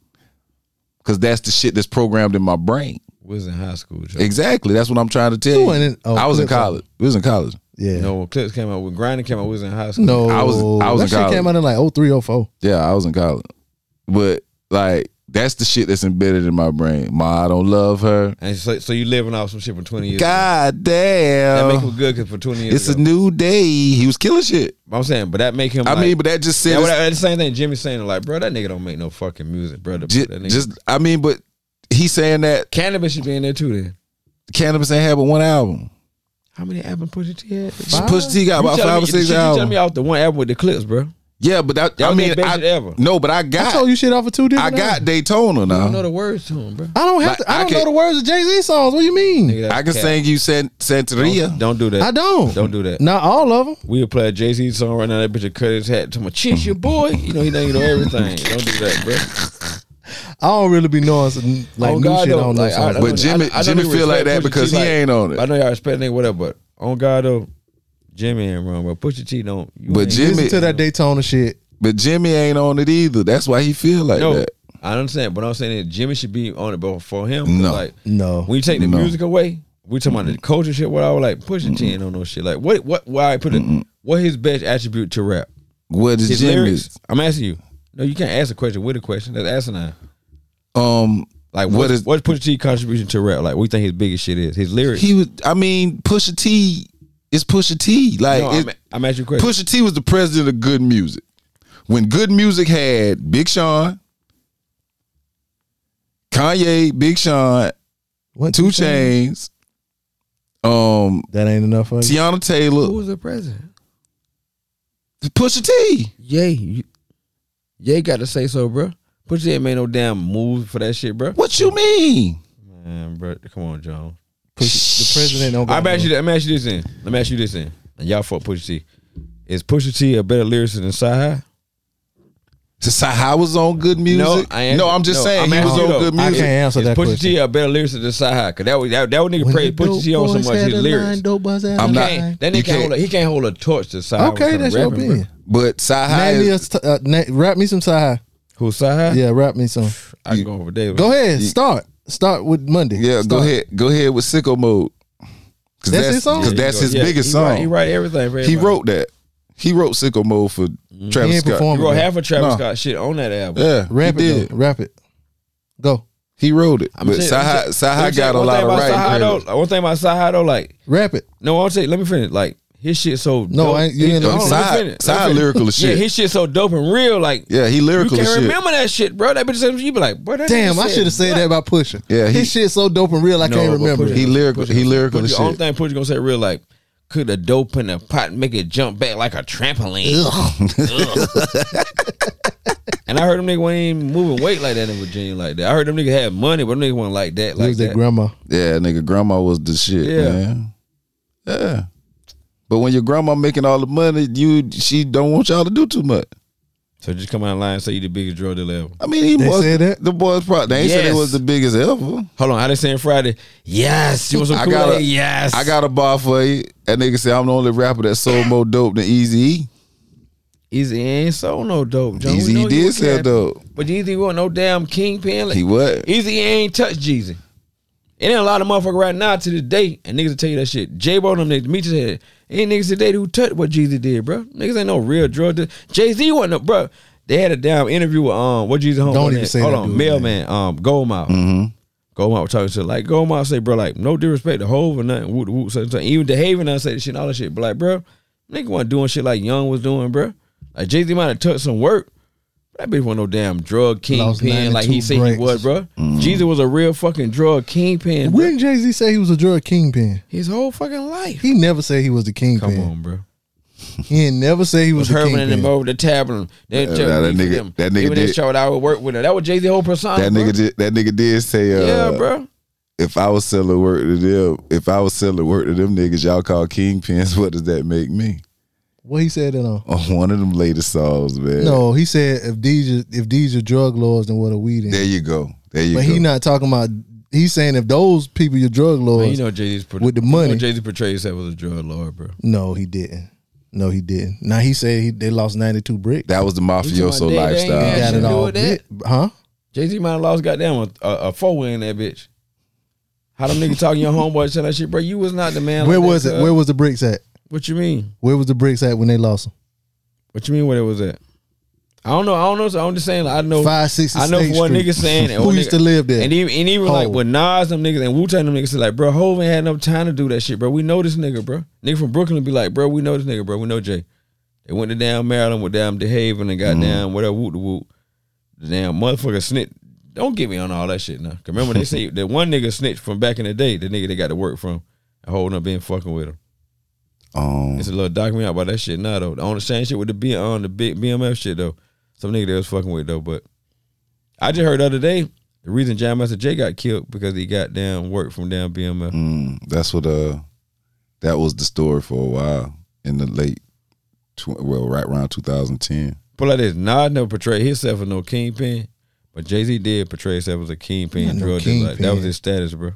Speaker 2: Cause that's the shit that's programmed in my brain.
Speaker 1: was in high school. John.
Speaker 2: Exactly. That's what I'm trying to tell
Speaker 3: You
Speaker 2: you.
Speaker 3: wasn't in- oh,
Speaker 2: I was in
Speaker 3: Clips album.
Speaker 2: college. We was in college.
Speaker 3: Yeah.
Speaker 1: You know, when clips came out, when grinding came out, we was in high school.
Speaker 3: No,
Speaker 2: I was- I was
Speaker 3: that
Speaker 2: in
Speaker 3: shit
Speaker 2: college.
Speaker 3: came out in like 03, 04.
Speaker 2: Yeah, I was in college. But like that's the shit that's embedded in my brain. Ma, I don't love her.
Speaker 1: and so, so you living off some shit for twenty years.
Speaker 2: God
Speaker 1: that
Speaker 2: damn.
Speaker 1: make him good because for twenty years.
Speaker 2: it's a
Speaker 1: ago.
Speaker 2: new day. He was killing shit.
Speaker 1: I'm saying, but that make him.
Speaker 2: I
Speaker 1: like-
Speaker 2: mean, but that just
Speaker 1: that,
Speaker 2: said it's-
Speaker 1: that- the same thing Jimmy's saying. Like, bro, that nigga don't make no fucking music, bro. The-
Speaker 2: ju-
Speaker 1: that nigga-
Speaker 2: just I mean, but he's saying that
Speaker 1: cannabis should be in there too. Then
Speaker 2: cannabis ain't had but one album.
Speaker 1: how many albums Pusha T had?
Speaker 2: Push T got about
Speaker 1: You
Speaker 2: five
Speaker 1: telling me-
Speaker 2: or six
Speaker 1: shit, You tell me
Speaker 2: albums.
Speaker 1: out the one album with the clips, bro.
Speaker 2: Yeah, but that,
Speaker 1: That
Speaker 2: I
Speaker 1: was
Speaker 2: mean,
Speaker 1: their best
Speaker 2: I,
Speaker 1: shit ever.
Speaker 2: no, but I
Speaker 3: I
Speaker 2: got
Speaker 3: told you shit off of two
Speaker 2: I
Speaker 3: different.
Speaker 2: got Daytona
Speaker 1: I don't know
Speaker 2: now.
Speaker 1: the words to him, bro.
Speaker 3: I don't have
Speaker 2: Like,
Speaker 3: to. I,
Speaker 2: Uh-huh. I
Speaker 3: don't
Speaker 2: can't-
Speaker 3: know the words of Jay Z songs. What do you mean?
Speaker 1: Nigga, that's
Speaker 2: I can
Speaker 1: cat.
Speaker 2: sing you Sant- Santeria.
Speaker 1: Don't, don't do that.
Speaker 3: I don't.
Speaker 1: Don't do that.
Speaker 3: Not all of them.
Speaker 1: We'll play a Jay Z song right now. That bitch cut his hat to my chiss, your boy. You know he don't know everything. Don't do that, bro.
Speaker 3: I don't really be knowing some, like
Speaker 1: Oh,
Speaker 3: new
Speaker 1: God,
Speaker 3: shit. I
Speaker 1: though,
Speaker 3: don't know.
Speaker 1: like, I-
Speaker 3: songs.
Speaker 1: I-
Speaker 2: But Jimmy,
Speaker 1: I- I know
Speaker 2: Jimmy
Speaker 1: they
Speaker 2: feel like
Speaker 1: respect
Speaker 2: that
Speaker 1: Pusha
Speaker 2: because
Speaker 1: T,
Speaker 2: he
Speaker 1: like-
Speaker 2: ain't on it.
Speaker 1: I know y'all respect nigga, whatever. But on God though, Jimmy ain't wrong, bro. Push your T don't. you
Speaker 2: But
Speaker 1: ain't-
Speaker 2: Jim-
Speaker 3: Listen
Speaker 2: Jimmy-
Speaker 3: to that Daytona shit.
Speaker 2: But Jimmy ain't on it either. That's why he feel like
Speaker 1: no,
Speaker 2: that.
Speaker 1: I understand. But I'm saying that Jimmy should be on it, but for him, 'cause,
Speaker 2: No.
Speaker 1: like
Speaker 3: No.
Speaker 1: when you take the
Speaker 2: No.
Speaker 1: music away, we talking about the culture shit. What I was like, Pusha T ain't on no shit. Like what? What? Why I put it? What his best attribute to rap?
Speaker 2: What is
Speaker 1: His
Speaker 2: Jimmy's?
Speaker 1: lyrics. I'm asking you. No, you can't ask a question with a question. That's asinine.
Speaker 2: Um,
Speaker 1: Like
Speaker 2: What
Speaker 1: what is
Speaker 2: is-
Speaker 1: what's Pusha T contribution to rap? Like what you think his biggest shit is? His lyrics.
Speaker 2: he was. I mean, Pusha T is Pusha T. Like
Speaker 1: no,
Speaker 2: it,
Speaker 1: I'm, I'm asking you a question.
Speaker 2: Pusha T was the president of good music. When good music had Big Sean, Kanye, Big Sean,
Speaker 3: What
Speaker 2: Two Chains, um,
Speaker 3: That ain't enough for you.
Speaker 2: Tiana
Speaker 1: Who
Speaker 2: Taylor,
Speaker 1: was the president?
Speaker 2: Pusha T.
Speaker 1: Yay, you, Yay got to say so, bro. Pusha T ain't made no damn move for that shit, bro.
Speaker 2: What you mean?
Speaker 1: Man, bro, come on, John.
Speaker 3: Push- the president don't.
Speaker 1: I
Speaker 3: got
Speaker 1: bet
Speaker 3: no-
Speaker 1: you. Let me ask you this in. Let me ask you this in. And y'all fuck Pusha T. Is Pusha T a better lyricist than Sci
Speaker 2: Sahai was on good music.
Speaker 1: No, I ain't-
Speaker 2: am just
Speaker 1: no,
Speaker 2: saying
Speaker 1: I'm
Speaker 2: he was on
Speaker 1: asking you
Speaker 2: good
Speaker 1: though.
Speaker 3: I
Speaker 2: music.
Speaker 3: can't answer
Speaker 1: Is
Speaker 3: that
Speaker 1: Pusha
Speaker 3: question.
Speaker 1: T a better lyricist than Sci Cause that was that, that nigga
Speaker 3: When the
Speaker 1: praised Pusha
Speaker 3: dope
Speaker 1: T on so
Speaker 3: boys
Speaker 1: much
Speaker 3: had
Speaker 1: his
Speaker 3: a
Speaker 1: lyrics.
Speaker 3: line, dope boys had
Speaker 2: I'm
Speaker 3: a
Speaker 1: He
Speaker 2: not-
Speaker 3: line.
Speaker 1: can't, that
Speaker 2: You
Speaker 1: nigga can't
Speaker 2: can't-
Speaker 1: hold a, he can't hold a torch to Sci
Speaker 3: Okay, that's your opinion.
Speaker 2: But Sahai,
Speaker 3: Name me a
Speaker 2: is,
Speaker 3: st- uh, na- rap me some Sahai.
Speaker 1: Who Sci
Speaker 3: Yeah, rap me some.
Speaker 1: I can go over David.
Speaker 3: Go ahead, start. Start with Monday.
Speaker 2: yeah, go
Speaker 3: Start.
Speaker 2: ahead, go ahead with Sicko Mode. Cause
Speaker 3: That's his song?
Speaker 2: Cause
Speaker 1: Yeah,
Speaker 2: that's
Speaker 1: he
Speaker 2: his
Speaker 1: go- yeah,
Speaker 2: biggest
Speaker 1: he
Speaker 2: song.
Speaker 1: Write, he write everything. For
Speaker 2: He
Speaker 1: everybody.
Speaker 2: wrote that. He wrote Sicko Mode for
Speaker 3: He
Speaker 2: Travis
Speaker 3: ain't
Speaker 2: Scott.
Speaker 1: He
Speaker 3: performing.
Speaker 1: wrote
Speaker 3: bro.
Speaker 1: half of Travis
Speaker 2: No.
Speaker 1: Scott shit on that album.
Speaker 2: Yeah,
Speaker 3: Rap
Speaker 2: he did.
Speaker 3: it. Though. Rap it. Go.
Speaker 2: He wrote it.
Speaker 1: I'm
Speaker 2: but
Speaker 1: saying-
Speaker 2: Sahai,
Speaker 1: Let
Speaker 2: Sahai
Speaker 1: me tell
Speaker 2: got
Speaker 1: you
Speaker 2: a
Speaker 1: one
Speaker 2: lot
Speaker 1: thing
Speaker 2: of
Speaker 1: about
Speaker 2: writing
Speaker 1: Sahai,
Speaker 2: credit.
Speaker 1: though- One thing about Sahai though, like
Speaker 3: Rap it.
Speaker 1: no, I'll say. Let me finish. Like his shit so
Speaker 3: No,
Speaker 1: dope.
Speaker 3: I ain't- you
Speaker 1: He-
Speaker 3: didn't-
Speaker 1: hold on, let me
Speaker 2: Sahai-
Speaker 1: finish.
Speaker 2: Sahai
Speaker 1: Let me finish.
Speaker 2: lyrical as shit.
Speaker 1: Yeah, his shit so dope and real. Like
Speaker 2: Yeah, he
Speaker 1: you
Speaker 2: lyrical
Speaker 1: can't
Speaker 2: as shit.
Speaker 1: remember that shit, bro. That bitch said you be like, bro. That
Speaker 3: Damn,
Speaker 1: nigga
Speaker 3: I should have said that about Pusher.
Speaker 2: Yeah, he-
Speaker 3: his shit so dope and real, I
Speaker 1: No,
Speaker 3: can't
Speaker 1: but
Speaker 3: remember.
Speaker 1: Pusha-
Speaker 3: it.
Speaker 2: He lyrical. He lyrical
Speaker 1: Put
Speaker 2: as
Speaker 1: your only
Speaker 2: shit.
Speaker 1: thing, put you gonna say real like. Could a dope in a pot make it jump back like a trampoline? Ugh. and I heard them nigga wasn't even moving weight like that in Virginia like that. I heard them nigga had money, but them nigga wasn't like that.
Speaker 3: It
Speaker 1: Like
Speaker 3: was their
Speaker 1: that.
Speaker 3: grandma.
Speaker 2: Yeah, nigga, grandma was the shit,
Speaker 1: Yeah.
Speaker 2: man. Yeah. But when your grandma making all the money, you she don't want y'all to do too much.
Speaker 1: So just come out line and say you the biggest drug dealer ever.
Speaker 2: I mean, he
Speaker 3: They
Speaker 2: was
Speaker 3: said that?
Speaker 2: the boys. Probably, they ain't said
Speaker 1: Yes.
Speaker 2: it was the biggest ever.
Speaker 1: Hold on, how they saying Friday? Yes, you want some
Speaker 2: I
Speaker 1: Kool
Speaker 2: got a-
Speaker 1: Aid? Yes,
Speaker 2: I got a bar for you. That nigga said I'm the only rapper that sold more dope than Easy E.
Speaker 1: Easy ain't sold no dope. John. We
Speaker 2: Easy
Speaker 1: know
Speaker 2: he
Speaker 1: you
Speaker 2: did
Speaker 1: was
Speaker 2: sell
Speaker 1: capping.
Speaker 2: dope.
Speaker 1: But Easy wasn't no damn kingpin. Like,
Speaker 2: He what?
Speaker 1: Easy ain't touch Jeezy. And then a lot of motherfuckers right now to this day, and niggas will tell you that shit. J Bo and them niggas, me just said, ain't niggas today who touched what Jeezy did, bro. Niggas ain't no real drug dealer. Jay Z wasn't, no, bro. They had a damn interview with um what Jeezy home.
Speaker 3: Don't even say
Speaker 1: Hold
Speaker 3: that
Speaker 1: on,
Speaker 3: dude, Mm-hmm.
Speaker 1: mailman, um Goldmouth. Goldmouth was talking shit like Goldmouth say, bro, like no disrespect to Hove or nothing. Woo, woo, something, something. Even the Haven, I said shit, and all that shit. But like, bro, nigga wasn't doing shit like Young was doing, bro. Like Jay Z might have touched some work. That bitch wasn't no damn drug
Speaker 3: Lost
Speaker 1: kingpin like he
Speaker 3: 92
Speaker 1: said he
Speaker 3: bricks.
Speaker 1: was, bro. Jesus was a real fucking drug kingpin. bro.
Speaker 3: When Jay Z say he was a drug kingpin,
Speaker 1: His whole fucking life.
Speaker 3: he never said he was the
Speaker 1: Come
Speaker 3: kingpin.
Speaker 1: on, bro.
Speaker 3: He ain't never say he was,
Speaker 1: Was
Speaker 3: the
Speaker 1: Herman and
Speaker 3: kingpin.
Speaker 1: them over the tavern. They
Speaker 2: Yeah,
Speaker 1: took
Speaker 2: nah, that
Speaker 1: me for
Speaker 2: nigga-
Speaker 1: them.
Speaker 2: that nigga
Speaker 1: Even
Speaker 2: did-
Speaker 1: They showed I would work with him. That was Jay Z whole persona.
Speaker 2: That
Speaker 1: bro.
Speaker 2: nigga did, that nigga did say uh
Speaker 1: yeah, bro.
Speaker 2: if I was selling work to them, if I was selling work to them niggas y'all call kingpins, what does that make me?
Speaker 3: What he said that on?
Speaker 2: On one of them latest songs, man.
Speaker 3: No, he said if these are, if these are drug lords, then what are we then?
Speaker 2: There you go. There you
Speaker 3: but
Speaker 2: go.
Speaker 3: he not talking about. He's saying if those people your drug lords.
Speaker 1: Man, you know Jay Z's
Speaker 3: With the money.
Speaker 1: Jay Z portrayed himself as a drug lord, bro.
Speaker 3: no, he didn't. No, he didn't. Now he said he, they lost ninety two bricks.
Speaker 2: that was the
Speaker 1: You
Speaker 2: mafioso
Speaker 1: talking about they- they ain't
Speaker 2: lifestyle.
Speaker 1: had
Speaker 3: He got
Speaker 1: shit
Speaker 3: it
Speaker 1: to do
Speaker 3: all.
Speaker 1: with that.
Speaker 3: bit- Huh?
Speaker 1: Jay Z might have lost goddamn a, a, a four way in that bitch. How them niggas talking your homeboy saying that shit, bro? You was not the man.
Speaker 3: Where
Speaker 1: like
Speaker 3: was
Speaker 1: that, uh,
Speaker 3: it?
Speaker 1: cuz.
Speaker 3: Where was the bricks at?
Speaker 1: What you mean?
Speaker 3: Where was the bricks at when they lost them?
Speaker 1: What you mean? Where it was at? I don't know. I don't know. So I'm just saying. Like, I know.
Speaker 3: Five sixty.
Speaker 1: Oh, I know
Speaker 3: State
Speaker 1: for one
Speaker 3: Street.
Speaker 1: nigga saying it,
Speaker 3: who
Speaker 1: one
Speaker 3: used
Speaker 1: nigga-
Speaker 3: to live there.
Speaker 1: And even, and even
Speaker 3: Hov.
Speaker 1: like with Nas, them niggas and Wu Tang, them niggas is like, bro, Hov ain't had enough time to do that shit, bro. We know this nigga, bro. Nigga from Brooklyn be like, bro, we know this nigga, bro. We know Jay. They went to damn Maryland with damn DeHaven and
Speaker 3: Mm-hmm.
Speaker 1: got down whatever whoop the whoop. The damn motherfucker snitch. Don't get me on all that shit now. 'Cause remember they say that one nigga snitch from back in the day, the nigga they got to work from, and holding up being fucking with him.
Speaker 2: Um,
Speaker 1: It's a little documentary about that shit now though. On the same shit with the B on the big BMF shit though. Some nigga that was fucking with though, but I just heard the other day the reason John Master J got killed because he got down work from down BMF.
Speaker 2: mm, that's what uh that was the story for a while in the late tw- well, right around 2010.
Speaker 1: But like this, Nas never portrayed himself as no kingpin, but Jay Z did portray himself as a
Speaker 3: Not
Speaker 1: kingpin
Speaker 3: no
Speaker 1: drug dealer. Like, that was
Speaker 3: kingpin.
Speaker 1: his status, bro.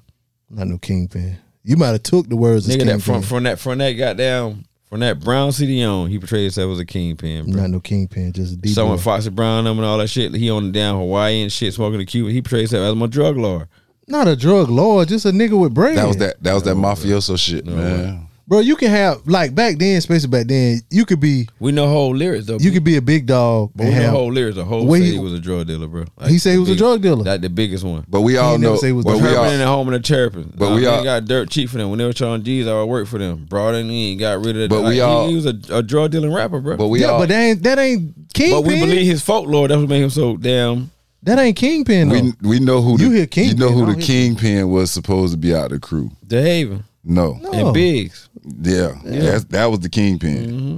Speaker 3: Not no kingpin. You might have took the words. as
Speaker 1: Nigga
Speaker 3: kingpin.
Speaker 1: that from from that from that goddamn from that brown city on, he portrayed himself as a kingpin, bro.
Speaker 3: Not no kingpin. Just a D.
Speaker 1: So when Foxy Brown them and all that shit, he on the down Hawaii and shit, smoking the Cuban. He portrayed himself as my drug lord.
Speaker 3: Not a drug lord. Just a nigga with brains.
Speaker 2: That was that that was that mafioso shit, man.
Speaker 3: Bro, you can have like back then, especially back then, you could be
Speaker 1: We know whole lyrics though.
Speaker 3: you could be a big dog
Speaker 1: But
Speaker 3: and
Speaker 1: we know
Speaker 3: have.
Speaker 1: whole lyrics. The whole
Speaker 3: Where
Speaker 1: said
Speaker 3: he-
Speaker 1: he was a drug dealer, bro. Like,
Speaker 3: he said he
Speaker 1: the
Speaker 3: was a
Speaker 1: big-
Speaker 3: drop dealer.
Speaker 1: Like the biggest one.
Speaker 2: But we all
Speaker 3: ain't never
Speaker 2: know.
Speaker 3: say he was the
Speaker 2: but we
Speaker 1: Turpin
Speaker 2: all,
Speaker 1: and the home of the Turpin.
Speaker 2: but we all-
Speaker 1: got dirt cheap for them. When they were trying G's, I would work for them. Brought in in, got rid of. the-
Speaker 2: But
Speaker 1: like,
Speaker 2: we
Speaker 1: he-
Speaker 2: all-
Speaker 1: he, was a, a drug dealing rapper, bro.
Speaker 2: but
Speaker 1: But,
Speaker 2: we
Speaker 3: yeah,
Speaker 2: all,
Speaker 3: but that ain't that ain't kingpin.
Speaker 1: we believe his folklore. That's what made him so damn.
Speaker 3: that ain't kingpin. Though.
Speaker 2: we we know who
Speaker 3: You
Speaker 2: the,
Speaker 3: hear Kingpin,
Speaker 2: You know
Speaker 3: I
Speaker 2: who the
Speaker 3: don't
Speaker 2: kingpin was supposed to be out of the crew.
Speaker 1: The Haven
Speaker 2: No,
Speaker 3: No.
Speaker 1: and Biggs.
Speaker 2: yeah, That's, that was the kingpin.
Speaker 3: Mm-hmm.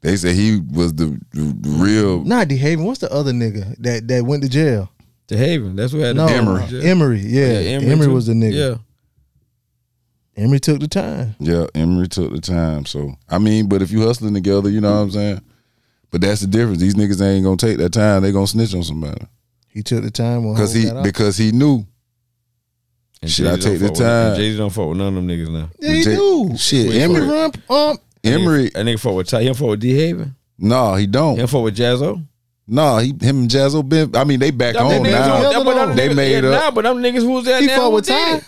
Speaker 2: They said he was the, the real
Speaker 3: Not DeHaven. What's the other nigga that that went to jail?
Speaker 1: The Haven. That's what had
Speaker 3: No,
Speaker 1: the
Speaker 2: Emery.
Speaker 3: Emery. Yeah, Emery,
Speaker 1: too.
Speaker 3: was the nigga.
Speaker 1: Yeah,
Speaker 3: Emery took the time.
Speaker 2: Yeah, Emery took the time. So I mean, but if you hustling together, you know what I'm saying. But that's the difference. These niggas ain't gonna take that time. They gonna snitch on somebody
Speaker 3: He took the time when
Speaker 2: because
Speaker 3: Hov
Speaker 2: he
Speaker 3: got out.
Speaker 2: because he knew.
Speaker 1: And
Speaker 2: Shit, I
Speaker 1: Jay-Z
Speaker 2: take the
Speaker 1: don't fuck with none-
Speaker 2: time.
Speaker 1: Jay Z don't fuck with none of them niggas now.
Speaker 3: yeah, he
Speaker 2: Jay-
Speaker 3: do.
Speaker 2: Shit,
Speaker 3: He
Speaker 2: Emery.
Speaker 3: run, um,
Speaker 2: Emery.
Speaker 1: That nigga fuck with Ty. He don't fuck with D Haven.
Speaker 2: No, he
Speaker 1: He
Speaker 2: don't.
Speaker 1: don't fuck with Jazzo.
Speaker 2: No, he him and Jazzo been. I mean, they back
Speaker 1: Them
Speaker 2: on
Speaker 1: niggas
Speaker 2: now.
Speaker 1: on-
Speaker 3: Yeah,
Speaker 1: them- but them
Speaker 2: They
Speaker 1: niggas-
Speaker 2: made
Speaker 1: yeah,
Speaker 2: up.
Speaker 1: Nah, but them niggas who was that
Speaker 3: he
Speaker 1: down
Speaker 3: fought
Speaker 1: who
Speaker 3: with
Speaker 1: did
Speaker 3: Ty.
Speaker 1: it.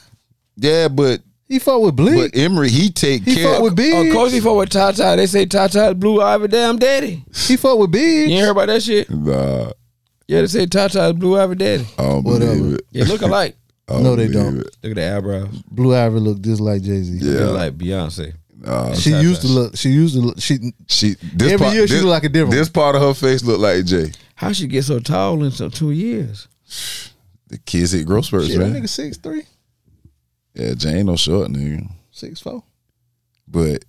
Speaker 2: Yeah, but
Speaker 3: He fought with Bleed.
Speaker 2: but uh, Emery he take
Speaker 3: He
Speaker 2: care.
Speaker 3: fought with Big.
Speaker 1: Oh, Cozy for with Tata. They say Tata blue Ivy damn daddy.
Speaker 3: He fought with Big.
Speaker 1: You ain't heard about that shit?
Speaker 2: Nah,
Speaker 1: Yeah, they say Tata blue Ivy daddy.
Speaker 2: I don't
Speaker 3: Whatever.
Speaker 2: believe it.
Speaker 1: Yeah, look alike.
Speaker 2: I don't
Speaker 3: No, they
Speaker 2: believe
Speaker 3: don't.
Speaker 2: it.
Speaker 1: Look at the eyebrows.
Speaker 3: Blue Ivory looked just like Jay Z.
Speaker 1: Yeah.
Speaker 2: Yeah.
Speaker 1: like Beyonce.
Speaker 2: Nah.
Speaker 3: She
Speaker 1: Ty
Speaker 3: used to
Speaker 1: Ty.
Speaker 3: look. She used to look. She
Speaker 2: She this
Speaker 3: Every
Speaker 2: part,
Speaker 3: year she
Speaker 2: this-
Speaker 3: look like a different
Speaker 2: This part of her face look like Jay.
Speaker 1: How she get so tall in so two years?
Speaker 2: The kids hit growth spurts,
Speaker 3: Shit, that
Speaker 2: man.
Speaker 3: nigga six three,
Speaker 2: Yeah, Jay ain't no short nigga.
Speaker 3: six four.
Speaker 2: but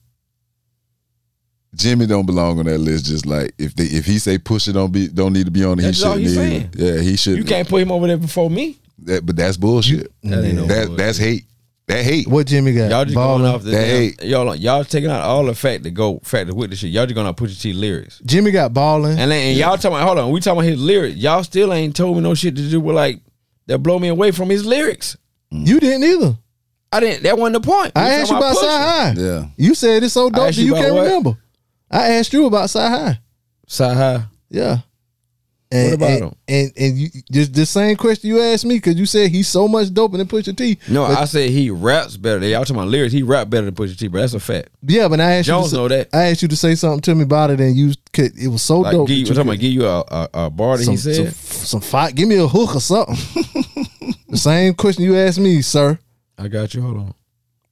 Speaker 2: Jimmy don't belong on that list. Just like if they if he say push it don't be don't need to be on it, he
Speaker 1: That's all
Speaker 2: shouldn't.
Speaker 1: he's
Speaker 2: either. Yeah, he
Speaker 1: You
Speaker 2: shouldn't.
Speaker 1: can't put him over there before me.
Speaker 2: That, but that's bullshit.
Speaker 1: That ain't no
Speaker 2: that
Speaker 1: bullshit.
Speaker 2: that's hate. That hate.
Speaker 3: What Jimmy got?
Speaker 1: Y'all just
Speaker 3: Ballin'.
Speaker 1: going off the
Speaker 2: That
Speaker 1: damn,
Speaker 2: ain't-
Speaker 1: y'all y'all taking out all the fact to go fact to witness shit. Y'all just gonna put your T lyrics.
Speaker 3: Jimmy got balling.
Speaker 1: And, then- and y'all talking about hold on, we talking about his lyrics. Y'all still ain't told me no shit to do with like that blow me away from his lyrics.
Speaker 3: You didn't either.
Speaker 1: I didn't that wasn't the point.
Speaker 3: I
Speaker 1: We
Speaker 3: asked you
Speaker 1: talking
Speaker 3: about
Speaker 1: pushing.
Speaker 3: side high.
Speaker 2: Yeah.
Speaker 3: You said it's so dope
Speaker 1: asked
Speaker 3: that
Speaker 1: you
Speaker 3: you
Speaker 1: about
Speaker 3: can't
Speaker 1: what?
Speaker 3: remember. I asked you about side high.
Speaker 1: Side high.
Speaker 3: Yeah. And,
Speaker 1: about
Speaker 3: and,
Speaker 1: him?
Speaker 3: And and you just the same question you asked me because you said he's so much dope and then push your teeth.
Speaker 1: No, I said he raps better. They all talking about lyrics. He rap better than Pusha T, bro. That's a fact.
Speaker 3: Yeah, but I asked you to,
Speaker 1: Jones
Speaker 3: say-
Speaker 1: know that.
Speaker 3: I asked you to say something to me about it, and you could, it was so
Speaker 1: Like,
Speaker 3: dope.
Speaker 1: give,
Speaker 3: that
Speaker 1: you,
Speaker 3: you
Speaker 1: I'm talking
Speaker 3: could-
Speaker 1: about give you a, a, a bar that
Speaker 3: some,
Speaker 1: he said.
Speaker 3: some, some fight. Give me a hook or something. the same question you asked me, sir.
Speaker 1: I got you. Hold on.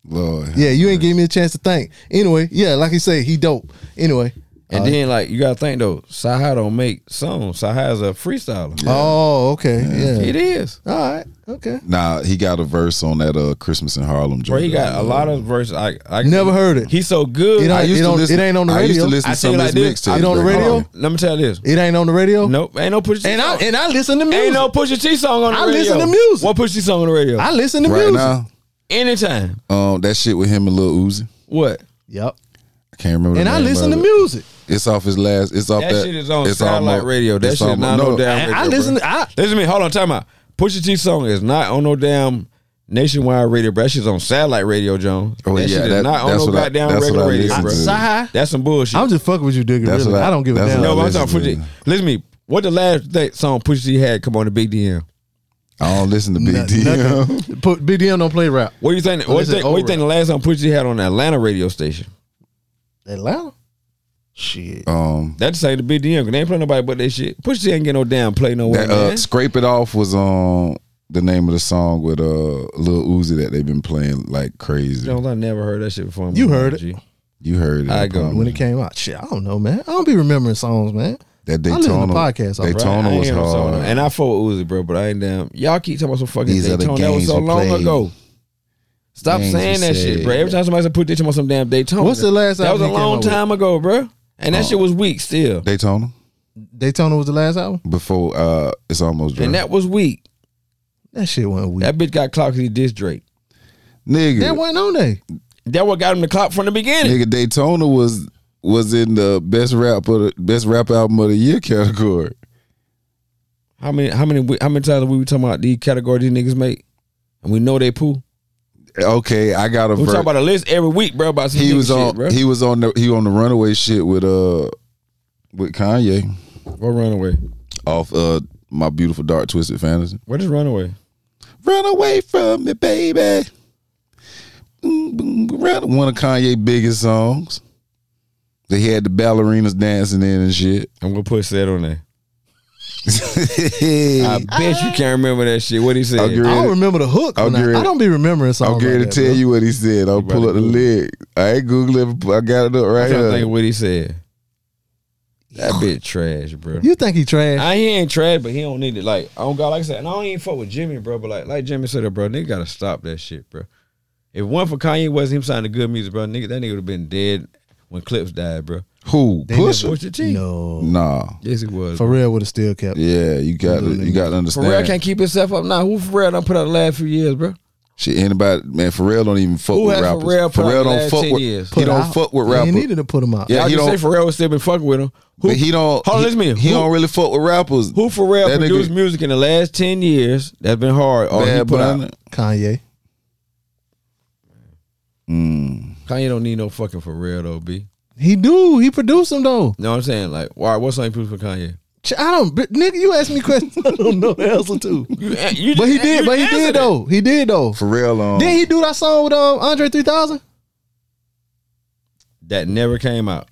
Speaker 2: Lord.
Speaker 3: Yeah, you ain't gave me a chance to think. Anyway, yeah, like he said, he dope. Anyway.
Speaker 1: And then like you gotta think though, Sahai don't make songs. Sahai is a freestyler.
Speaker 3: Oh, okay. Yeah.
Speaker 1: It is.
Speaker 3: All right. Okay.
Speaker 2: Nah, he got a verse on that uh Christmas in Harlem.
Speaker 1: Bro, he
Speaker 2: joint.
Speaker 1: got a lot of verses. I, I
Speaker 3: Never heard it.
Speaker 1: He's so good.
Speaker 3: You know,
Speaker 2: I used
Speaker 3: It
Speaker 2: to
Speaker 3: don't-
Speaker 2: listen,
Speaker 3: it ain't on the
Speaker 2: I used to
Speaker 3: radio.
Speaker 2: listen
Speaker 1: I
Speaker 2: to some
Speaker 1: tell you
Speaker 2: of
Speaker 1: like
Speaker 2: his
Speaker 1: this.
Speaker 2: mixtapes.
Speaker 1: I-
Speaker 3: It on the
Speaker 2: bro.
Speaker 3: radio?
Speaker 1: Let me tell you this.
Speaker 3: It ain't on the radio.
Speaker 1: Nope, ain't no Pusha T.
Speaker 3: And I
Speaker 1: song.
Speaker 3: and I listen to music.
Speaker 1: ain't no Pusha T song on the
Speaker 3: I
Speaker 1: radio.
Speaker 3: listen to music.
Speaker 1: What Pusha T song on the radio?
Speaker 3: I listen to
Speaker 2: Right
Speaker 3: music.
Speaker 2: now,
Speaker 1: Anytime.
Speaker 2: um, that shit with him and Lil Uzi.
Speaker 1: What?
Speaker 3: Yep.
Speaker 2: I can't remember.
Speaker 3: And
Speaker 2: the
Speaker 3: I
Speaker 2: name
Speaker 3: listen to
Speaker 2: of it.
Speaker 3: music.
Speaker 2: It's off his last. It's off
Speaker 1: That
Speaker 2: that.
Speaker 1: shit is on
Speaker 2: it's
Speaker 1: satellite
Speaker 2: almost-
Speaker 1: radio. That
Speaker 2: it's
Speaker 1: shit
Speaker 2: almost-
Speaker 1: not no damn
Speaker 3: I,
Speaker 1: radio,
Speaker 3: I
Speaker 1: bro.
Speaker 3: listen. To, I
Speaker 1: Listen to me. Hold on. Time out. Pusha T song is not on no damn nationwide radio, bro. That shit's on satellite radio, Jones.
Speaker 2: Oh,
Speaker 1: that
Speaker 2: yeah,
Speaker 1: shit is
Speaker 2: that-
Speaker 1: not on
Speaker 2: that's
Speaker 1: no
Speaker 2: what I-
Speaker 1: goddamn
Speaker 2: that's
Speaker 1: regular
Speaker 2: what I
Speaker 1: radio,
Speaker 2: listen
Speaker 1: bro.
Speaker 2: to.
Speaker 3: Sahi.
Speaker 1: That's some bullshit.
Speaker 3: I'm just fucking with you, Digger.
Speaker 2: That's
Speaker 3: Really,
Speaker 2: what
Speaker 3: I,
Speaker 2: I-
Speaker 3: don't give a
Speaker 2: that's
Speaker 3: damn.
Speaker 2: what
Speaker 1: no, but I'm
Speaker 2: listen
Speaker 1: talking
Speaker 2: to
Speaker 1: Pusha T.
Speaker 2: it.
Speaker 1: Listen to me. What the last th- song Pusha T had come on the Big DM?
Speaker 2: I don't listen to Big
Speaker 3: Nothing-
Speaker 2: D.
Speaker 3: nothing. Put BDM don't play rap.
Speaker 1: What do you think?
Speaker 3: Oh,
Speaker 1: What,
Speaker 3: this is
Speaker 1: think, what you
Speaker 3: old
Speaker 1: think the last song Pusha T had on the Atlanta radio station?
Speaker 3: Atlanta. Shit.
Speaker 2: um,
Speaker 1: That's like the Big DM. 'cause They ain't playing nobody but that shit. Pusha T ain't get no damn play no way,
Speaker 2: that, uh,
Speaker 1: man.
Speaker 2: scrape it off was um the name of the song with uh Lil Uzi that they've been playing like crazy.
Speaker 1: Jones, I never heard that shit before.
Speaker 3: You heard it.
Speaker 1: G.
Speaker 2: You heard it. Um,
Speaker 1: I go.
Speaker 2: promise.
Speaker 3: When it came out, shit, I don't know, man. I don't be remembering songs, man.
Speaker 2: that
Speaker 3: I listen to
Speaker 2: Daytona
Speaker 3: podcasts, all right.
Speaker 1: I
Speaker 2: Daytona
Speaker 1: ain't
Speaker 2: was
Speaker 1: hear no song.
Speaker 2: hard.
Speaker 1: And I fought with Uzi, bro, but I ain't damn. Y'all keep talking about some fucking
Speaker 2: These are the
Speaker 1: Daytona. That was
Speaker 2: games
Speaker 1: so
Speaker 2: we
Speaker 1: long
Speaker 2: played.
Speaker 1: ago. Stop
Speaker 2: Games
Speaker 1: saying
Speaker 2: we
Speaker 1: that shit,
Speaker 2: said.
Speaker 1: bro. Every time somebody said put this on some damn Daytona.
Speaker 3: What's the last
Speaker 1: That was
Speaker 3: album he
Speaker 1: a
Speaker 3: came out
Speaker 1: long
Speaker 3: with?
Speaker 1: time ago, bro. And that shit was weak still.
Speaker 2: Daytona
Speaker 3: Daytona was the last album.
Speaker 2: before uh it's almost dry.
Speaker 1: And that was weak.
Speaker 3: That shit wasn't weak. That,
Speaker 1: That bitch got clocked because he dissed Drake.
Speaker 2: nigga
Speaker 3: wasn't on there.
Speaker 1: That what got him the clock from the beginning.
Speaker 2: nigga Daytona was was in the best rap of the, best rap album of the year category.
Speaker 1: How many how many how many times we were talking about these categories these niggas make? And we know they poo.
Speaker 2: Okay, I got a
Speaker 1: We
Speaker 2: verse.
Speaker 1: talk about a list every week, bro, about some
Speaker 2: he
Speaker 1: nigga
Speaker 2: was
Speaker 1: shit,
Speaker 2: on
Speaker 1: bro.
Speaker 2: he was on the he on the runaway shit with uh with Kanye
Speaker 1: What runaway?
Speaker 2: off uh my beautiful dark twisted fantasy.
Speaker 1: What is runaway?
Speaker 2: Run away from me, baby. Mm, mm, Run, one of Kanye biggest songs. They had the ballerinas dancing in and shit.
Speaker 1: I'm gonna put said on there. I bet you can't remember that shit. What he said?
Speaker 2: I'll get
Speaker 3: I
Speaker 2: ready-
Speaker 3: don't remember the hook.
Speaker 2: I'll
Speaker 3: when
Speaker 2: get
Speaker 3: I,
Speaker 2: ready-
Speaker 3: I don't be remembering songs.
Speaker 2: I'm
Speaker 3: like
Speaker 2: going to
Speaker 3: that,
Speaker 2: tell
Speaker 3: bro.
Speaker 2: you what he said. I'll pull up the lyric. I ain't googling. it. I got it up right
Speaker 1: I'm trying to think
Speaker 2: here.
Speaker 1: of what he said. That bitch trash, bro.
Speaker 3: You think he trash?
Speaker 1: I he ain't trash, but he don't need it. Like I don't got like I said, and I don't even fuck with Jimmy, bro. But like like Jimmy said, bro, nigga gotta stop that shit, bro. If one for Kanye wasn't him signing good music, bro, nigga, that nigga would have been dead when Clips died, bro.
Speaker 2: Who?
Speaker 3: They
Speaker 2: Push
Speaker 3: never-
Speaker 1: Pusha T.
Speaker 3: No.
Speaker 2: Nah.
Speaker 1: Yes, it was.
Speaker 3: Pharrell would have still kept.
Speaker 2: Yeah, you got to you got to understand.
Speaker 1: Pharrell can't keep himself up now. Who Pharrell done put out the last few years, bro?
Speaker 2: Shit, anybody man, Pharrell don't even fuck
Speaker 1: Who
Speaker 2: with
Speaker 1: has
Speaker 2: rappers.
Speaker 1: Pharrell put out the
Speaker 2: don't
Speaker 1: last
Speaker 2: fuck
Speaker 1: 10
Speaker 2: with
Speaker 1: years?
Speaker 2: he
Speaker 3: Put
Speaker 2: don't
Speaker 3: out.
Speaker 2: fuck with
Speaker 3: He
Speaker 2: rappers.
Speaker 3: needed to put him out.
Speaker 2: Yeah,
Speaker 1: Y'all
Speaker 2: he
Speaker 1: just
Speaker 2: don't.
Speaker 1: say Pharrell still been fucking with him. Who
Speaker 2: but he don't.
Speaker 1: Hold on,
Speaker 2: he-
Speaker 1: listen to me.
Speaker 2: He
Speaker 1: Who-
Speaker 2: don't really fuck with rappers.
Speaker 1: Who Pharrell
Speaker 2: That nigga-
Speaker 1: produced music in the last ten years that's been hard? Or he
Speaker 2: Bad
Speaker 1: put
Speaker 2: Bunny.
Speaker 1: out.
Speaker 3: Kanye.
Speaker 2: Mm.
Speaker 1: Kanye don't need no fucking Pharrell though, B.
Speaker 3: He do. He produced him though.
Speaker 1: No, I'm saying like, why? What song he produced for Kanye?
Speaker 3: Ch- I don't. but Nigga, you asked me questions. I don't know the answer to.
Speaker 1: You, you
Speaker 3: But he
Speaker 1: just-
Speaker 3: did.
Speaker 1: you
Speaker 3: But he
Speaker 1: answered
Speaker 3: did
Speaker 1: it.
Speaker 3: though. He did though.
Speaker 2: Pharrell um,
Speaker 1: Oh.
Speaker 2: on.
Speaker 3: Did he do that song with um, Andre 3000?
Speaker 1: That never came out.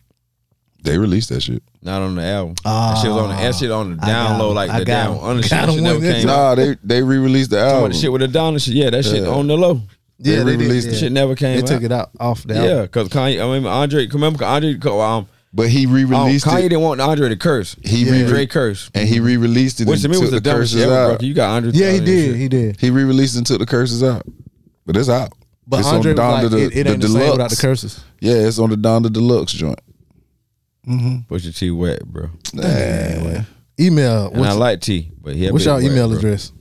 Speaker 2: They released that shit.
Speaker 1: Not on the album. that
Speaker 3: Ah,
Speaker 1: shit was on the that shit on the
Speaker 3: I got
Speaker 1: down low,
Speaker 3: him.
Speaker 1: like
Speaker 3: I
Speaker 1: the
Speaker 3: got
Speaker 1: down
Speaker 3: him.
Speaker 1: under shit.
Speaker 3: Got
Speaker 1: That
Speaker 3: him when
Speaker 1: shit never
Speaker 3: that
Speaker 1: came
Speaker 3: joint-
Speaker 1: out.
Speaker 2: Nah, they they re released the
Speaker 1: Talking about
Speaker 2: album.
Speaker 1: the shit with the down shit. Yeah, that shit
Speaker 2: Yeah.
Speaker 1: on the low.
Speaker 3: Yeah,
Speaker 2: they
Speaker 3: they, did.
Speaker 2: released
Speaker 3: yeah.
Speaker 1: That shit never came
Speaker 3: They
Speaker 1: out.
Speaker 3: took it out off the album.
Speaker 1: Yeah, because Kanye, I mean, Andre, remember Andre, um,
Speaker 2: But he re
Speaker 1: um,
Speaker 2: released
Speaker 1: Kanye
Speaker 2: it
Speaker 1: didn't want Andre to curse.
Speaker 2: He
Speaker 1: He
Speaker 2: re
Speaker 1: Dre curse.
Speaker 2: and he re released it.
Speaker 1: Which to
Speaker 2: and
Speaker 1: me
Speaker 2: took
Speaker 1: was the dumbest shit
Speaker 2: curses
Speaker 1: ever, bro.
Speaker 2: out.
Speaker 1: 'cause You got Andre.
Speaker 3: Yeah, he
Speaker 1: Throwing that
Speaker 3: did.
Speaker 1: Oh, shit.
Speaker 3: He did.
Speaker 2: He re released and took the curses out. But it's out.
Speaker 3: But
Speaker 2: it's
Speaker 3: Andre was
Speaker 2: Donda
Speaker 3: like, it, it ain't the, same without the curses.
Speaker 2: Yeah, it's on the Donda Deluxe joint.
Speaker 1: Pusha T wet, bro.
Speaker 2: Anyway.
Speaker 3: Email.
Speaker 1: And I
Speaker 3: What's,
Speaker 1: like T, but he a
Speaker 3: what's
Speaker 1: bit
Speaker 3: y'all
Speaker 1: wet,
Speaker 3: email
Speaker 1: bro.
Speaker 3: address?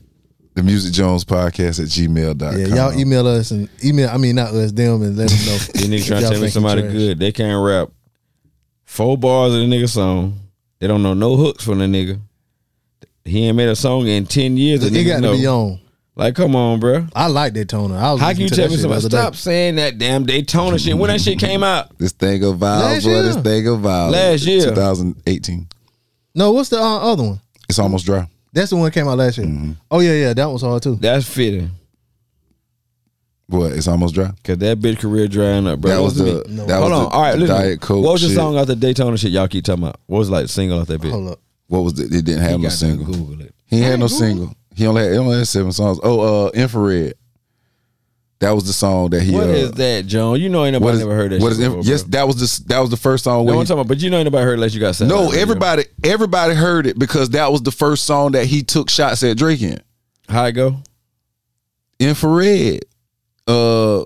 Speaker 2: The Music Jones Podcast at gmail.com.
Speaker 3: Yeah, y'all email us and email. I mean, not us, them, and let them know.
Speaker 1: These niggas
Speaker 3: if
Speaker 1: trying
Speaker 3: y'all
Speaker 1: to tell me
Speaker 3: think he
Speaker 1: somebody
Speaker 3: trash.
Speaker 1: good. They can't rap four bars of the nigga song. They don't know no hooks from the nigga. He ain't made a song in ten years. The
Speaker 3: It
Speaker 1: nigga
Speaker 3: got to be
Speaker 1: know.
Speaker 3: on.
Speaker 1: Like, come on, bro.
Speaker 3: I like Daytona. I was
Speaker 1: How can you tell me somebody?
Speaker 3: something?
Speaker 1: Stop saying that damn Daytona shit. When that shit came out,
Speaker 2: This thing of
Speaker 3: Last
Speaker 2: vibe, boy.
Speaker 3: year.
Speaker 2: This thing of vibe.
Speaker 1: Last year.
Speaker 2: 2018.
Speaker 3: No, what's the uh, other one?
Speaker 2: It's almost dry.
Speaker 3: That's the one that came out last year.
Speaker 2: Mm-hmm.
Speaker 3: Oh yeah, yeah, that one's hard too.
Speaker 1: That's fitting.
Speaker 2: What? It's almost dry.
Speaker 1: Cause that bitch career drying up, bro.
Speaker 2: that was
Speaker 1: Listen
Speaker 2: the
Speaker 1: to me.
Speaker 3: No.
Speaker 2: that
Speaker 1: Hold
Speaker 2: was
Speaker 1: on.
Speaker 2: the,
Speaker 1: All right,
Speaker 2: the
Speaker 1: listen.
Speaker 2: diet coke.
Speaker 1: what was the
Speaker 2: shit.
Speaker 1: song out the Daytona shit y'all keep talking about? What was like the single out that bitch?
Speaker 3: Hold up.
Speaker 2: What was the, it? Didn't have
Speaker 1: You
Speaker 2: no
Speaker 1: got to
Speaker 2: single.
Speaker 1: Google it.
Speaker 2: He had no single. He only had, he only had seven songs. Oh, uh, infrared. That was the song that he.
Speaker 1: What
Speaker 2: uh,
Speaker 1: is that, Joan? You know ain't
Speaker 2: what
Speaker 1: nobody
Speaker 2: is-
Speaker 1: never heard that.
Speaker 2: what
Speaker 1: shit
Speaker 2: is inf-
Speaker 1: before,
Speaker 2: yes,
Speaker 1: bro.
Speaker 2: that was the s- that was the first song.
Speaker 1: No,
Speaker 2: where
Speaker 1: I'm
Speaker 2: he-
Speaker 1: talking about, but you know ain't nobody heard unless you got satellite
Speaker 2: no
Speaker 1: radio.
Speaker 2: everybody everybody heard it because that was the first song that he took shots at Drake in.
Speaker 1: How it go?
Speaker 2: Infrared. Uh,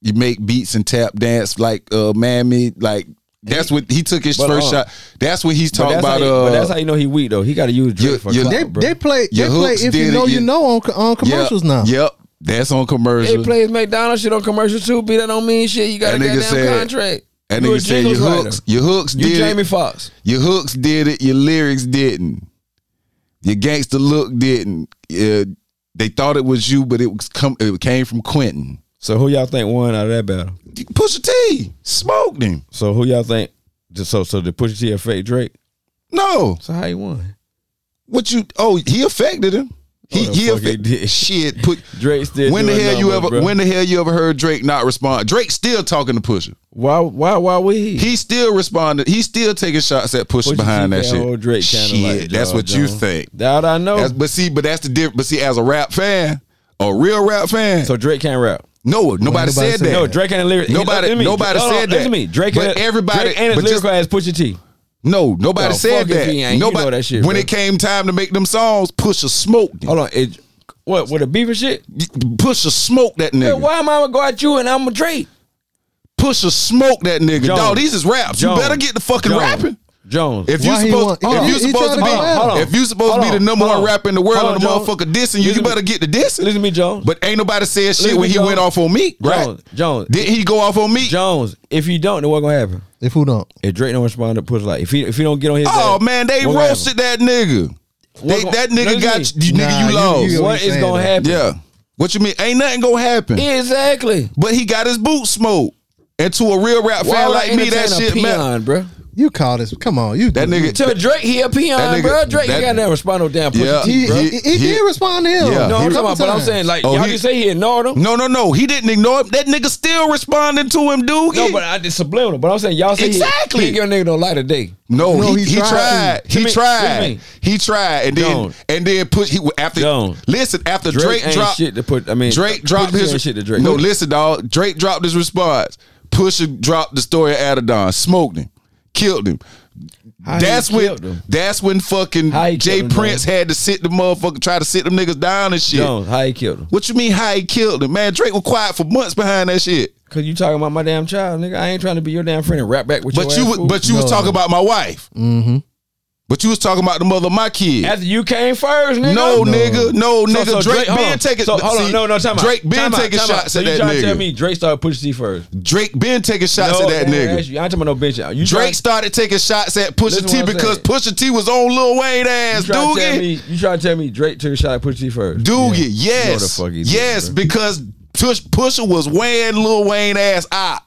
Speaker 2: you make beats and tap dance like uh Mammy like. That's what he took his
Speaker 1: But,
Speaker 2: first
Speaker 1: uh,
Speaker 2: shot. That's when he's
Speaker 1: But
Speaker 2: talking
Speaker 1: that's
Speaker 2: about.
Speaker 1: how you,
Speaker 2: uh,
Speaker 1: but that's how you know he weak though. He got to use Drake
Speaker 2: you-
Speaker 1: for
Speaker 2: you-
Speaker 1: clout,
Speaker 3: They
Speaker 1: bro.
Speaker 3: they play
Speaker 2: Your
Speaker 3: they play
Speaker 2: hooks
Speaker 3: if
Speaker 2: did
Speaker 3: you
Speaker 2: it,
Speaker 3: know
Speaker 2: yeah.
Speaker 3: you know on on
Speaker 2: Yep,
Speaker 3: commercials now.
Speaker 2: Yep, that's on commercials.
Speaker 1: They plays McDonald's shit on commercial too, but that don't mean shit. You got a
Speaker 2: That nigga
Speaker 1: goddamn
Speaker 2: said-
Speaker 1: contract.
Speaker 2: and
Speaker 1: You
Speaker 2: then
Speaker 1: a
Speaker 2: you say your
Speaker 1: jingles writer.
Speaker 2: hooks, your hooks
Speaker 1: You
Speaker 2: did
Speaker 1: Jamie
Speaker 2: it.
Speaker 1: Foxx.
Speaker 2: Your hooks did it. Your lyrics didn't. Your gangster look didn't. Yeah, they thought it was you, but it was come. It came from Quentin.
Speaker 1: So who y'all think won out of that battle?
Speaker 2: Pusha T smoked him.
Speaker 1: So who y'all think? Just so so did Pusha T affect Drake?
Speaker 2: No,
Speaker 1: So how he won?
Speaker 2: what you? Oh, he affected him. He
Speaker 1: Oh,
Speaker 2: he
Speaker 1: fuck, he
Speaker 2: affected.
Speaker 1: did.
Speaker 2: Shit, put.
Speaker 1: Drake still.
Speaker 2: when the
Speaker 1: doing
Speaker 2: hell you
Speaker 1: numbers,
Speaker 2: ever?
Speaker 1: bro.
Speaker 2: When the hell you ever heard Drake not respond? Drake still talking to Pusha.
Speaker 1: Why why why would he?
Speaker 2: He still responded. He still taking shots at Pusha,
Speaker 1: Pusha
Speaker 2: behind
Speaker 1: T
Speaker 2: that
Speaker 1: got
Speaker 2: shit.
Speaker 1: old Drake kinda
Speaker 2: shit,
Speaker 1: like Oh.
Speaker 2: that's
Speaker 1: Jaws
Speaker 2: what you
Speaker 1: Jones.
Speaker 2: think.
Speaker 1: That I know.
Speaker 2: That's, but see, but that's the difference. But see, as a rap fan, a real rap fan,
Speaker 1: so Drake can't rap.
Speaker 2: no, nobody
Speaker 3: nobody
Speaker 2: said
Speaker 3: said
Speaker 2: that.
Speaker 1: No, Drake ain't a lyric.
Speaker 2: Nobody-
Speaker 1: let me-
Speaker 2: nobody
Speaker 1: hold on,
Speaker 2: said
Speaker 1: listen
Speaker 2: that.
Speaker 1: to me. Drake,
Speaker 2: But
Speaker 1: ain't a-
Speaker 2: everybody-
Speaker 1: Drake ain't as
Speaker 2: but just-
Speaker 1: lyrical as Pusha T.
Speaker 2: no, nobody
Speaker 1: No,
Speaker 2: said
Speaker 1: fuck if
Speaker 2: that.
Speaker 1: he ain't. You
Speaker 2: Nobody.
Speaker 1: know that shit,
Speaker 2: when
Speaker 1: bro.
Speaker 2: it came time to make them songs, Pusha smoked. him.
Speaker 1: Hold on, it, what with a beef and shit?
Speaker 2: Pusha smoked that nigga.
Speaker 1: Man, why am I gonna go at you and I'm a Drake?
Speaker 2: Pusha smoked that nigga.
Speaker 1: Jones.
Speaker 2: Dog, these is raps.
Speaker 1: Jones.
Speaker 2: you better get the fucking
Speaker 1: Jones.
Speaker 2: rapping.
Speaker 1: Jones.
Speaker 2: If you
Speaker 3: Why he
Speaker 2: supposed,
Speaker 3: want- Oh,
Speaker 2: if
Speaker 3: he-
Speaker 2: you
Speaker 3: he
Speaker 2: supposed to
Speaker 3: trying
Speaker 2: be,
Speaker 3: to get
Speaker 1: loud.
Speaker 2: if you supposed to
Speaker 1: Hold
Speaker 2: be the
Speaker 1: on,
Speaker 2: number
Speaker 1: hold
Speaker 2: one
Speaker 1: on.
Speaker 2: rapper in the world,
Speaker 1: Hold
Speaker 2: and
Speaker 1: on,
Speaker 2: the
Speaker 1: Jones.
Speaker 2: motherfucker dissing you, you
Speaker 1: Listen to
Speaker 2: better
Speaker 1: me.
Speaker 2: get the dissing.
Speaker 1: Listen to me, Jones.
Speaker 2: But ain't nobody said shit
Speaker 1: Listen
Speaker 2: when
Speaker 1: to
Speaker 2: he
Speaker 1: me,
Speaker 2: went
Speaker 1: Jones.
Speaker 2: off on me, right?
Speaker 1: Jones, Jones,
Speaker 2: Did he go off on me?
Speaker 1: Jones. If you don't, then what's gonna happen?
Speaker 3: If who don't,
Speaker 1: If Drake don't respond to push like if he if he don't get on his
Speaker 2: Oh
Speaker 1: ass,
Speaker 2: man, they
Speaker 1: what gonna
Speaker 2: roasted that nigga. They,
Speaker 1: gon-
Speaker 2: that
Speaker 1: Listen
Speaker 2: nigga
Speaker 1: to
Speaker 2: got
Speaker 1: me.
Speaker 2: you, nigga. You
Speaker 3: Nah,
Speaker 2: lost.
Speaker 3: you-
Speaker 1: happen?
Speaker 3: you-
Speaker 1: What is
Speaker 3: saying
Speaker 1: gonna
Speaker 3: that.
Speaker 1: happen?
Speaker 2: yeah. What you mean? Ain't nothing gonna happen.
Speaker 1: Exactly.
Speaker 2: But he got his boot smoked. And to a real rap fan
Speaker 1: would I
Speaker 2: like me, that
Speaker 1: entertain a
Speaker 2: shit man.
Speaker 1: peon, bro.
Speaker 3: you call this. Come on, you
Speaker 2: That nigga.
Speaker 1: To Drake, he a peon,
Speaker 2: That nigga-
Speaker 1: bro. Drake
Speaker 2: that-
Speaker 1: ain't got that respond no damn push.
Speaker 2: Yeah.
Speaker 1: T,
Speaker 3: He,
Speaker 1: bro.
Speaker 3: he, he,
Speaker 2: He-
Speaker 3: did respond to him.
Speaker 2: Yeah.
Speaker 1: no, I'm
Speaker 2: he-
Speaker 1: talking about, but I'm saying like
Speaker 2: Oh,
Speaker 1: y'all
Speaker 2: he-
Speaker 1: can say he ignored him.
Speaker 2: no, no, no. He didn't ignore him. That nigga still responding to him, dude.
Speaker 1: No, but I just subliminal. But I'm saying y'all say
Speaker 2: Exactly.
Speaker 1: He, he give a nigga no light of day.
Speaker 2: no,
Speaker 3: No,
Speaker 2: he,
Speaker 3: he
Speaker 2: he tried.
Speaker 3: tried.
Speaker 1: To
Speaker 2: He
Speaker 1: me-
Speaker 2: tried.
Speaker 1: to me.
Speaker 2: He tried, and
Speaker 1: Jones.
Speaker 2: then and then push. He after.
Speaker 1: Jones.
Speaker 2: Listen, after
Speaker 1: Drake,
Speaker 2: Drake,
Speaker 1: ain't
Speaker 2: dropped.
Speaker 1: shit to put. I mean,
Speaker 2: Drake
Speaker 1: Pusha
Speaker 2: dropped
Speaker 1: T
Speaker 2: his
Speaker 1: ain't shit to Drake.
Speaker 2: No, listen, dog. Drake dropped his response. Pusha dropped the story at Adon, smoked him, killed him.
Speaker 1: How he
Speaker 2: that's when
Speaker 1: killed him?
Speaker 2: that's when fucking
Speaker 1: How he
Speaker 2: Jay
Speaker 1: killed him,
Speaker 2: Prince had to sit the motherfucker try to sit them niggas down and shit.
Speaker 1: Jones, how he killed him?
Speaker 2: What you mean how he killed him? Man, Drake was quiet for months behind that shit.
Speaker 1: Cause you talking about my damn child, nigga. I ain't trying to be your damn friend and rap back with
Speaker 2: But you
Speaker 1: your ass, fool.
Speaker 2: was- but you was
Speaker 3: No.
Speaker 2: talking about my wife. Mm-hmm. But you was talking about the mother of my kid.
Speaker 1: after you came first, nigga.
Speaker 2: no, nigga, no
Speaker 1: So-
Speaker 2: nigga.
Speaker 1: so
Speaker 2: Drake,
Speaker 1: hold
Speaker 2: been
Speaker 1: on.
Speaker 2: taking
Speaker 1: So, hold
Speaker 2: see,
Speaker 1: on, no, no, time out.
Speaker 2: Drake been
Speaker 1: Time out,
Speaker 2: taking
Speaker 1: time out.
Speaker 2: shots
Speaker 1: so
Speaker 2: at
Speaker 1: you
Speaker 2: that
Speaker 1: trying to tell
Speaker 2: nigga.
Speaker 1: me Drake started pushing C first?
Speaker 2: Drake been taking shots
Speaker 1: no,
Speaker 2: at that
Speaker 1: man,
Speaker 2: nigga.
Speaker 1: that's You I ain't talking about no bitch. You
Speaker 2: Drake started taking shots at Pusha
Speaker 1: Listen
Speaker 2: T
Speaker 1: what I'm
Speaker 2: because
Speaker 1: saying.
Speaker 2: Pusha T was on Lil Wayne
Speaker 1: trying,
Speaker 2: ass.
Speaker 1: you trying to tell
Speaker 2: Doogie,
Speaker 1: me? You trying to tell me Drake took a shot at Pusha T first?
Speaker 2: Doogie,
Speaker 1: You know the
Speaker 2: yes,
Speaker 1: fuck he did,
Speaker 2: yes,
Speaker 1: bro.
Speaker 2: because Push, Pusha was weighing Lil Wayne ass out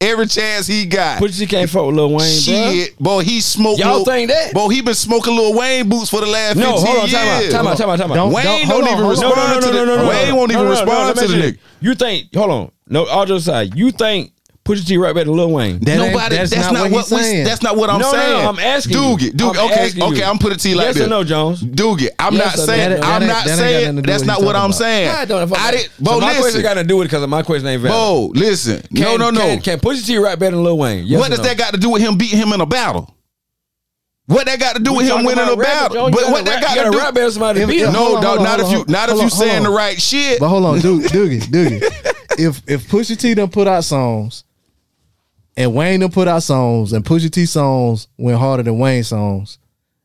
Speaker 2: every chance he got.
Speaker 1: Pusha T can't fuck with Lil Wayne, bruh.
Speaker 2: Shit, boy, he smoked.
Speaker 1: Y'all
Speaker 2: Lil-
Speaker 1: think that?
Speaker 2: Boy, he been smoking Lil Wayne boots for the last
Speaker 1: No,
Speaker 2: fifteen
Speaker 1: hold on, time out,
Speaker 2: years.
Speaker 1: time out, time out, time out.
Speaker 3: Don't-
Speaker 2: Wayne don't,
Speaker 3: hold on,
Speaker 2: even
Speaker 3: hold on.
Speaker 1: No,
Speaker 2: respond
Speaker 1: no,
Speaker 2: to
Speaker 1: no, no,
Speaker 2: the
Speaker 1: no, no, no.
Speaker 2: Wayne won't
Speaker 1: no,
Speaker 2: even
Speaker 1: no, no,
Speaker 2: respond
Speaker 1: no,
Speaker 2: to the
Speaker 1: listen.
Speaker 2: nigga.
Speaker 1: You think? Hold on. No, all jokes aside, you think Pusha T right back to Lil Wayne?
Speaker 3: That ain't-
Speaker 2: Nobody. That's, not,
Speaker 3: he
Speaker 2: what. we,
Speaker 3: saying.
Speaker 2: that's not what I'm
Speaker 1: no,
Speaker 2: saying.
Speaker 1: No, no, I'm asking.
Speaker 2: Doogie,
Speaker 1: you.
Speaker 2: Doogie.
Speaker 1: I'm
Speaker 2: okay,
Speaker 1: asking
Speaker 2: okay.
Speaker 1: you.
Speaker 2: I'm putting it to you like
Speaker 1: yes
Speaker 2: this.
Speaker 1: or no, Jones.
Speaker 2: Doogie, I'm
Speaker 1: Yes
Speaker 2: not
Speaker 1: or no?
Speaker 2: saying.
Speaker 3: That- that
Speaker 2: I'm
Speaker 3: ain't-
Speaker 2: not
Speaker 3: that ain't got nothing
Speaker 2: saying.
Speaker 3: to do
Speaker 2: That's
Speaker 3: with
Speaker 2: not
Speaker 3: you
Speaker 2: what I'm
Speaker 3: talking about.
Speaker 2: saying.
Speaker 1: I don't.
Speaker 2: I didn't.
Speaker 1: so
Speaker 2: Bo,
Speaker 1: my question got
Speaker 2: listen.
Speaker 1: to do with it because my question ain't valid.
Speaker 2: Bo, listen. No,
Speaker 1: Can-
Speaker 2: no, no.
Speaker 1: Can, can Pusha T rap better than Lil Wayne? Yes
Speaker 2: What
Speaker 1: or
Speaker 2: does
Speaker 1: no?
Speaker 2: that got to do with him beating him in a battle? What that got to do
Speaker 1: We
Speaker 2: with him
Speaker 1: talking
Speaker 2: winning
Speaker 1: about
Speaker 2: a
Speaker 1: rapping,
Speaker 2: battle?
Speaker 1: Jones. You
Speaker 2: But what
Speaker 1: gotta
Speaker 2: that
Speaker 1: rap- you
Speaker 2: got to
Speaker 1: gotta
Speaker 2: do?
Speaker 1: rap better than somebody to
Speaker 3: If-
Speaker 1: beat
Speaker 3: if-
Speaker 1: him.
Speaker 3: hold
Speaker 2: No,
Speaker 3: on,
Speaker 2: dog.
Speaker 3: hold on,
Speaker 2: Not if you.
Speaker 3: hold on,
Speaker 2: Not if
Speaker 3: hold
Speaker 2: you
Speaker 3: on,
Speaker 2: saying
Speaker 3: hold
Speaker 2: the
Speaker 3: on.
Speaker 2: right shit.
Speaker 3: But hold on, dude, Doogie, Doogie. If if Pusha T done put out songs, and Wayne done put out songs, and Pusha T songs went harder than Wayne songs,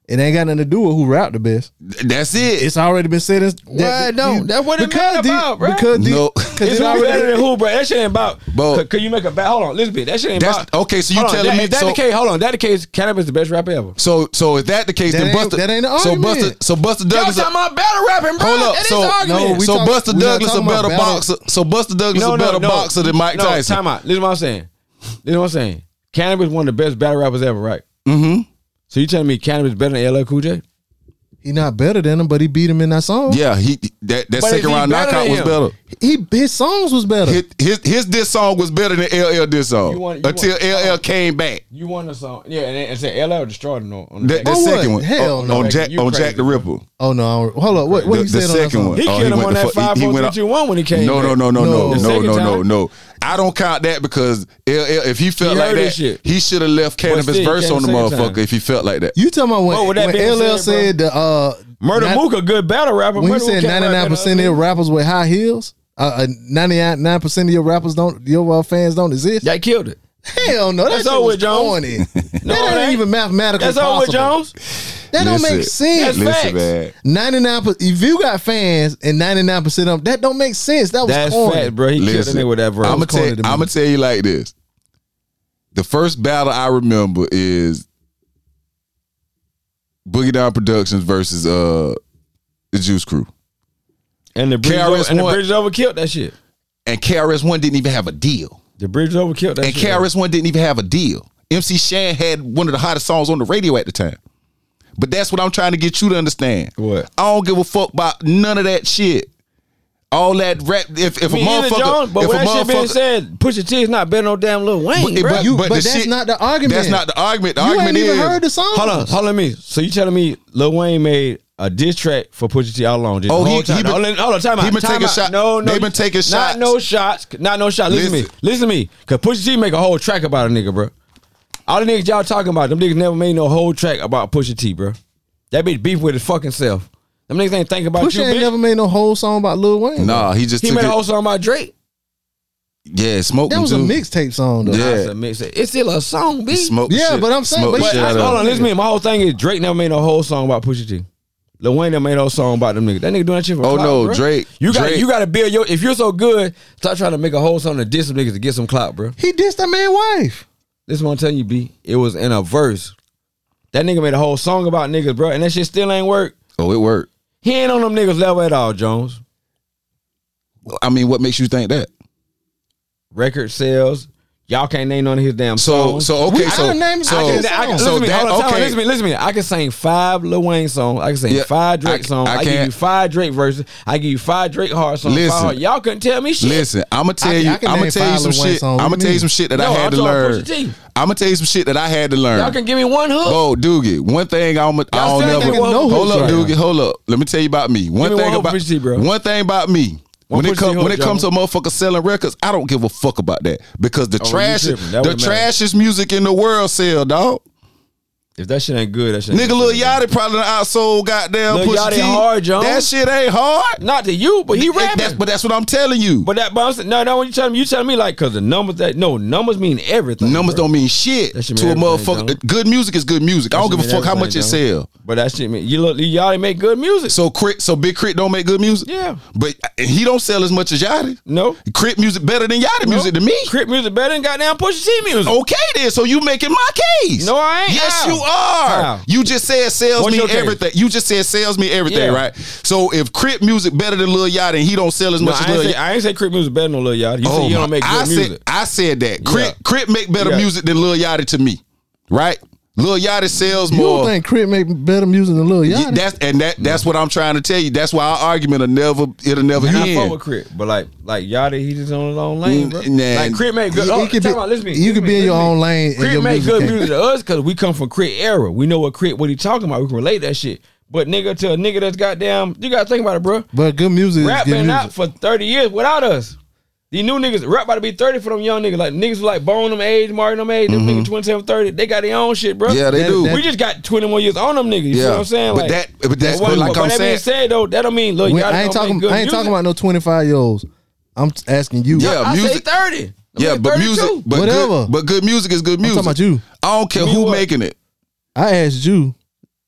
Speaker 3: it ain't got nothing to do with who rapped the best.
Speaker 2: That's it.
Speaker 3: It's already been said. That,
Speaker 1: Why don't? That's what it
Speaker 3: because
Speaker 1: mad
Speaker 3: the-
Speaker 1: about, bruh.
Speaker 3: Because the-
Speaker 2: No.
Speaker 3: 'cause
Speaker 1: It's
Speaker 3: it
Speaker 1: who
Speaker 3: already.
Speaker 1: better than who, bro? That shit ain't about.
Speaker 2: Bo.
Speaker 1: Could you make a bat? Hold on, listen, bit. That shit ain't
Speaker 2: That's-
Speaker 1: about.
Speaker 2: okay, so you
Speaker 1: Hold on,
Speaker 2: telling
Speaker 1: that-
Speaker 2: me-
Speaker 1: if that
Speaker 2: so-
Speaker 1: the case? Hold on, that the case? Cannabis the best rapper ever.
Speaker 2: So, so if that the case,
Speaker 3: That
Speaker 2: then
Speaker 3: ain't-
Speaker 2: Buster.
Speaker 3: that ain't an
Speaker 2: So
Speaker 3: argument.
Speaker 2: Buster. So Buster
Speaker 1: Y'all
Speaker 2: Douglas.
Speaker 1: talking about battle rapping, bro?
Speaker 2: Hold up.
Speaker 1: That ain't
Speaker 2: So,
Speaker 1: the argument.
Speaker 3: No, we
Speaker 2: so
Speaker 3: talk-
Speaker 2: Buster
Speaker 3: we not
Speaker 2: Douglas a
Speaker 3: talking about
Speaker 2: better
Speaker 3: battle.
Speaker 2: boxer. So Buster Douglas a better boxer than Mike
Speaker 1: no,
Speaker 2: Tyson.
Speaker 1: Time out. Listen to what I'm saying. Listen to what I'm saying. Cannabis one of the best battle rappers ever, right? Mm-hmm. So you telling me cannabis better than LL Cool J?
Speaker 3: He not better than him, but he beat him in that song.
Speaker 2: Yeah, he that, that
Speaker 1: But
Speaker 2: second
Speaker 1: is he
Speaker 2: round
Speaker 1: better
Speaker 2: knockout
Speaker 1: than
Speaker 2: was
Speaker 1: him?
Speaker 2: better.
Speaker 3: He his songs was better.
Speaker 2: His, his his diss song was better than LL diss song
Speaker 1: You want- you
Speaker 2: until
Speaker 1: want-
Speaker 2: LL came back.
Speaker 1: You won the song, yeah, and, and say LL destroyed it on, on the
Speaker 2: That, that
Speaker 1: record.
Speaker 3: Oh, what?
Speaker 2: second one
Speaker 3: Hell
Speaker 2: on,
Speaker 3: no.
Speaker 2: on Jack
Speaker 1: You
Speaker 2: on
Speaker 1: crazy.
Speaker 2: Jack the Ripper.
Speaker 3: oh no, I don't- hold on. What what
Speaker 2: the,
Speaker 3: he said
Speaker 2: the
Speaker 3: on that
Speaker 2: second
Speaker 3: song?
Speaker 2: one.
Speaker 1: He
Speaker 2: Oh,
Speaker 1: killed him
Speaker 2: went
Speaker 1: on
Speaker 2: the
Speaker 1: that
Speaker 2: fu-
Speaker 1: five, four,
Speaker 2: went
Speaker 1: three,
Speaker 2: up-
Speaker 1: two, one when he came.
Speaker 2: No, no,
Speaker 1: back.
Speaker 2: no, no, no,
Speaker 1: The
Speaker 2: no,
Speaker 1: second
Speaker 2: no, no,
Speaker 1: time?
Speaker 2: no. I don't count that because LL, if he felt
Speaker 1: He
Speaker 2: like
Speaker 1: heard
Speaker 2: that,
Speaker 1: his shit.
Speaker 2: he should have left cannabis
Speaker 1: still, he
Speaker 2: verse
Speaker 1: came
Speaker 2: on the
Speaker 1: the second
Speaker 2: motherfucker
Speaker 1: time.
Speaker 2: if he felt like that.
Speaker 3: You talking about when,
Speaker 1: What would that
Speaker 3: when
Speaker 1: being
Speaker 3: LL
Speaker 1: said,
Speaker 3: said the uh
Speaker 1: Murder
Speaker 3: not-
Speaker 1: Mook a good battle rapper.
Speaker 3: when you
Speaker 1: Murder Mook
Speaker 3: said
Speaker 1: can't rap
Speaker 3: ninety nine percent of
Speaker 1: better
Speaker 3: your
Speaker 1: than
Speaker 3: rappers with high heels, uh ninety nine percent of your rappers don't your uh, fans don't exist.
Speaker 1: Y'all killed it.
Speaker 3: Hell no, that's
Speaker 1: That's over
Speaker 3: always
Speaker 1: with, Jones.
Speaker 3: corny.
Speaker 1: No,
Speaker 3: that
Speaker 1: it
Speaker 3: ain't
Speaker 1: ain't.
Speaker 3: even mathematically
Speaker 1: That's
Speaker 3: possible.
Speaker 1: all with Jones.
Speaker 3: That don't make
Speaker 2: Listen.
Speaker 3: sense.
Speaker 1: That's
Speaker 2: Listen,
Speaker 1: facts.
Speaker 2: man.
Speaker 3: 99 if you got fans and 99% of them that don't make sense that was
Speaker 1: That's
Speaker 3: corny.
Speaker 1: fact, bro. He killed
Speaker 2: Listen,
Speaker 1: the nigga with that verse.
Speaker 2: I'm gonna
Speaker 3: was
Speaker 2: tell,
Speaker 3: corny to me.
Speaker 2: I'm gonna tell you like this. The first battle I remember is Boogie Down Productions versus uh the Juice Crew,
Speaker 1: and the bridge,
Speaker 2: KRS
Speaker 1: over, and the
Speaker 2: One.
Speaker 1: bridge over killed that shit.
Speaker 2: and KRS One didn't even have a deal,
Speaker 1: The bridge over killed that
Speaker 2: and
Speaker 1: shit.
Speaker 2: KRS One didn't even have a deal. MC Shan had one of the hottest songs on the radio at the time, but that's what I'm trying to get you to understand.
Speaker 1: What?
Speaker 2: I don't give a fuck about none of that shit. All that rap. If, if
Speaker 1: I mean,
Speaker 2: a
Speaker 1: either
Speaker 2: motherfucker,
Speaker 1: Jones, but
Speaker 2: if
Speaker 1: when
Speaker 2: a
Speaker 1: that shit being
Speaker 2: motherfucker,
Speaker 1: said, Pusha T is not better than no damn Lil Wayne,
Speaker 2: But-
Speaker 1: bro.
Speaker 2: but
Speaker 3: you, but,
Speaker 2: the
Speaker 3: that's
Speaker 2: shit-
Speaker 3: not the argument
Speaker 2: that's not the argument. The
Speaker 3: you
Speaker 2: argument
Speaker 3: ain't
Speaker 2: is
Speaker 3: even heard the song
Speaker 1: Hold on, hold on me. So you telling me Lil Wayne made a diss track for Pusha T all along? Just
Speaker 2: Oh,
Speaker 1: oh,
Speaker 2: he-
Speaker 1: he,
Speaker 2: he
Speaker 1: time.
Speaker 2: been-
Speaker 1: hold on, hold on, time
Speaker 2: he
Speaker 1: out,
Speaker 2: been
Speaker 1: time
Speaker 2: taking
Speaker 1: out.
Speaker 2: shot-
Speaker 1: No, no,
Speaker 2: they been taking shots.
Speaker 1: Not no shots. Not no shot. Listen, to
Speaker 2: Listen.
Speaker 1: me. Listen to me. Cause Pusha T make a whole track about a nigga, bro. All the niggas y'all talking about, them niggas never made no whole track about Pusha T, bro. That bitch beef with his fucking self. Them niggas ain't thinking about
Speaker 3: Pusha
Speaker 1: you,
Speaker 3: ain't
Speaker 1: bitch.
Speaker 3: never made no whole song about Lil Wayne
Speaker 2: Nah, he just
Speaker 1: he
Speaker 2: took
Speaker 1: made a
Speaker 2: it-
Speaker 1: whole song about Drake.
Speaker 2: Yeah, smoke.
Speaker 3: that was a mixtape song though
Speaker 2: Yeah.
Speaker 1: That's a mix. It's still a song, bitch.
Speaker 2: Smoke.
Speaker 3: Yeah, but I'm saying- but
Speaker 1: But
Speaker 3: Shut
Speaker 1: I,
Speaker 3: up.
Speaker 1: hold on, listen to me. My whole thing is Drake never made a whole song about Pusha T. Lil Wayne never made no song about them niggas. That nigga doing that shit for
Speaker 2: Oh,
Speaker 1: clout,
Speaker 2: no,
Speaker 1: bruh.
Speaker 2: Drake-
Speaker 1: You got
Speaker 2: Drake.
Speaker 1: you got to build your. If you're so good, stop trying to make a whole song to diss some niggas to get some clout, bro.
Speaker 3: he dissed that man wife
Speaker 1: This is what I'm telling you, B. It was in a verse. That nigga made a whole song about niggas, bro, and that shit still ain't work.
Speaker 2: Oh, it worked.
Speaker 1: He ain't on them niggas level at all, Jones.
Speaker 2: I mean, what makes you think that?
Speaker 1: Record sales. Y'all can't name none of his damn
Speaker 2: So,
Speaker 1: songs.
Speaker 2: so okay,
Speaker 3: I
Speaker 2: so
Speaker 3: done named-
Speaker 2: so
Speaker 1: I
Speaker 3: Oh,
Speaker 1: can, I can,
Speaker 2: so
Speaker 1: listen to me,
Speaker 2: that
Speaker 1: hold on, time out,
Speaker 2: okay.
Speaker 1: listen to me, listen to me. I can sing five Lil Wayne songs. I can sing
Speaker 2: Yeah,
Speaker 1: five
Speaker 2: I-
Speaker 1: Drake songs.
Speaker 2: I
Speaker 1: I, give
Speaker 2: can't-
Speaker 1: you five Drake verses. I give you five Drake hard songs.
Speaker 2: Listen.
Speaker 1: five hard- y'all couldn't tell me shit.
Speaker 2: Listen, I'm gonna tell
Speaker 3: I-
Speaker 2: you.
Speaker 3: I
Speaker 2: I'm
Speaker 3: can
Speaker 2: gonna
Speaker 3: name
Speaker 2: tell you
Speaker 3: five
Speaker 2: some
Speaker 3: Lil Wayne
Speaker 2: shit. I'm
Speaker 3: songs.
Speaker 2: gonna
Speaker 3: What
Speaker 2: tell
Speaker 3: you
Speaker 2: you some shit that I
Speaker 1: No,
Speaker 2: had
Speaker 1: I'm
Speaker 2: to
Speaker 1: talking about
Speaker 2: learn.
Speaker 1: Pusha T.
Speaker 2: I'm gonna tell you some shit that I had to learn.
Speaker 1: Y'all can give me one hook.
Speaker 2: Oh, Doogie, one thing I'm, I
Speaker 1: Y'all
Speaker 2: don't
Speaker 1: still ain't
Speaker 2: never.
Speaker 1: getting no hooks
Speaker 2: Hold up,
Speaker 1: right
Speaker 2: Doogie,
Speaker 1: now.
Speaker 2: hold up. Let me tell you about me. One
Speaker 1: me
Speaker 2: thing
Speaker 1: one hook
Speaker 2: about
Speaker 1: for Pusha T, bro.
Speaker 2: one thing about me.
Speaker 1: One
Speaker 2: When it
Speaker 1: Pusha T
Speaker 2: comes when
Speaker 1: hook,
Speaker 2: it comes to
Speaker 1: John.
Speaker 2: motherfucker selling records, I don't give a fuck about that because the
Speaker 1: Oh, you
Speaker 2: trash
Speaker 1: tripping. That
Speaker 2: the
Speaker 1: would've mattered.
Speaker 2: trashest music in the world sell, dog.
Speaker 1: If that shit ain't good, that shit. Ain't
Speaker 2: Nigga, Lil
Speaker 1: good.
Speaker 2: Yachty probably done outsold goddamn
Speaker 1: Lil
Speaker 2: Pusha
Speaker 1: Yachty
Speaker 2: T.
Speaker 1: hard, Jones.
Speaker 2: That shit ain't hard.
Speaker 1: Not to you, but he
Speaker 2: It-
Speaker 1: rapping.
Speaker 2: that's- but that's what I'm telling you.
Speaker 1: but that, but I'm saying, no, no. When you telling me, you telling me like, cause the numbers that no numbers mean everything.
Speaker 2: Numbers
Speaker 1: bro.
Speaker 2: don't mean shit
Speaker 1: That shit
Speaker 2: to a
Speaker 1: mean everything,
Speaker 2: motherfucker.
Speaker 1: Jones.
Speaker 2: Good music is good music. I
Speaker 1: That
Speaker 2: don't
Speaker 1: shit
Speaker 2: give a
Speaker 1: mean
Speaker 2: fuck how much it
Speaker 1: everything, Jones.
Speaker 2: sell.
Speaker 1: But that shit mean you look. Y'all ain't make good music.
Speaker 2: So Crit, so Big Crit don't make good music.
Speaker 1: Yeah.
Speaker 2: but and he don't sell as much as Yachty.
Speaker 1: no.
Speaker 2: Crit music better than Yachty music to me.
Speaker 1: Crip music better than goddamn Pusha T music.
Speaker 2: Okay, then. So you making my case?
Speaker 1: No, I ain't.
Speaker 2: Yes,
Speaker 1: How?
Speaker 2: you are.
Speaker 1: How?
Speaker 2: You just said sales
Speaker 1: What's
Speaker 2: me
Speaker 1: your case?
Speaker 2: everything. You just said sales me everything,
Speaker 1: Yeah.
Speaker 2: right? So if Crit music better than Lil Yachty, and he don't sell as
Speaker 1: No,
Speaker 2: much as
Speaker 1: I,
Speaker 2: Lil
Speaker 1: ain't say,
Speaker 2: Yachty.
Speaker 1: I ain't say Crip music better than Lil Yachty. You say you don't
Speaker 2: Oh, my-
Speaker 1: make good
Speaker 2: I said,
Speaker 1: music.
Speaker 2: I said that. Crit,
Speaker 1: Yeah.
Speaker 2: Crit make better
Speaker 1: Yeah.
Speaker 2: music than Lil Yachty to me, right? Lil Yachty sells
Speaker 3: you
Speaker 2: more.
Speaker 3: don't think Crit make better music than Lil
Speaker 2: Ye-
Speaker 3: Yachty
Speaker 2: that's and that that's what I'm trying to tell you. That's why our argument will never it'll never
Speaker 1: And I fuck with
Speaker 2: end.
Speaker 1: Crip, but like, like Yachty, he just on his own lane, bro.
Speaker 2: Nah.
Speaker 1: Like Crip make good.
Speaker 3: You-
Speaker 1: Oh,
Speaker 3: you could
Speaker 1: time
Speaker 3: be-
Speaker 1: out, listen to me,
Speaker 3: you could
Speaker 1: listen to
Speaker 3: be
Speaker 1: me,
Speaker 3: in your
Speaker 1: listen to
Speaker 3: own
Speaker 1: me.
Speaker 3: lane and your
Speaker 1: Crip make
Speaker 3: music
Speaker 1: good
Speaker 3: can't-
Speaker 1: music to us because we come from Crip era. We know what Crip, what he talking about. We can relate that shit. But nigga to a nigga that's goddamn, you gotta think about it, bro.
Speaker 3: but good music is
Speaker 1: Rap
Speaker 3: good
Speaker 1: been
Speaker 3: music
Speaker 1: out for thirty years without us. These new niggas, rap about to be thirty for them young niggas. Like niggas like Bone them age, Martin them age, them
Speaker 3: Mm-hmm.
Speaker 1: niggas 27, 30. They got their own shit, bro.
Speaker 2: Yeah, they
Speaker 3: That-
Speaker 2: do.
Speaker 3: that-
Speaker 1: we just got 21 years on them niggas. You
Speaker 2: Yeah.
Speaker 1: know what I'm saying?
Speaker 2: But
Speaker 1: Like,
Speaker 2: that- but that's-
Speaker 1: what-
Speaker 2: but like
Speaker 1: but
Speaker 2: I'm
Speaker 1: that
Speaker 2: saying-
Speaker 1: being said though, that don't mean look.
Speaker 3: When-
Speaker 1: y'all
Speaker 3: I ain't
Speaker 1: don't
Speaker 3: talking
Speaker 1: make good
Speaker 3: I ain't talking about
Speaker 1: music.
Speaker 3: no 25 year olds I'm t- asking you
Speaker 2: Yeah,
Speaker 1: I
Speaker 2: music.
Speaker 1: say 30. I'm
Speaker 2: yeah,
Speaker 1: like
Speaker 2: but
Speaker 1: 32.
Speaker 2: music, but
Speaker 3: Whatever.
Speaker 2: good, but good music is good music.
Speaker 3: talking about you.
Speaker 2: I don't care
Speaker 1: Me
Speaker 2: who
Speaker 1: what?
Speaker 2: making it.
Speaker 3: I asked you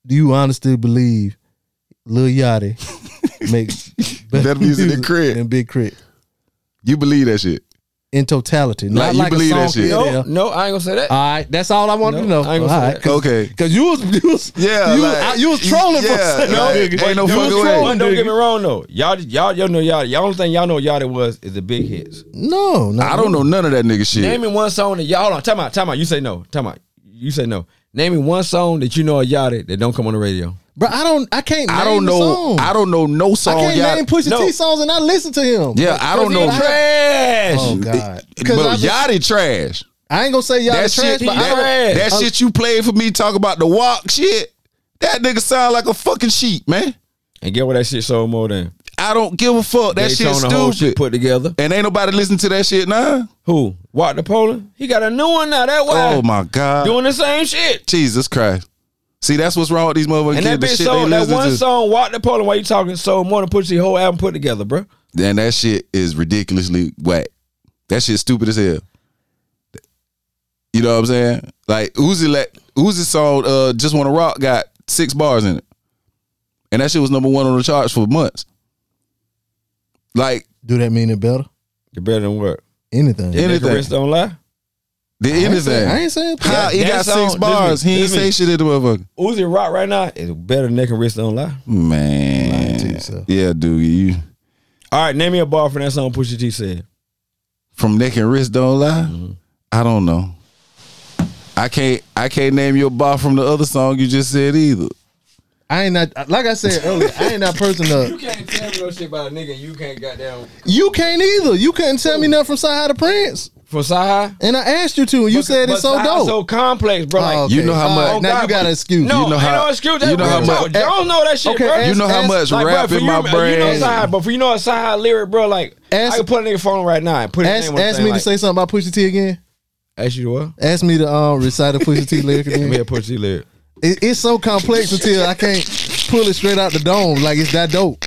Speaker 3: do you honestly believe Lil Yachty makes
Speaker 2: Better music than Crit.
Speaker 3: than Big Crit
Speaker 2: You believe that shit?
Speaker 3: in totality. Not
Speaker 2: Like,
Speaker 3: like,
Speaker 2: you
Speaker 3: a
Speaker 2: believe that
Speaker 3: song
Speaker 2: shit?
Speaker 3: here
Speaker 1: no,
Speaker 3: and there.
Speaker 1: no, I ain't gonna say that.
Speaker 3: All right, that's all I wanted
Speaker 1: No,
Speaker 3: to know.
Speaker 1: I ain't gonna
Speaker 3: all
Speaker 1: say
Speaker 3: right,
Speaker 1: that.
Speaker 3: cause,
Speaker 2: Okay.
Speaker 3: cause you was you was
Speaker 2: Yeah,
Speaker 3: you, was-
Speaker 2: like-
Speaker 3: I- you was trolling for
Speaker 2: yeah,
Speaker 3: a second.
Speaker 2: like,
Speaker 3: nigga.
Speaker 2: ain't no
Speaker 3: You
Speaker 2: fucking
Speaker 3: was
Speaker 2: way.
Speaker 1: But
Speaker 3: trolling,
Speaker 1: don't get me
Speaker 3: nigga.
Speaker 1: wrong though. Y'all, just- y'all, y'all know y'all. Y'all only thing y'all know y'all that was is the big hits.
Speaker 3: No, no,
Speaker 2: I don't know none of that nigga shit.
Speaker 1: Name me one song that y'all. Hold on, time out, time out. You say no, time out. You say no. Name me one song that you know a Yachty that don't come on the radio.
Speaker 3: Bro, I don't. I can't.
Speaker 2: I
Speaker 3: name
Speaker 2: don't
Speaker 3: the
Speaker 2: know.
Speaker 3: song.
Speaker 2: I don't know no song.
Speaker 3: I can't
Speaker 2: Yachty-
Speaker 3: name Pusha
Speaker 1: No.
Speaker 3: T songs and I listen to him.
Speaker 2: Yeah, I don't know.
Speaker 1: Trash.
Speaker 3: Oh God. Because
Speaker 2: But
Speaker 3: I, just-
Speaker 2: Yachty trash.
Speaker 3: I ain't gonna say y'all
Speaker 2: That
Speaker 3: trash,
Speaker 2: shit,
Speaker 3: but I don't.
Speaker 2: that, that
Speaker 3: I-
Speaker 2: shit you played for me talking about the walk shit. That nigga sound like a fucking sheep, man.
Speaker 1: And get what that shit sold more than.
Speaker 2: I don't give a fuck. That shit
Speaker 1: Daytona, whole
Speaker 2: stupid.
Speaker 1: shit put together.
Speaker 2: and ain't nobody listening to that shit now.
Speaker 1: Who? Walk the Poland? He got a new one now. That way.
Speaker 2: Oh my god,
Speaker 1: Doing the same shit.
Speaker 2: Jesus Christ! See, that's what's wrong with these motherfucking
Speaker 1: And
Speaker 2: kids.
Speaker 1: that
Speaker 2: the
Speaker 1: bitch
Speaker 2: shit
Speaker 1: sold
Speaker 2: they
Speaker 1: that
Speaker 2: listen
Speaker 1: one
Speaker 2: to,
Speaker 1: song, Walk the Poland, while you talking, sold more than Pusha T whole album put together, bro.
Speaker 2: and that shit is ridiculously whack. That shit stupid as hell. You know what I'm saying? Like Uzi, let Uzi song uh, "Just Want to Rock" got six bars in it, and that shit was number one on the charts for months. Like
Speaker 3: Do that mean it better?
Speaker 1: You're better than what?
Speaker 3: Anything?
Speaker 2: Yeah, Anything.
Speaker 1: Nigga Rich don't lie.
Speaker 2: the
Speaker 3: I ain't, say,
Speaker 2: anything.
Speaker 3: I ain't saying.
Speaker 2: How he
Speaker 1: That
Speaker 2: got
Speaker 1: song-
Speaker 2: six bars?
Speaker 1: listen,
Speaker 2: He ain't
Speaker 1: listen.
Speaker 2: say shit at the motherfucker.
Speaker 1: Uzi Rock right now is better than Nick and Rich don't lie.
Speaker 2: Man,
Speaker 3: Lying to yourself.
Speaker 2: yeah, dude, you
Speaker 1: All right, name me a bar from that song Pusha T said.
Speaker 2: from neck and wrist don't lie.
Speaker 3: Mm-hmm.
Speaker 2: I don't know. I can't. I can't name your bar from the other song you just said either.
Speaker 3: I ain't not. Like I said earlier, I ain't that person to.
Speaker 1: can't tell me no shit about a nigga you can't goddamn.
Speaker 3: You can't either. You couldn't tell me nothing from Side to Prince,
Speaker 1: From Sahai?
Speaker 3: and I asked you to, and you said it's so
Speaker 1: Sahai
Speaker 3: dope.
Speaker 1: so complex, bro. Like,
Speaker 3: Oh,
Speaker 2: You know how
Speaker 3: all
Speaker 2: much-
Speaker 3: right, now
Speaker 1: Oh,
Speaker 3: you
Speaker 1: God,
Speaker 3: got an
Speaker 1: but-
Speaker 3: excuse.
Speaker 1: No,
Speaker 2: You know
Speaker 1: ain't
Speaker 2: how-
Speaker 1: no excuse. That
Speaker 2: you know
Speaker 1: real
Speaker 2: how
Speaker 1: talk.
Speaker 2: much-
Speaker 1: Y'all know that shit,
Speaker 3: Okay,
Speaker 1: bro.
Speaker 3: ask-
Speaker 2: You know how
Speaker 3: ask-
Speaker 2: much
Speaker 1: Like,
Speaker 2: rap
Speaker 1: bro, for
Speaker 2: in my
Speaker 1: you, You know
Speaker 2: brain.
Speaker 1: Sahai, but for you know a Sahai lyric, bro, like,
Speaker 3: Ask-
Speaker 1: I can put a nigga phone right now and put his
Speaker 3: Ask,
Speaker 1: name on the
Speaker 3: ask
Speaker 1: thing,
Speaker 3: me
Speaker 1: like,
Speaker 3: to say something about Pusha T again.
Speaker 1: Ask you to what?
Speaker 3: Ask me to um, recite a Pusha T lyric
Speaker 1: Give me
Speaker 3: again.
Speaker 1: a Pusha T lyric.
Speaker 3: It, it's so complex until I can't pull it straight out the dome. Like it's that dope.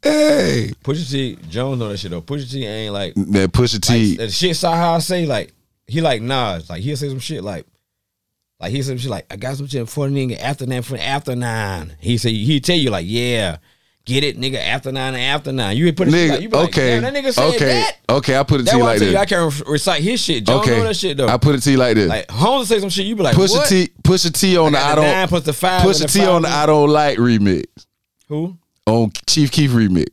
Speaker 2: Hey,
Speaker 1: Pusha T, Jones know that shit, though. Pusha T ain't like,
Speaker 2: that Pusha T.
Speaker 1: the shit Sahai say, like, he like Nas. Like, he'll say some shit like, like he said some shit like, I got some shit for the nigga after nine for after nine. He say he tell you like, yeah, get it, nigga, after nine and after nine. You put it
Speaker 2: nigga,
Speaker 1: like, you be like,
Speaker 2: okay,
Speaker 1: damn, that nigga said
Speaker 2: okay,
Speaker 1: that.
Speaker 2: okay. I put it
Speaker 1: That's
Speaker 2: to you
Speaker 1: why I
Speaker 2: like
Speaker 1: tell
Speaker 2: this.
Speaker 1: you I can't re- recite his shit. Y'all
Speaker 2: okay,
Speaker 1: know that shit though.
Speaker 2: I put it to you like this.
Speaker 1: like Holmes say some shit, you be like,
Speaker 2: Pusha
Speaker 1: what?
Speaker 2: T. Pusha T on the
Speaker 1: Got
Speaker 2: I
Speaker 1: the nine
Speaker 2: don't.
Speaker 1: plus the five. and
Speaker 2: Pusha T
Speaker 1: five
Speaker 2: on the
Speaker 1: is-
Speaker 2: I don't like remix
Speaker 1: Who?
Speaker 2: on Chief Keef remix.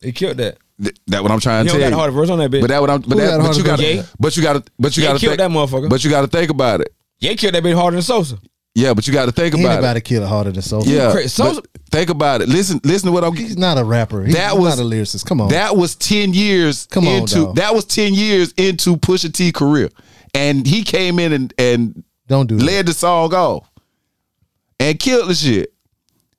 Speaker 1: He killed that.
Speaker 2: Th- That what I'm trying
Speaker 1: He
Speaker 2: to
Speaker 1: don't
Speaker 2: tell
Speaker 1: got
Speaker 2: you.
Speaker 1: a hard verse on that bitch.
Speaker 2: But that what I'm. But,
Speaker 3: Who
Speaker 2: that,
Speaker 3: got
Speaker 2: but
Speaker 3: harder
Speaker 2: you got.
Speaker 1: than Ye?
Speaker 2: to But you got to. But you
Speaker 1: Ye
Speaker 2: got to
Speaker 1: killed
Speaker 2: think.
Speaker 1: that motherfucker.
Speaker 2: But you got to think about it.
Speaker 1: yeah, he killed that bitch harder than Sosa.
Speaker 2: Yeah, but you got to think about it.
Speaker 3: Anybody kill it harder than Soulja.
Speaker 2: Yeah,
Speaker 1: crazy. So-
Speaker 2: but think about it. Listen, listen to what I'm.
Speaker 3: He's not a rapper. He's
Speaker 2: That
Speaker 3: that was,
Speaker 2: was-
Speaker 3: not a lyricist. Come on.
Speaker 2: That was ten years
Speaker 3: Come on,
Speaker 2: into.
Speaker 3: dawg.
Speaker 2: that was ten years into Pusha T career, and he came in and and
Speaker 3: Don't do that.
Speaker 2: led the song off, and killed the shit.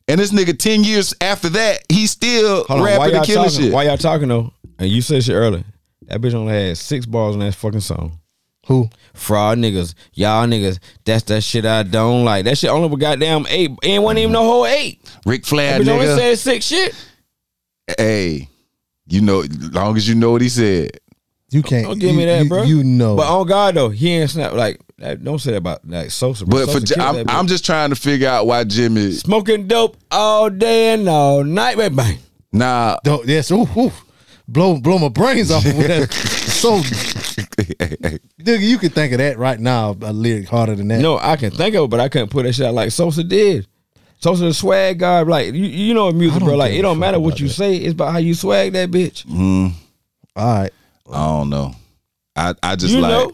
Speaker 2: And this nigga, ten years after that, he still
Speaker 1: Hold on, why
Speaker 2: rapping
Speaker 1: y'all
Speaker 2: and killing
Speaker 1: talking?
Speaker 2: shit.
Speaker 1: Why y'all talking though? And you said shit earlier. That bitch only had six bars on that fucking song.
Speaker 3: Who?
Speaker 1: Fraud niggas, y'all niggas. That's that shit I don't like. That shit only was goddamn eight. Ain't wasn't even no whole eight.
Speaker 2: Rick Flair,
Speaker 1: Bitch only
Speaker 2: nigga.
Speaker 1: said six shit.
Speaker 2: hey, you know, long as you know what he said.
Speaker 3: You can't.
Speaker 1: Don't give
Speaker 3: you-
Speaker 1: me that,
Speaker 3: you-
Speaker 1: bro.
Speaker 3: You know.
Speaker 1: But on God though, he ain't snap like. That, don't say that about like Sosa.
Speaker 2: But
Speaker 1: Bro.
Speaker 2: for
Speaker 1: Sosa
Speaker 2: J-
Speaker 1: killed
Speaker 2: I'm,
Speaker 1: that bitch.
Speaker 2: I'm just trying to figure out why Jimmy.
Speaker 1: smoking dope all day and all night. Bang bang.
Speaker 2: Nah,
Speaker 3: Don't, yes. Ooh, ooh. Blow, blow my brains off with that. so, dude, you could think of that right now. A lyric harder than that.
Speaker 1: No, I can think of, it, but I couldn't put that shit out like Sosa did. Sosa the swag guy, like you, you know in music, bro. Like
Speaker 3: give
Speaker 1: it
Speaker 3: a
Speaker 1: don't
Speaker 3: fuck
Speaker 1: matter what
Speaker 3: about
Speaker 1: you
Speaker 3: that.
Speaker 1: say, it's about how you swag that bitch.
Speaker 3: All right.
Speaker 2: Hmm, I don't know. I, I just
Speaker 1: You
Speaker 2: like
Speaker 1: know?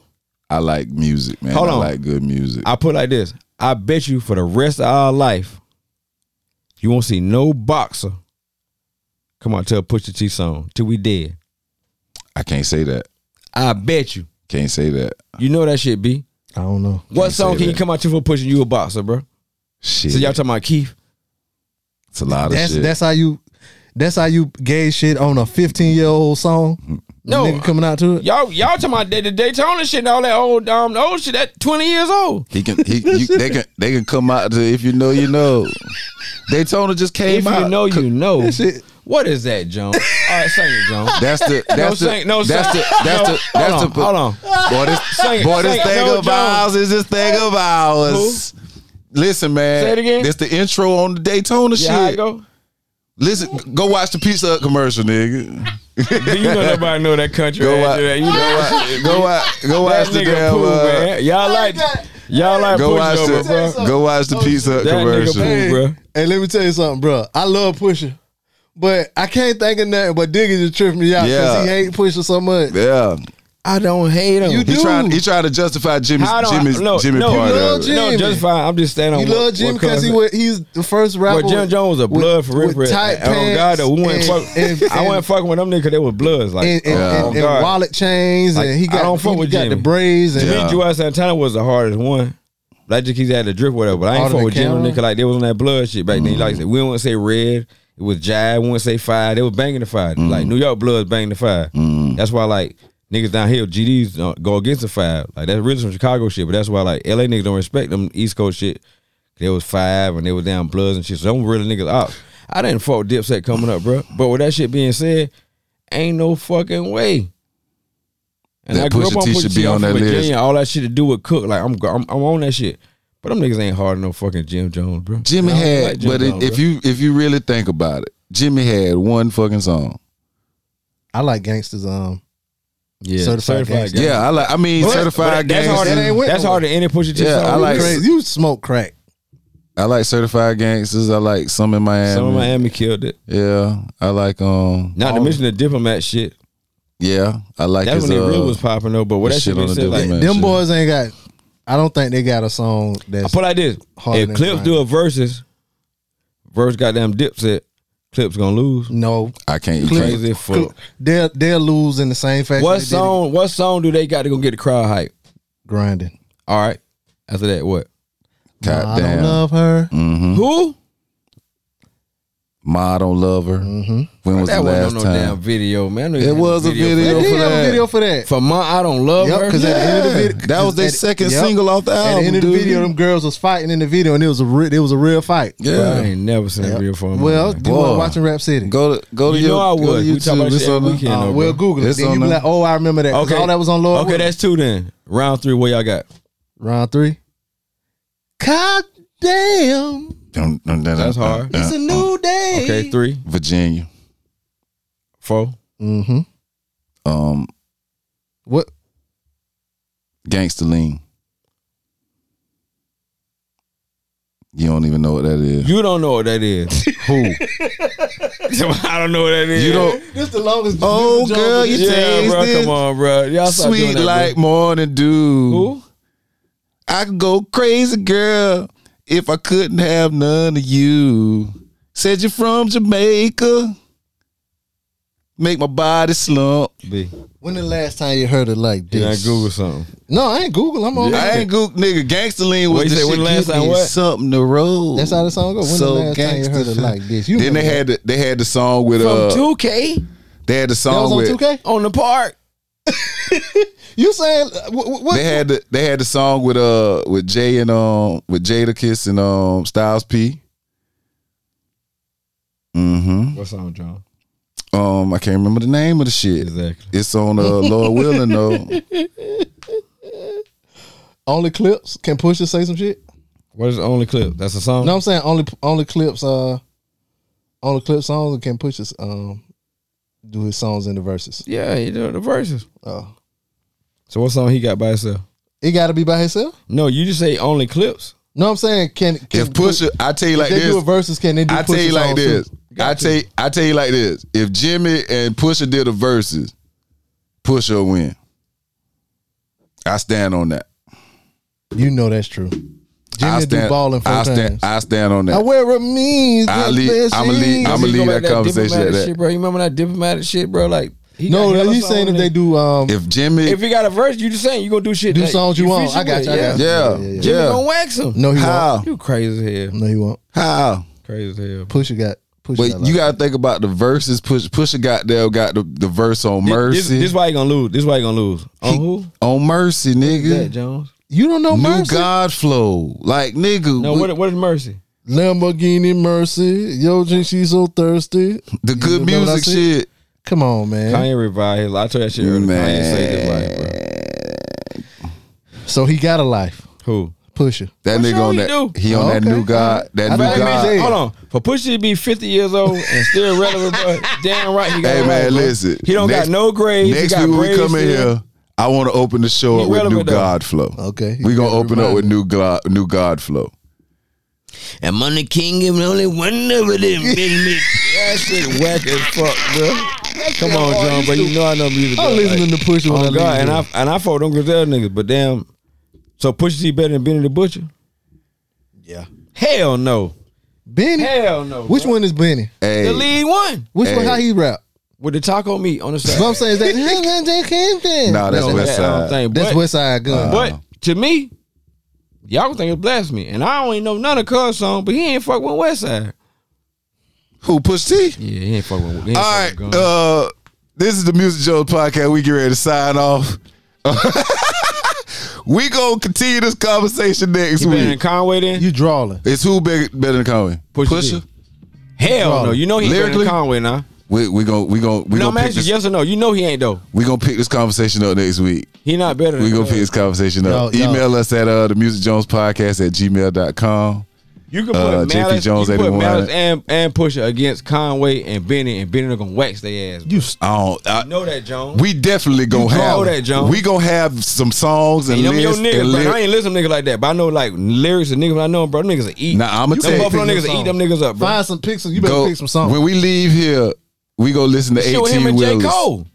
Speaker 2: I like music, man.
Speaker 1: Hold
Speaker 2: I
Speaker 1: on.
Speaker 2: like good music.
Speaker 1: I put it like this. I bet you for the rest of our life, you won't see no boxer. Come on, tell Push the T song till we dead.
Speaker 2: I can't say that.
Speaker 1: I bet you.
Speaker 2: Can't say that.
Speaker 1: You know that shit, B.
Speaker 3: I don't know.
Speaker 1: What song
Speaker 2: say
Speaker 1: can you
Speaker 2: that.
Speaker 1: come out to for pushing you a boxer, bro?
Speaker 2: Shit.
Speaker 1: So y'all talking about Keith?
Speaker 2: it's a lot of
Speaker 3: That's
Speaker 2: shit.
Speaker 3: that's how you. That's how you gauge shit on a 15 year old song.
Speaker 1: No.
Speaker 3: Nigga coming out to it.
Speaker 1: Y'all y'all talking about the the Daytona shit and all that old um the old shit that twenty years old.
Speaker 2: he can. He, you, they can. They can come out to if you know you know. Daytona just came
Speaker 1: If
Speaker 2: out.
Speaker 1: you know, you know.
Speaker 3: shit-
Speaker 1: What is that, Jones? All right, sing it, Jones.
Speaker 2: That's the. That's the.
Speaker 1: sing- no,
Speaker 2: that's
Speaker 1: sing-
Speaker 2: the. That's the.
Speaker 1: No,
Speaker 2: That's
Speaker 1: hold
Speaker 2: the.
Speaker 1: on, hold
Speaker 2: Boy, this,
Speaker 1: Sing it,
Speaker 2: boy, this
Speaker 1: sing it.
Speaker 2: thing
Speaker 1: No,
Speaker 2: of
Speaker 1: Joe.
Speaker 2: ours is this thing of ours. Listen, man.
Speaker 1: Say it again.
Speaker 2: This the intro on the Daytona
Speaker 1: Yeah, how it
Speaker 2: shit.
Speaker 1: go?
Speaker 2: Listen, go watch the Pizza Hut commercial, nigga.
Speaker 1: You know nobody know that country.
Speaker 2: Go
Speaker 1: ass
Speaker 2: watch.
Speaker 1: do that. You know
Speaker 2: go
Speaker 1: that
Speaker 2: watch. Go watch. Go
Speaker 1: That
Speaker 2: watch the
Speaker 1: nigga
Speaker 2: damn.
Speaker 1: poo,
Speaker 2: uh,
Speaker 1: man. Y'all like y'all like
Speaker 2: Go
Speaker 1: pushing
Speaker 2: watch
Speaker 1: over, bro.
Speaker 2: the. Go watch the Pizza Hut
Speaker 1: That nigga
Speaker 2: commercial.
Speaker 1: poo.
Speaker 3: Hey,
Speaker 1: bruh.
Speaker 3: hey, let me tell you something, bro. I love Pusha, but I can't think of nothing. But Diggy just tripped me out because
Speaker 2: Yeah.
Speaker 3: he hate Pusha so much.
Speaker 2: Yeah.
Speaker 1: I don't hate him.
Speaker 3: You
Speaker 2: He
Speaker 3: do.
Speaker 2: tried. He tried to justify Jimmy.
Speaker 1: How do I-
Speaker 2: Jimmy's,
Speaker 1: no,
Speaker 2: Jimmy
Speaker 1: no,
Speaker 2: part
Speaker 1: you
Speaker 2: of
Speaker 3: love
Speaker 2: it.
Speaker 3: Jimmy.
Speaker 1: No, just fine. I'm just staying on.
Speaker 3: You
Speaker 1: what-
Speaker 3: love Jim
Speaker 1: what
Speaker 3: because he
Speaker 1: cousin-
Speaker 3: was, he's the first rapper.
Speaker 1: Well, Jim Jones was a
Speaker 3: with-
Speaker 1: blood for real.
Speaker 3: with
Speaker 1: for real.
Speaker 3: tight
Speaker 1: And on God,
Speaker 3: pants
Speaker 1: though, we went
Speaker 3: and-
Speaker 1: fuck.
Speaker 3: and-
Speaker 1: I wasn't fucking with them niggas. 'cause They was bloods. Like
Speaker 3: and, and,
Speaker 2: Yeah.
Speaker 1: oh,
Speaker 3: and, and
Speaker 1: God.
Speaker 3: wallet chains,
Speaker 1: Like,
Speaker 3: and he
Speaker 1: I
Speaker 3: got,
Speaker 1: don't fuck
Speaker 3: he
Speaker 1: with
Speaker 3: got
Speaker 1: Jimmy.
Speaker 3: the braids, and
Speaker 1: To
Speaker 2: Yeah.
Speaker 1: me, Joel Santana was the hardest one. Like just he's had the drip, whatever. But I
Speaker 3: Out
Speaker 1: ain't
Speaker 3: of
Speaker 1: fuck
Speaker 3: the
Speaker 1: with Jim
Speaker 3: camera?
Speaker 1: nigga. Like they was on that blood shit back then. Like I said, we wouldn't say red. It was jive. We wouldn't say five. They was banging the five.
Speaker 2: Mm.
Speaker 1: Like New York bloods banging the five. That's why like niggas down here, GDs don't go against the five. Like that's really some Chicago shit. But that's why like LA niggas don't respect them East Coast shit. They was five and they was down bloods and shit. So them really niggas out. I didn't fuck with Dipset coming up, bro. But with that shit being said, ain't no fucking way. And
Speaker 2: That
Speaker 1: I grew
Speaker 2: Pusha
Speaker 1: up on
Speaker 2: T
Speaker 1: Pusha
Speaker 2: should
Speaker 1: T
Speaker 2: be
Speaker 1: I'm
Speaker 2: on
Speaker 1: from
Speaker 2: that
Speaker 1: Virginia,
Speaker 2: list.
Speaker 1: All that shit to do with Cook, like I'm, go- I'm, I'm on that shit. But them niggas ain't hard no fucking Jim Jones, bro.
Speaker 2: Jimmy
Speaker 1: I don't
Speaker 2: had,
Speaker 1: like Jim
Speaker 2: but
Speaker 1: Jones,
Speaker 2: it, if
Speaker 1: bro.
Speaker 2: you if you really think about it, Jimmy had one fucking song.
Speaker 3: I like gangsters. Um,
Speaker 1: yeah,
Speaker 3: certified gangsta.
Speaker 2: Yeah, I like. I mean,
Speaker 1: But-
Speaker 2: certified
Speaker 1: but that's
Speaker 2: gangster.
Speaker 1: harder.
Speaker 3: That ain't went
Speaker 1: that's
Speaker 3: nowhere.
Speaker 1: harder than any Pusha T
Speaker 2: Yeah,
Speaker 1: song.
Speaker 2: I
Speaker 1: we
Speaker 2: like-
Speaker 1: heard.
Speaker 3: crazy. You smoke crack.
Speaker 2: I like certified gangsters. I like some in Miami.
Speaker 1: Some of Miami killed it.
Speaker 2: Yeah, I like um.
Speaker 1: Not to mention the diplomat shit.
Speaker 2: Yeah, I like
Speaker 1: That's
Speaker 2: his.
Speaker 1: when it
Speaker 2: uh,
Speaker 1: really was popping though. But what
Speaker 2: his
Speaker 1: that shit
Speaker 2: shit on
Speaker 1: been
Speaker 2: the
Speaker 1: said, like
Speaker 2: Diplomat. Man,
Speaker 3: Them
Speaker 2: shit.
Speaker 3: boys ain't got. I don't think they got a song
Speaker 1: I
Speaker 3: that's.
Speaker 1: put it like this:
Speaker 3: Harder
Speaker 1: if
Speaker 3: than
Speaker 1: Clips do a versus, verse goddamn Dipset, Clips gonna lose.
Speaker 3: no,
Speaker 2: I can't. You
Speaker 1: Crazy
Speaker 2: can't.
Speaker 1: fuck.
Speaker 3: they'll they'll lose in the same fashion.
Speaker 1: What
Speaker 3: they did it.
Speaker 1: song? What song do they got to go get the crowd hype?
Speaker 3: Grinding.
Speaker 1: All right. After that, what?
Speaker 2: God
Speaker 3: I
Speaker 2: damn.
Speaker 3: don't love her.
Speaker 1: Who?
Speaker 2: Ma don't love her. When was
Speaker 1: That
Speaker 2: the last
Speaker 1: wasn't on no damn
Speaker 2: time?
Speaker 1: video, man. I know you
Speaker 2: It
Speaker 1: had
Speaker 2: was a
Speaker 3: They
Speaker 2: Video
Speaker 3: did
Speaker 2: for
Speaker 3: have Mm-hmm. a
Speaker 2: that.
Speaker 3: video for that.
Speaker 1: For my I don't love
Speaker 3: Yep,
Speaker 1: her.
Speaker 3: because at the end of the
Speaker 2: Yeah.
Speaker 3: video,
Speaker 2: That was their
Speaker 3: at-
Speaker 2: second
Speaker 3: yep.
Speaker 2: single off the
Speaker 3: At the
Speaker 2: album.
Speaker 3: end of the
Speaker 2: dude.
Speaker 3: video, them girls was fighting in the video, and it was a real, it was a real fight.
Speaker 1: Bro, I
Speaker 2: Yeah.
Speaker 1: ain't never seen a
Speaker 3: Yep.
Speaker 1: video for him.
Speaker 3: Well, you
Speaker 2: Boy.
Speaker 3: weren't watching Rap City.
Speaker 2: Go to go to
Speaker 1: You
Speaker 2: your.
Speaker 1: know
Speaker 2: go
Speaker 1: I
Speaker 2: to
Speaker 1: would. We talk
Speaker 2: YouTube.
Speaker 1: about
Speaker 2: It's
Speaker 1: shit
Speaker 2: on
Speaker 1: every
Speaker 2: the-
Speaker 1: weekend.
Speaker 3: Uh,
Speaker 1: no,
Speaker 3: well,
Speaker 1: bro.
Speaker 3: Google it.
Speaker 2: It's
Speaker 3: Then
Speaker 2: on
Speaker 3: you be
Speaker 2: the-
Speaker 3: like, oh, I remember that. 'cause
Speaker 1: Okay.
Speaker 3: all that was on Lord.
Speaker 1: Okay,
Speaker 3: Wilson.
Speaker 1: that's two then. Round three, where y'all got?
Speaker 3: round three. God damn,
Speaker 2: Dun, dun, dun,
Speaker 1: That's
Speaker 2: dun,
Speaker 1: hard.
Speaker 2: dun,
Speaker 3: it's a
Speaker 2: dun.
Speaker 3: new day.
Speaker 1: Okay, three,
Speaker 2: Virginia.
Speaker 1: four.
Speaker 3: Mm-hmm.
Speaker 2: Um,
Speaker 3: What?
Speaker 2: Gangsta Lean. You don't even know what that is.
Speaker 1: You don't know what that is.
Speaker 2: Who?
Speaker 1: I don't know what that is.
Speaker 2: You don't.
Speaker 3: This the longest.
Speaker 2: Oh,
Speaker 3: Jump
Speaker 2: girl,
Speaker 3: in
Speaker 2: you
Speaker 3: this-
Speaker 1: Yeah, bro.
Speaker 2: tasted
Speaker 1: Come on, bro. Y'all stop doing
Speaker 2: sweet
Speaker 1: that, bro.
Speaker 2: like morning dew.
Speaker 1: who?
Speaker 2: I could go crazy, girl, if I couldn't have none of you. Said you're from Jamaica. Make my body slump.
Speaker 1: B.
Speaker 3: When the last time you heard it like
Speaker 1: Did I
Speaker 3: this?
Speaker 1: Google something?
Speaker 3: No, I ain't Google. I'm on.
Speaker 2: I ain't go, nigga. Gangsta lean was
Speaker 1: What you
Speaker 2: the
Speaker 1: say,
Speaker 2: shit.
Speaker 1: when
Speaker 2: Give
Speaker 1: last time
Speaker 2: me
Speaker 1: what?
Speaker 2: something to roll.
Speaker 3: That's how the song goes. When
Speaker 2: So
Speaker 3: the last time you heard
Speaker 2: gangsta.
Speaker 3: it like this? You
Speaker 2: then they
Speaker 3: remember
Speaker 2: had the, they had the song with
Speaker 1: From
Speaker 2: uh
Speaker 1: two K
Speaker 2: they
Speaker 3: that
Speaker 2: had the
Speaker 3: was
Speaker 2: song
Speaker 3: on
Speaker 2: with
Speaker 3: 2K.
Speaker 1: on the park.
Speaker 3: You saying uh, what? what
Speaker 2: they had the they had the song with uh with Jay and um with Jada Kiss and um Styles P. Mm-hmm.
Speaker 1: What song, John?
Speaker 2: Um, I can't remember the name of the shit.
Speaker 1: Exactly.
Speaker 2: It's on uh Lord Willing though.
Speaker 3: only clips can push to say some shit.
Speaker 1: What is the only clip? That's a song.
Speaker 3: No, I'm saying only only clips. Uh, only clip songs can push his um do his songs in the verses.
Speaker 1: Yeah, he doing the verses.
Speaker 3: Oh,
Speaker 1: So what song he got by himself?
Speaker 3: it got to be by himself.
Speaker 1: No, you just say only clips.
Speaker 3: No, I'm saying can, can
Speaker 2: If Pusha, I tell you
Speaker 3: if
Speaker 2: like
Speaker 3: they do a
Speaker 2: this.
Speaker 3: verses, can they do?
Speaker 2: I tell
Speaker 3: Pusha
Speaker 2: you like
Speaker 3: songs too?
Speaker 2: this. I tell you, I tell you like this. If Jimmy and Pusha did a versus, Pusha will win. I stand on that.
Speaker 3: You know that's true. Jimmy
Speaker 2: I
Speaker 3: do
Speaker 2: stand.
Speaker 3: balling four
Speaker 2: I
Speaker 3: times.
Speaker 2: stand. I stand on
Speaker 3: I
Speaker 2: that.
Speaker 3: wear a means.
Speaker 2: I
Speaker 3: that
Speaker 2: leave- I'ma
Speaker 3: bitch
Speaker 2: leave-
Speaker 3: is.
Speaker 2: I'ma
Speaker 1: He go
Speaker 2: leave
Speaker 1: back
Speaker 2: that
Speaker 1: to
Speaker 2: conversation
Speaker 1: diplomatic
Speaker 2: at that.
Speaker 1: Shit, bro. You remember that diplomatic shit, bro? Like he
Speaker 3: No,
Speaker 1: got hella
Speaker 3: you
Speaker 1: songs
Speaker 3: saying if
Speaker 1: in
Speaker 3: they
Speaker 1: it.
Speaker 3: do um
Speaker 2: If Jimmy,
Speaker 1: If he got a verse, you just saying you gonna do shit.
Speaker 3: do
Speaker 1: that
Speaker 3: songs you want,
Speaker 1: feature
Speaker 3: I got
Speaker 1: with,
Speaker 3: you. I got you.
Speaker 2: yeah,
Speaker 3: yeah, yeah,
Speaker 2: yeah,
Speaker 1: Jimmy gonna wax him.
Speaker 3: No, he
Speaker 2: how?
Speaker 1: you crazy as hell.
Speaker 3: won't. No, he won't.
Speaker 2: How?
Speaker 1: Crazy as hell.
Speaker 3: Pusha got Pusha.
Speaker 2: But
Speaker 3: got
Speaker 2: you
Speaker 3: like-
Speaker 2: gotta think about the verses. Push, Pusha got there. Got the, the verse on mercy.
Speaker 1: This, this why he gonna lose. This why he gonna lose. On who?
Speaker 2: on mercy,
Speaker 1: That
Speaker 2: nigga.
Speaker 1: Jones.
Speaker 3: you don't know
Speaker 2: New
Speaker 3: mercy.
Speaker 2: God flow, like nigga.
Speaker 1: No,
Speaker 2: we-
Speaker 1: what, what is mercy?
Speaker 3: Lamborghini Mercy. Yo, G, she's so thirsty.
Speaker 2: the good
Speaker 3: remember what I
Speaker 2: music
Speaker 3: said?
Speaker 2: shit.
Speaker 3: Come on, man.
Speaker 1: Kanye revived his. I told you that shit earlier. Kanye
Speaker 2: Man.
Speaker 1: saved his life,
Speaker 3: So he got a life.
Speaker 1: bro. Who?
Speaker 3: Pusher.
Speaker 2: That
Speaker 1: What
Speaker 2: nigga
Speaker 1: show
Speaker 2: on
Speaker 1: he
Speaker 2: that.
Speaker 1: do?
Speaker 2: He on that
Speaker 3: Okay.
Speaker 2: new God. That
Speaker 3: I
Speaker 2: new
Speaker 3: thought he
Speaker 2: God.
Speaker 3: meant Jay.
Speaker 1: Hold on. For Pusha to be 50 years old and still relevant, bro, damn right he got
Speaker 2: Hey
Speaker 1: it right,
Speaker 2: man,
Speaker 1: bro.
Speaker 2: listen.
Speaker 1: He don't
Speaker 2: Next-
Speaker 1: got no grades. he
Speaker 2: Next
Speaker 1: got
Speaker 2: week when we
Speaker 1: braids
Speaker 2: come in
Speaker 1: still.
Speaker 2: here, I want to open the show
Speaker 1: He
Speaker 2: up with new
Speaker 1: relevant, though.
Speaker 2: God flow.
Speaker 3: Okay.
Speaker 2: We gonna open up
Speaker 3: Remind
Speaker 2: with
Speaker 3: me.
Speaker 2: new God, new God flow.
Speaker 4: I'm on the king and only one of them.
Speaker 1: That shit whack as fuck, bro.
Speaker 2: That
Speaker 1: Come
Speaker 2: shit
Speaker 1: on,
Speaker 2: hard.
Speaker 1: John,
Speaker 2: You
Speaker 1: but you
Speaker 2: still-
Speaker 1: know I know music.
Speaker 3: I'm
Speaker 1: though,
Speaker 3: listening
Speaker 1: like,
Speaker 3: to Push when I
Speaker 1: Oh
Speaker 3: leave.
Speaker 1: God, and
Speaker 3: here.
Speaker 1: I and I fought them Griselda niggas, but damn. So Pusha T better than Benny the Butcher?
Speaker 3: yeah.
Speaker 1: Hell no.
Speaker 3: Benny.
Speaker 1: Hell no.
Speaker 3: Which
Speaker 1: bro.
Speaker 3: one is Benny?
Speaker 1: The
Speaker 2: Hey,
Speaker 1: lead one
Speaker 3: Which one?
Speaker 2: Hey.
Speaker 3: How he rap?
Speaker 1: with the taco meat on the side.
Speaker 3: What I'm saying is that.
Speaker 2: Nah, that's
Speaker 1: No,
Speaker 2: West
Speaker 1: that, um,
Speaker 2: Side.
Speaker 1: thing.
Speaker 3: That's
Speaker 1: But-
Speaker 3: West Side Gun.
Speaker 1: But to me, y'all gonna think it's blasphemy, and I don't even know none of Cuz song, but he ain't fuck with Westside.
Speaker 2: who Push T?
Speaker 1: Yeah, he ain't fuck with. He ain't
Speaker 2: All
Speaker 1: fuck with
Speaker 2: right,
Speaker 1: Gunna.
Speaker 2: uh, this is the Music Jones podcast. We get ready to sign off. we gonna continue this conversation next
Speaker 1: he better than
Speaker 2: week.
Speaker 1: Conway then.
Speaker 3: You drawling.
Speaker 2: It's who big, better than Conway?
Speaker 1: Pusha T. Hell no, you know he ain't better
Speaker 2: Lyrically?
Speaker 1: than Conway now.
Speaker 2: We we gonna we gonna we
Speaker 1: No,
Speaker 2: gonna
Speaker 1: I'm
Speaker 2: pick
Speaker 1: asking
Speaker 2: this,
Speaker 1: you yes or no. You know he ain't though.
Speaker 2: we gonna pick this conversation up next week.
Speaker 1: He not better.
Speaker 2: We
Speaker 1: than
Speaker 2: gonna
Speaker 1: Cuz.
Speaker 2: pick this conversation up.
Speaker 3: Y'all- y'all-
Speaker 2: Email us at uh, the Music Jones podcast at gmail.com.
Speaker 1: You can put
Speaker 2: uh, JP
Speaker 1: Malice,
Speaker 2: Jones
Speaker 1: you can put
Speaker 2: 81.
Speaker 1: Malice and and Pusha against Conway and Benny, and Benny are gonna wax their ass. You
Speaker 3: You s-
Speaker 2: I don't. I,
Speaker 1: know that, Jones.
Speaker 2: we definitely gonna
Speaker 1: You
Speaker 2: have
Speaker 1: know that, Jones.
Speaker 2: we gonna have some songs and
Speaker 1: and them your
Speaker 2: lists.
Speaker 1: niggas,
Speaker 2: and
Speaker 1: bro. I
Speaker 2: lyrics.
Speaker 1: ain't listen to niggas like that, but I know like lyrics and niggas I know, bro. Them niggas are eat.
Speaker 2: Nah, I'ma tell
Speaker 1: them
Speaker 2: you-
Speaker 1: Buffalo
Speaker 3: Pick your
Speaker 1: niggas will eat
Speaker 3: song.
Speaker 1: them niggas up, bro.
Speaker 3: Find some pixels. You better
Speaker 2: Go-
Speaker 3: pick some songs.
Speaker 2: When we leave here, we go listen to
Speaker 1: Shit with
Speaker 2: 18
Speaker 1: him and J.
Speaker 2: Wheelers.
Speaker 1: Cole.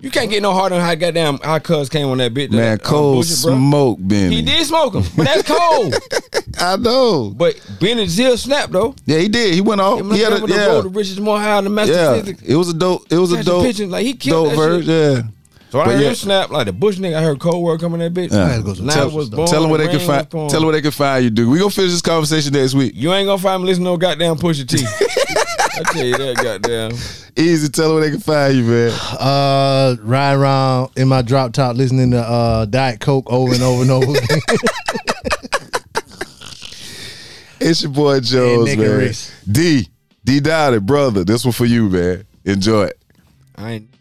Speaker 1: You can't get no harder than how goddamn how Cuz came on that bitch. that-
Speaker 2: Man,
Speaker 1: that, uh,
Speaker 2: Cole
Speaker 1: bullshit, bro.
Speaker 2: smoke Benny.
Speaker 1: He did smoke him, but that's cold.
Speaker 2: I know.
Speaker 1: but Benny still snapped though.
Speaker 2: Yeah, he did. He went off.
Speaker 1: Him
Speaker 2: He had a,
Speaker 1: the road to
Speaker 2: yeah,
Speaker 1: riches more high than Master
Speaker 2: yeah.
Speaker 1: Physics.
Speaker 2: It was a dope. It was a
Speaker 1: Catch the
Speaker 2: dope.
Speaker 1: pigeon, like, he killed
Speaker 2: dope
Speaker 1: that
Speaker 2: verse.
Speaker 1: So I
Speaker 2: But
Speaker 1: heard
Speaker 2: yeah.
Speaker 1: him snap like the Bush nigga. I heard Cold War coming in that bitch.
Speaker 2: Yeah. I
Speaker 3: had to go to the
Speaker 1: Nas
Speaker 3: Tell-
Speaker 1: was
Speaker 2: Yeah.
Speaker 1: born,
Speaker 2: Tell them where they can
Speaker 1: Rain was
Speaker 2: find.
Speaker 1: born.
Speaker 2: Tell them where they can find you, dude. We gonna finish this conversation next week.
Speaker 1: You ain't gonna find me listening to no goddamn Pusha T. I tell you that goddamn.
Speaker 2: Easy. Tell them where they can find you, man.
Speaker 3: uh, riding around in my drop top, listening to uh, Diet Coke over and over and over again.
Speaker 2: It's your boy Jones,
Speaker 3: Nick and
Speaker 2: man.
Speaker 3: Reese.
Speaker 2: D D Dowdy, brother. This one for you, man. Enjoy it.
Speaker 1: I ain't.